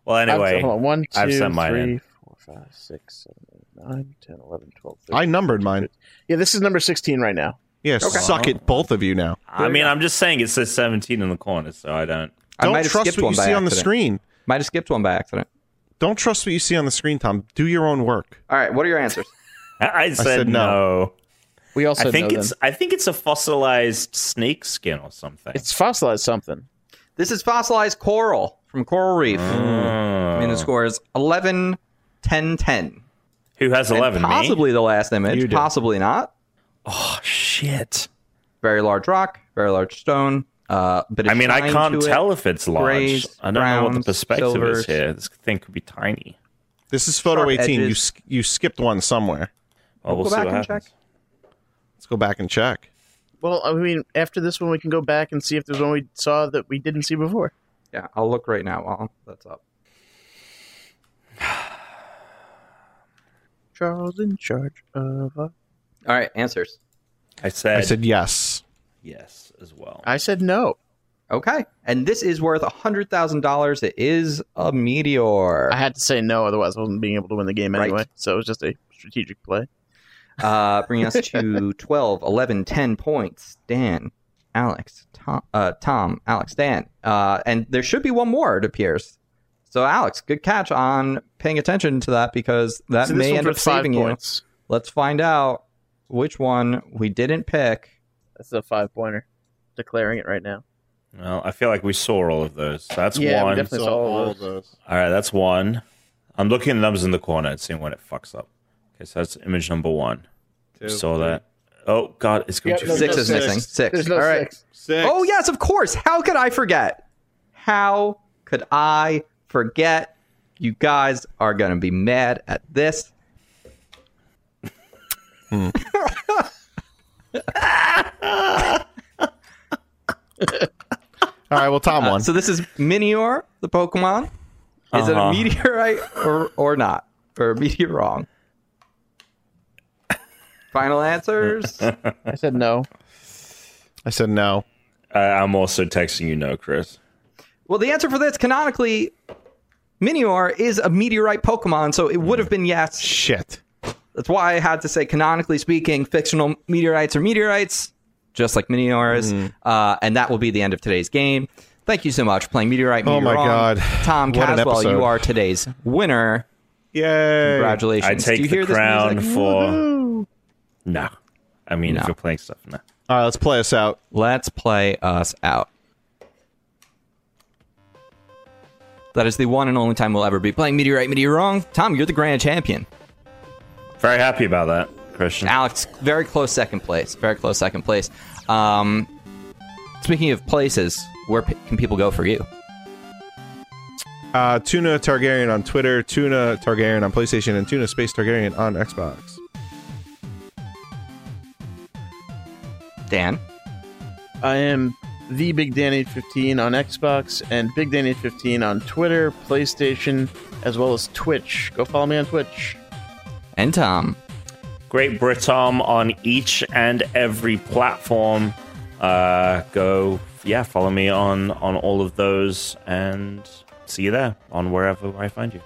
[SPEAKER 2] Well,
[SPEAKER 4] I've-
[SPEAKER 2] anyway,
[SPEAKER 4] hold on. One,
[SPEAKER 2] I've
[SPEAKER 4] two,
[SPEAKER 2] sent mine
[SPEAKER 4] three,
[SPEAKER 2] in.
[SPEAKER 4] four, five, six, seven, eight, nine, 10, 11, 12, 13.
[SPEAKER 3] I numbered mine.
[SPEAKER 4] Yeah, this is number 16 right now.
[SPEAKER 3] Yeah, suck it, both of you now.
[SPEAKER 2] I mean, I'm just saying it says 17 in the corner, so I don't.
[SPEAKER 1] I
[SPEAKER 3] Don't
[SPEAKER 1] might have
[SPEAKER 3] trust
[SPEAKER 1] skipped
[SPEAKER 3] what
[SPEAKER 1] one
[SPEAKER 3] you
[SPEAKER 1] by
[SPEAKER 3] see on the
[SPEAKER 1] accident.
[SPEAKER 3] screen.
[SPEAKER 1] Might have skipped one by accident.
[SPEAKER 3] Don't trust what you see on the screen, Tom. Do your own work.
[SPEAKER 1] All right, what are your answers?
[SPEAKER 2] I said,
[SPEAKER 3] said
[SPEAKER 2] no.
[SPEAKER 3] no.
[SPEAKER 4] We also
[SPEAKER 2] I think
[SPEAKER 4] know
[SPEAKER 2] it's
[SPEAKER 4] then.
[SPEAKER 2] I think it's a fossilized snake skin or something.
[SPEAKER 4] it's fossilized something.
[SPEAKER 1] This is fossilized coral from Coral
[SPEAKER 3] Hmm.
[SPEAKER 1] Reef.
[SPEAKER 2] Oh.
[SPEAKER 1] And the score is 11 10 10.
[SPEAKER 2] Who has
[SPEAKER 1] And
[SPEAKER 2] 11? Me?
[SPEAKER 1] possibly the last
[SPEAKER 3] You
[SPEAKER 1] image,
[SPEAKER 3] do.
[SPEAKER 1] possibly not.
[SPEAKER 2] Oh shit.
[SPEAKER 1] Very large rock, very large stone. Uh, but
[SPEAKER 2] I mean, I can't tell if it's large.
[SPEAKER 1] Grays,
[SPEAKER 2] I don't know what the
[SPEAKER 1] browns,
[SPEAKER 2] perspective
[SPEAKER 1] silvers.
[SPEAKER 2] is here. This thing could be tiny.
[SPEAKER 3] This is photo
[SPEAKER 1] Sharp
[SPEAKER 3] 18. You
[SPEAKER 1] edges.
[SPEAKER 3] sk- you skipped one somewhere.
[SPEAKER 2] Well, we'll
[SPEAKER 1] Go
[SPEAKER 2] see
[SPEAKER 1] back
[SPEAKER 2] what
[SPEAKER 1] and
[SPEAKER 2] happens.
[SPEAKER 1] check.
[SPEAKER 3] Let's go back and check.
[SPEAKER 4] Well, I mean, after this one, we can go back and see if there's one we saw that we didn't see before.
[SPEAKER 1] Yeah, I'll look right now while that's up.
[SPEAKER 4] Charles in charge of. uh,
[SPEAKER 1] All right, answers.
[SPEAKER 2] I said,
[SPEAKER 3] I said yes.
[SPEAKER 2] yes as well.
[SPEAKER 4] I said no.
[SPEAKER 1] Okay. And this is worth $100,000. It is a meteor.
[SPEAKER 4] I had to say no, otherwise I wasn't being able to win the game
[SPEAKER 1] Right.
[SPEAKER 4] anyway. So it was just a strategic play.
[SPEAKER 1] Uh, bringing us to 12, 11, 10 points. Dan, Alex, Tom, uh, Tom Alex, Dan. Uh, and there should be one more, it appears. So, Alex, good catch on paying attention to that because that
[SPEAKER 4] so this
[SPEAKER 1] may
[SPEAKER 4] one's
[SPEAKER 1] end up
[SPEAKER 4] worth five
[SPEAKER 1] saving you.
[SPEAKER 4] points.
[SPEAKER 1] Let's find out which one we didn't pick.
[SPEAKER 4] That's a five pointer. Declaring it right now.
[SPEAKER 2] well, I feel like we saw all of those. So that's
[SPEAKER 4] Yeah, we
[SPEAKER 2] one.
[SPEAKER 4] definitely- That's all all of
[SPEAKER 3] those.
[SPEAKER 2] All right, that's one. I'm looking at the numbers in the corner and seeing when it fucks up. Okay, so that's image number one. saw that. Oh God, it's going
[SPEAKER 4] Yeah,
[SPEAKER 2] too
[SPEAKER 4] no,
[SPEAKER 2] fast.
[SPEAKER 1] Six
[SPEAKER 4] no,
[SPEAKER 1] is
[SPEAKER 4] six.
[SPEAKER 1] missing. Six.
[SPEAKER 4] There's no
[SPEAKER 1] All right.
[SPEAKER 4] six.
[SPEAKER 3] Six.
[SPEAKER 1] Oh, yes, of course. How could I forget? How could I forget. You guys are going to be mad at this.
[SPEAKER 3] All right, well, Tom won.
[SPEAKER 1] So this is Minior, the Pokemon. Is it
[SPEAKER 2] Uh-huh.
[SPEAKER 1] a meteorite or, or not? Or a meteor wrong? Final answers.
[SPEAKER 4] I said no.
[SPEAKER 3] I said no.
[SPEAKER 2] I, I'm also texting you no, Chris.
[SPEAKER 1] Well, the answer for this canonically, Minior is a meteorite Pokemon, so it would have been yes.
[SPEAKER 3] Shit.
[SPEAKER 1] That's why I had to say canonically speaking, fictional meteorites are meteorites, just like Minior is.
[SPEAKER 3] Mm-hmm.
[SPEAKER 1] Uh, and that will be the end of today's game. Thank you so much for playing Meteorite.
[SPEAKER 3] Oh
[SPEAKER 1] Meteor
[SPEAKER 3] my
[SPEAKER 1] Wrong.
[SPEAKER 3] God.
[SPEAKER 1] Tom
[SPEAKER 3] What an
[SPEAKER 1] Caswell,
[SPEAKER 3] episode.
[SPEAKER 1] you are today's winner.
[SPEAKER 3] Yay.
[SPEAKER 1] Congratulations!
[SPEAKER 2] I
[SPEAKER 1] Do you
[SPEAKER 2] take
[SPEAKER 1] hear
[SPEAKER 2] the
[SPEAKER 1] this
[SPEAKER 2] crown
[SPEAKER 1] music?
[SPEAKER 2] for no. I mean,
[SPEAKER 1] No.
[SPEAKER 2] if you're playing stuff, no.
[SPEAKER 3] All right, let's play us out.
[SPEAKER 1] Let's play us out. That is the one and only time we'll ever be playing Meteorite Meteor Wrong. Tom, you're the grand champion.
[SPEAKER 2] Very happy about that, Christian.
[SPEAKER 1] Alex, very close second place. Very close second place. Um, speaking of places, where p- can people go for you?
[SPEAKER 3] Uh, Tuna Targaryen on Twitter, Tuna Targaryen on PlayStation, and Tuna Space Targaryen on Xbox.
[SPEAKER 1] Dan,
[SPEAKER 4] I am the Big Dan 815 on Xbox and Big Dan 815 on Twitter, PlayStation, as well as Twitch. Go follow me on Twitch.
[SPEAKER 1] and Tom.
[SPEAKER 2] Great Britom on each and every platform. Uh, go, yeah, follow me on on all of those, and see you there on wherever I find you.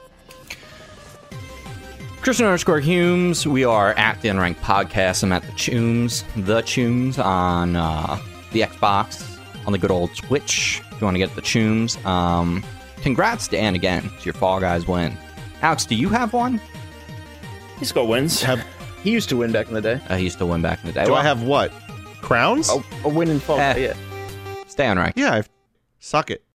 [SPEAKER 1] Christian underscore Humes. We are at the Unranked Podcast. I'm at the Chooms, the Chooms on uh, the Xbox, on the good old Twitch. If you want to get the Chooms, um, congrats, Dan, again. It's your Fall Guys win. Alex, do you have one?
[SPEAKER 2] He's got wins.
[SPEAKER 4] He used to win back in the day.
[SPEAKER 1] Uh, he used to win back in the day.
[SPEAKER 3] Do I
[SPEAKER 1] Well,
[SPEAKER 3] have what? Crowns?
[SPEAKER 4] Oh. A, a win in fall.
[SPEAKER 1] Eh.
[SPEAKER 4] yeah.
[SPEAKER 1] Stay unranked.
[SPEAKER 3] Yeah, Oh, I have. Suck it.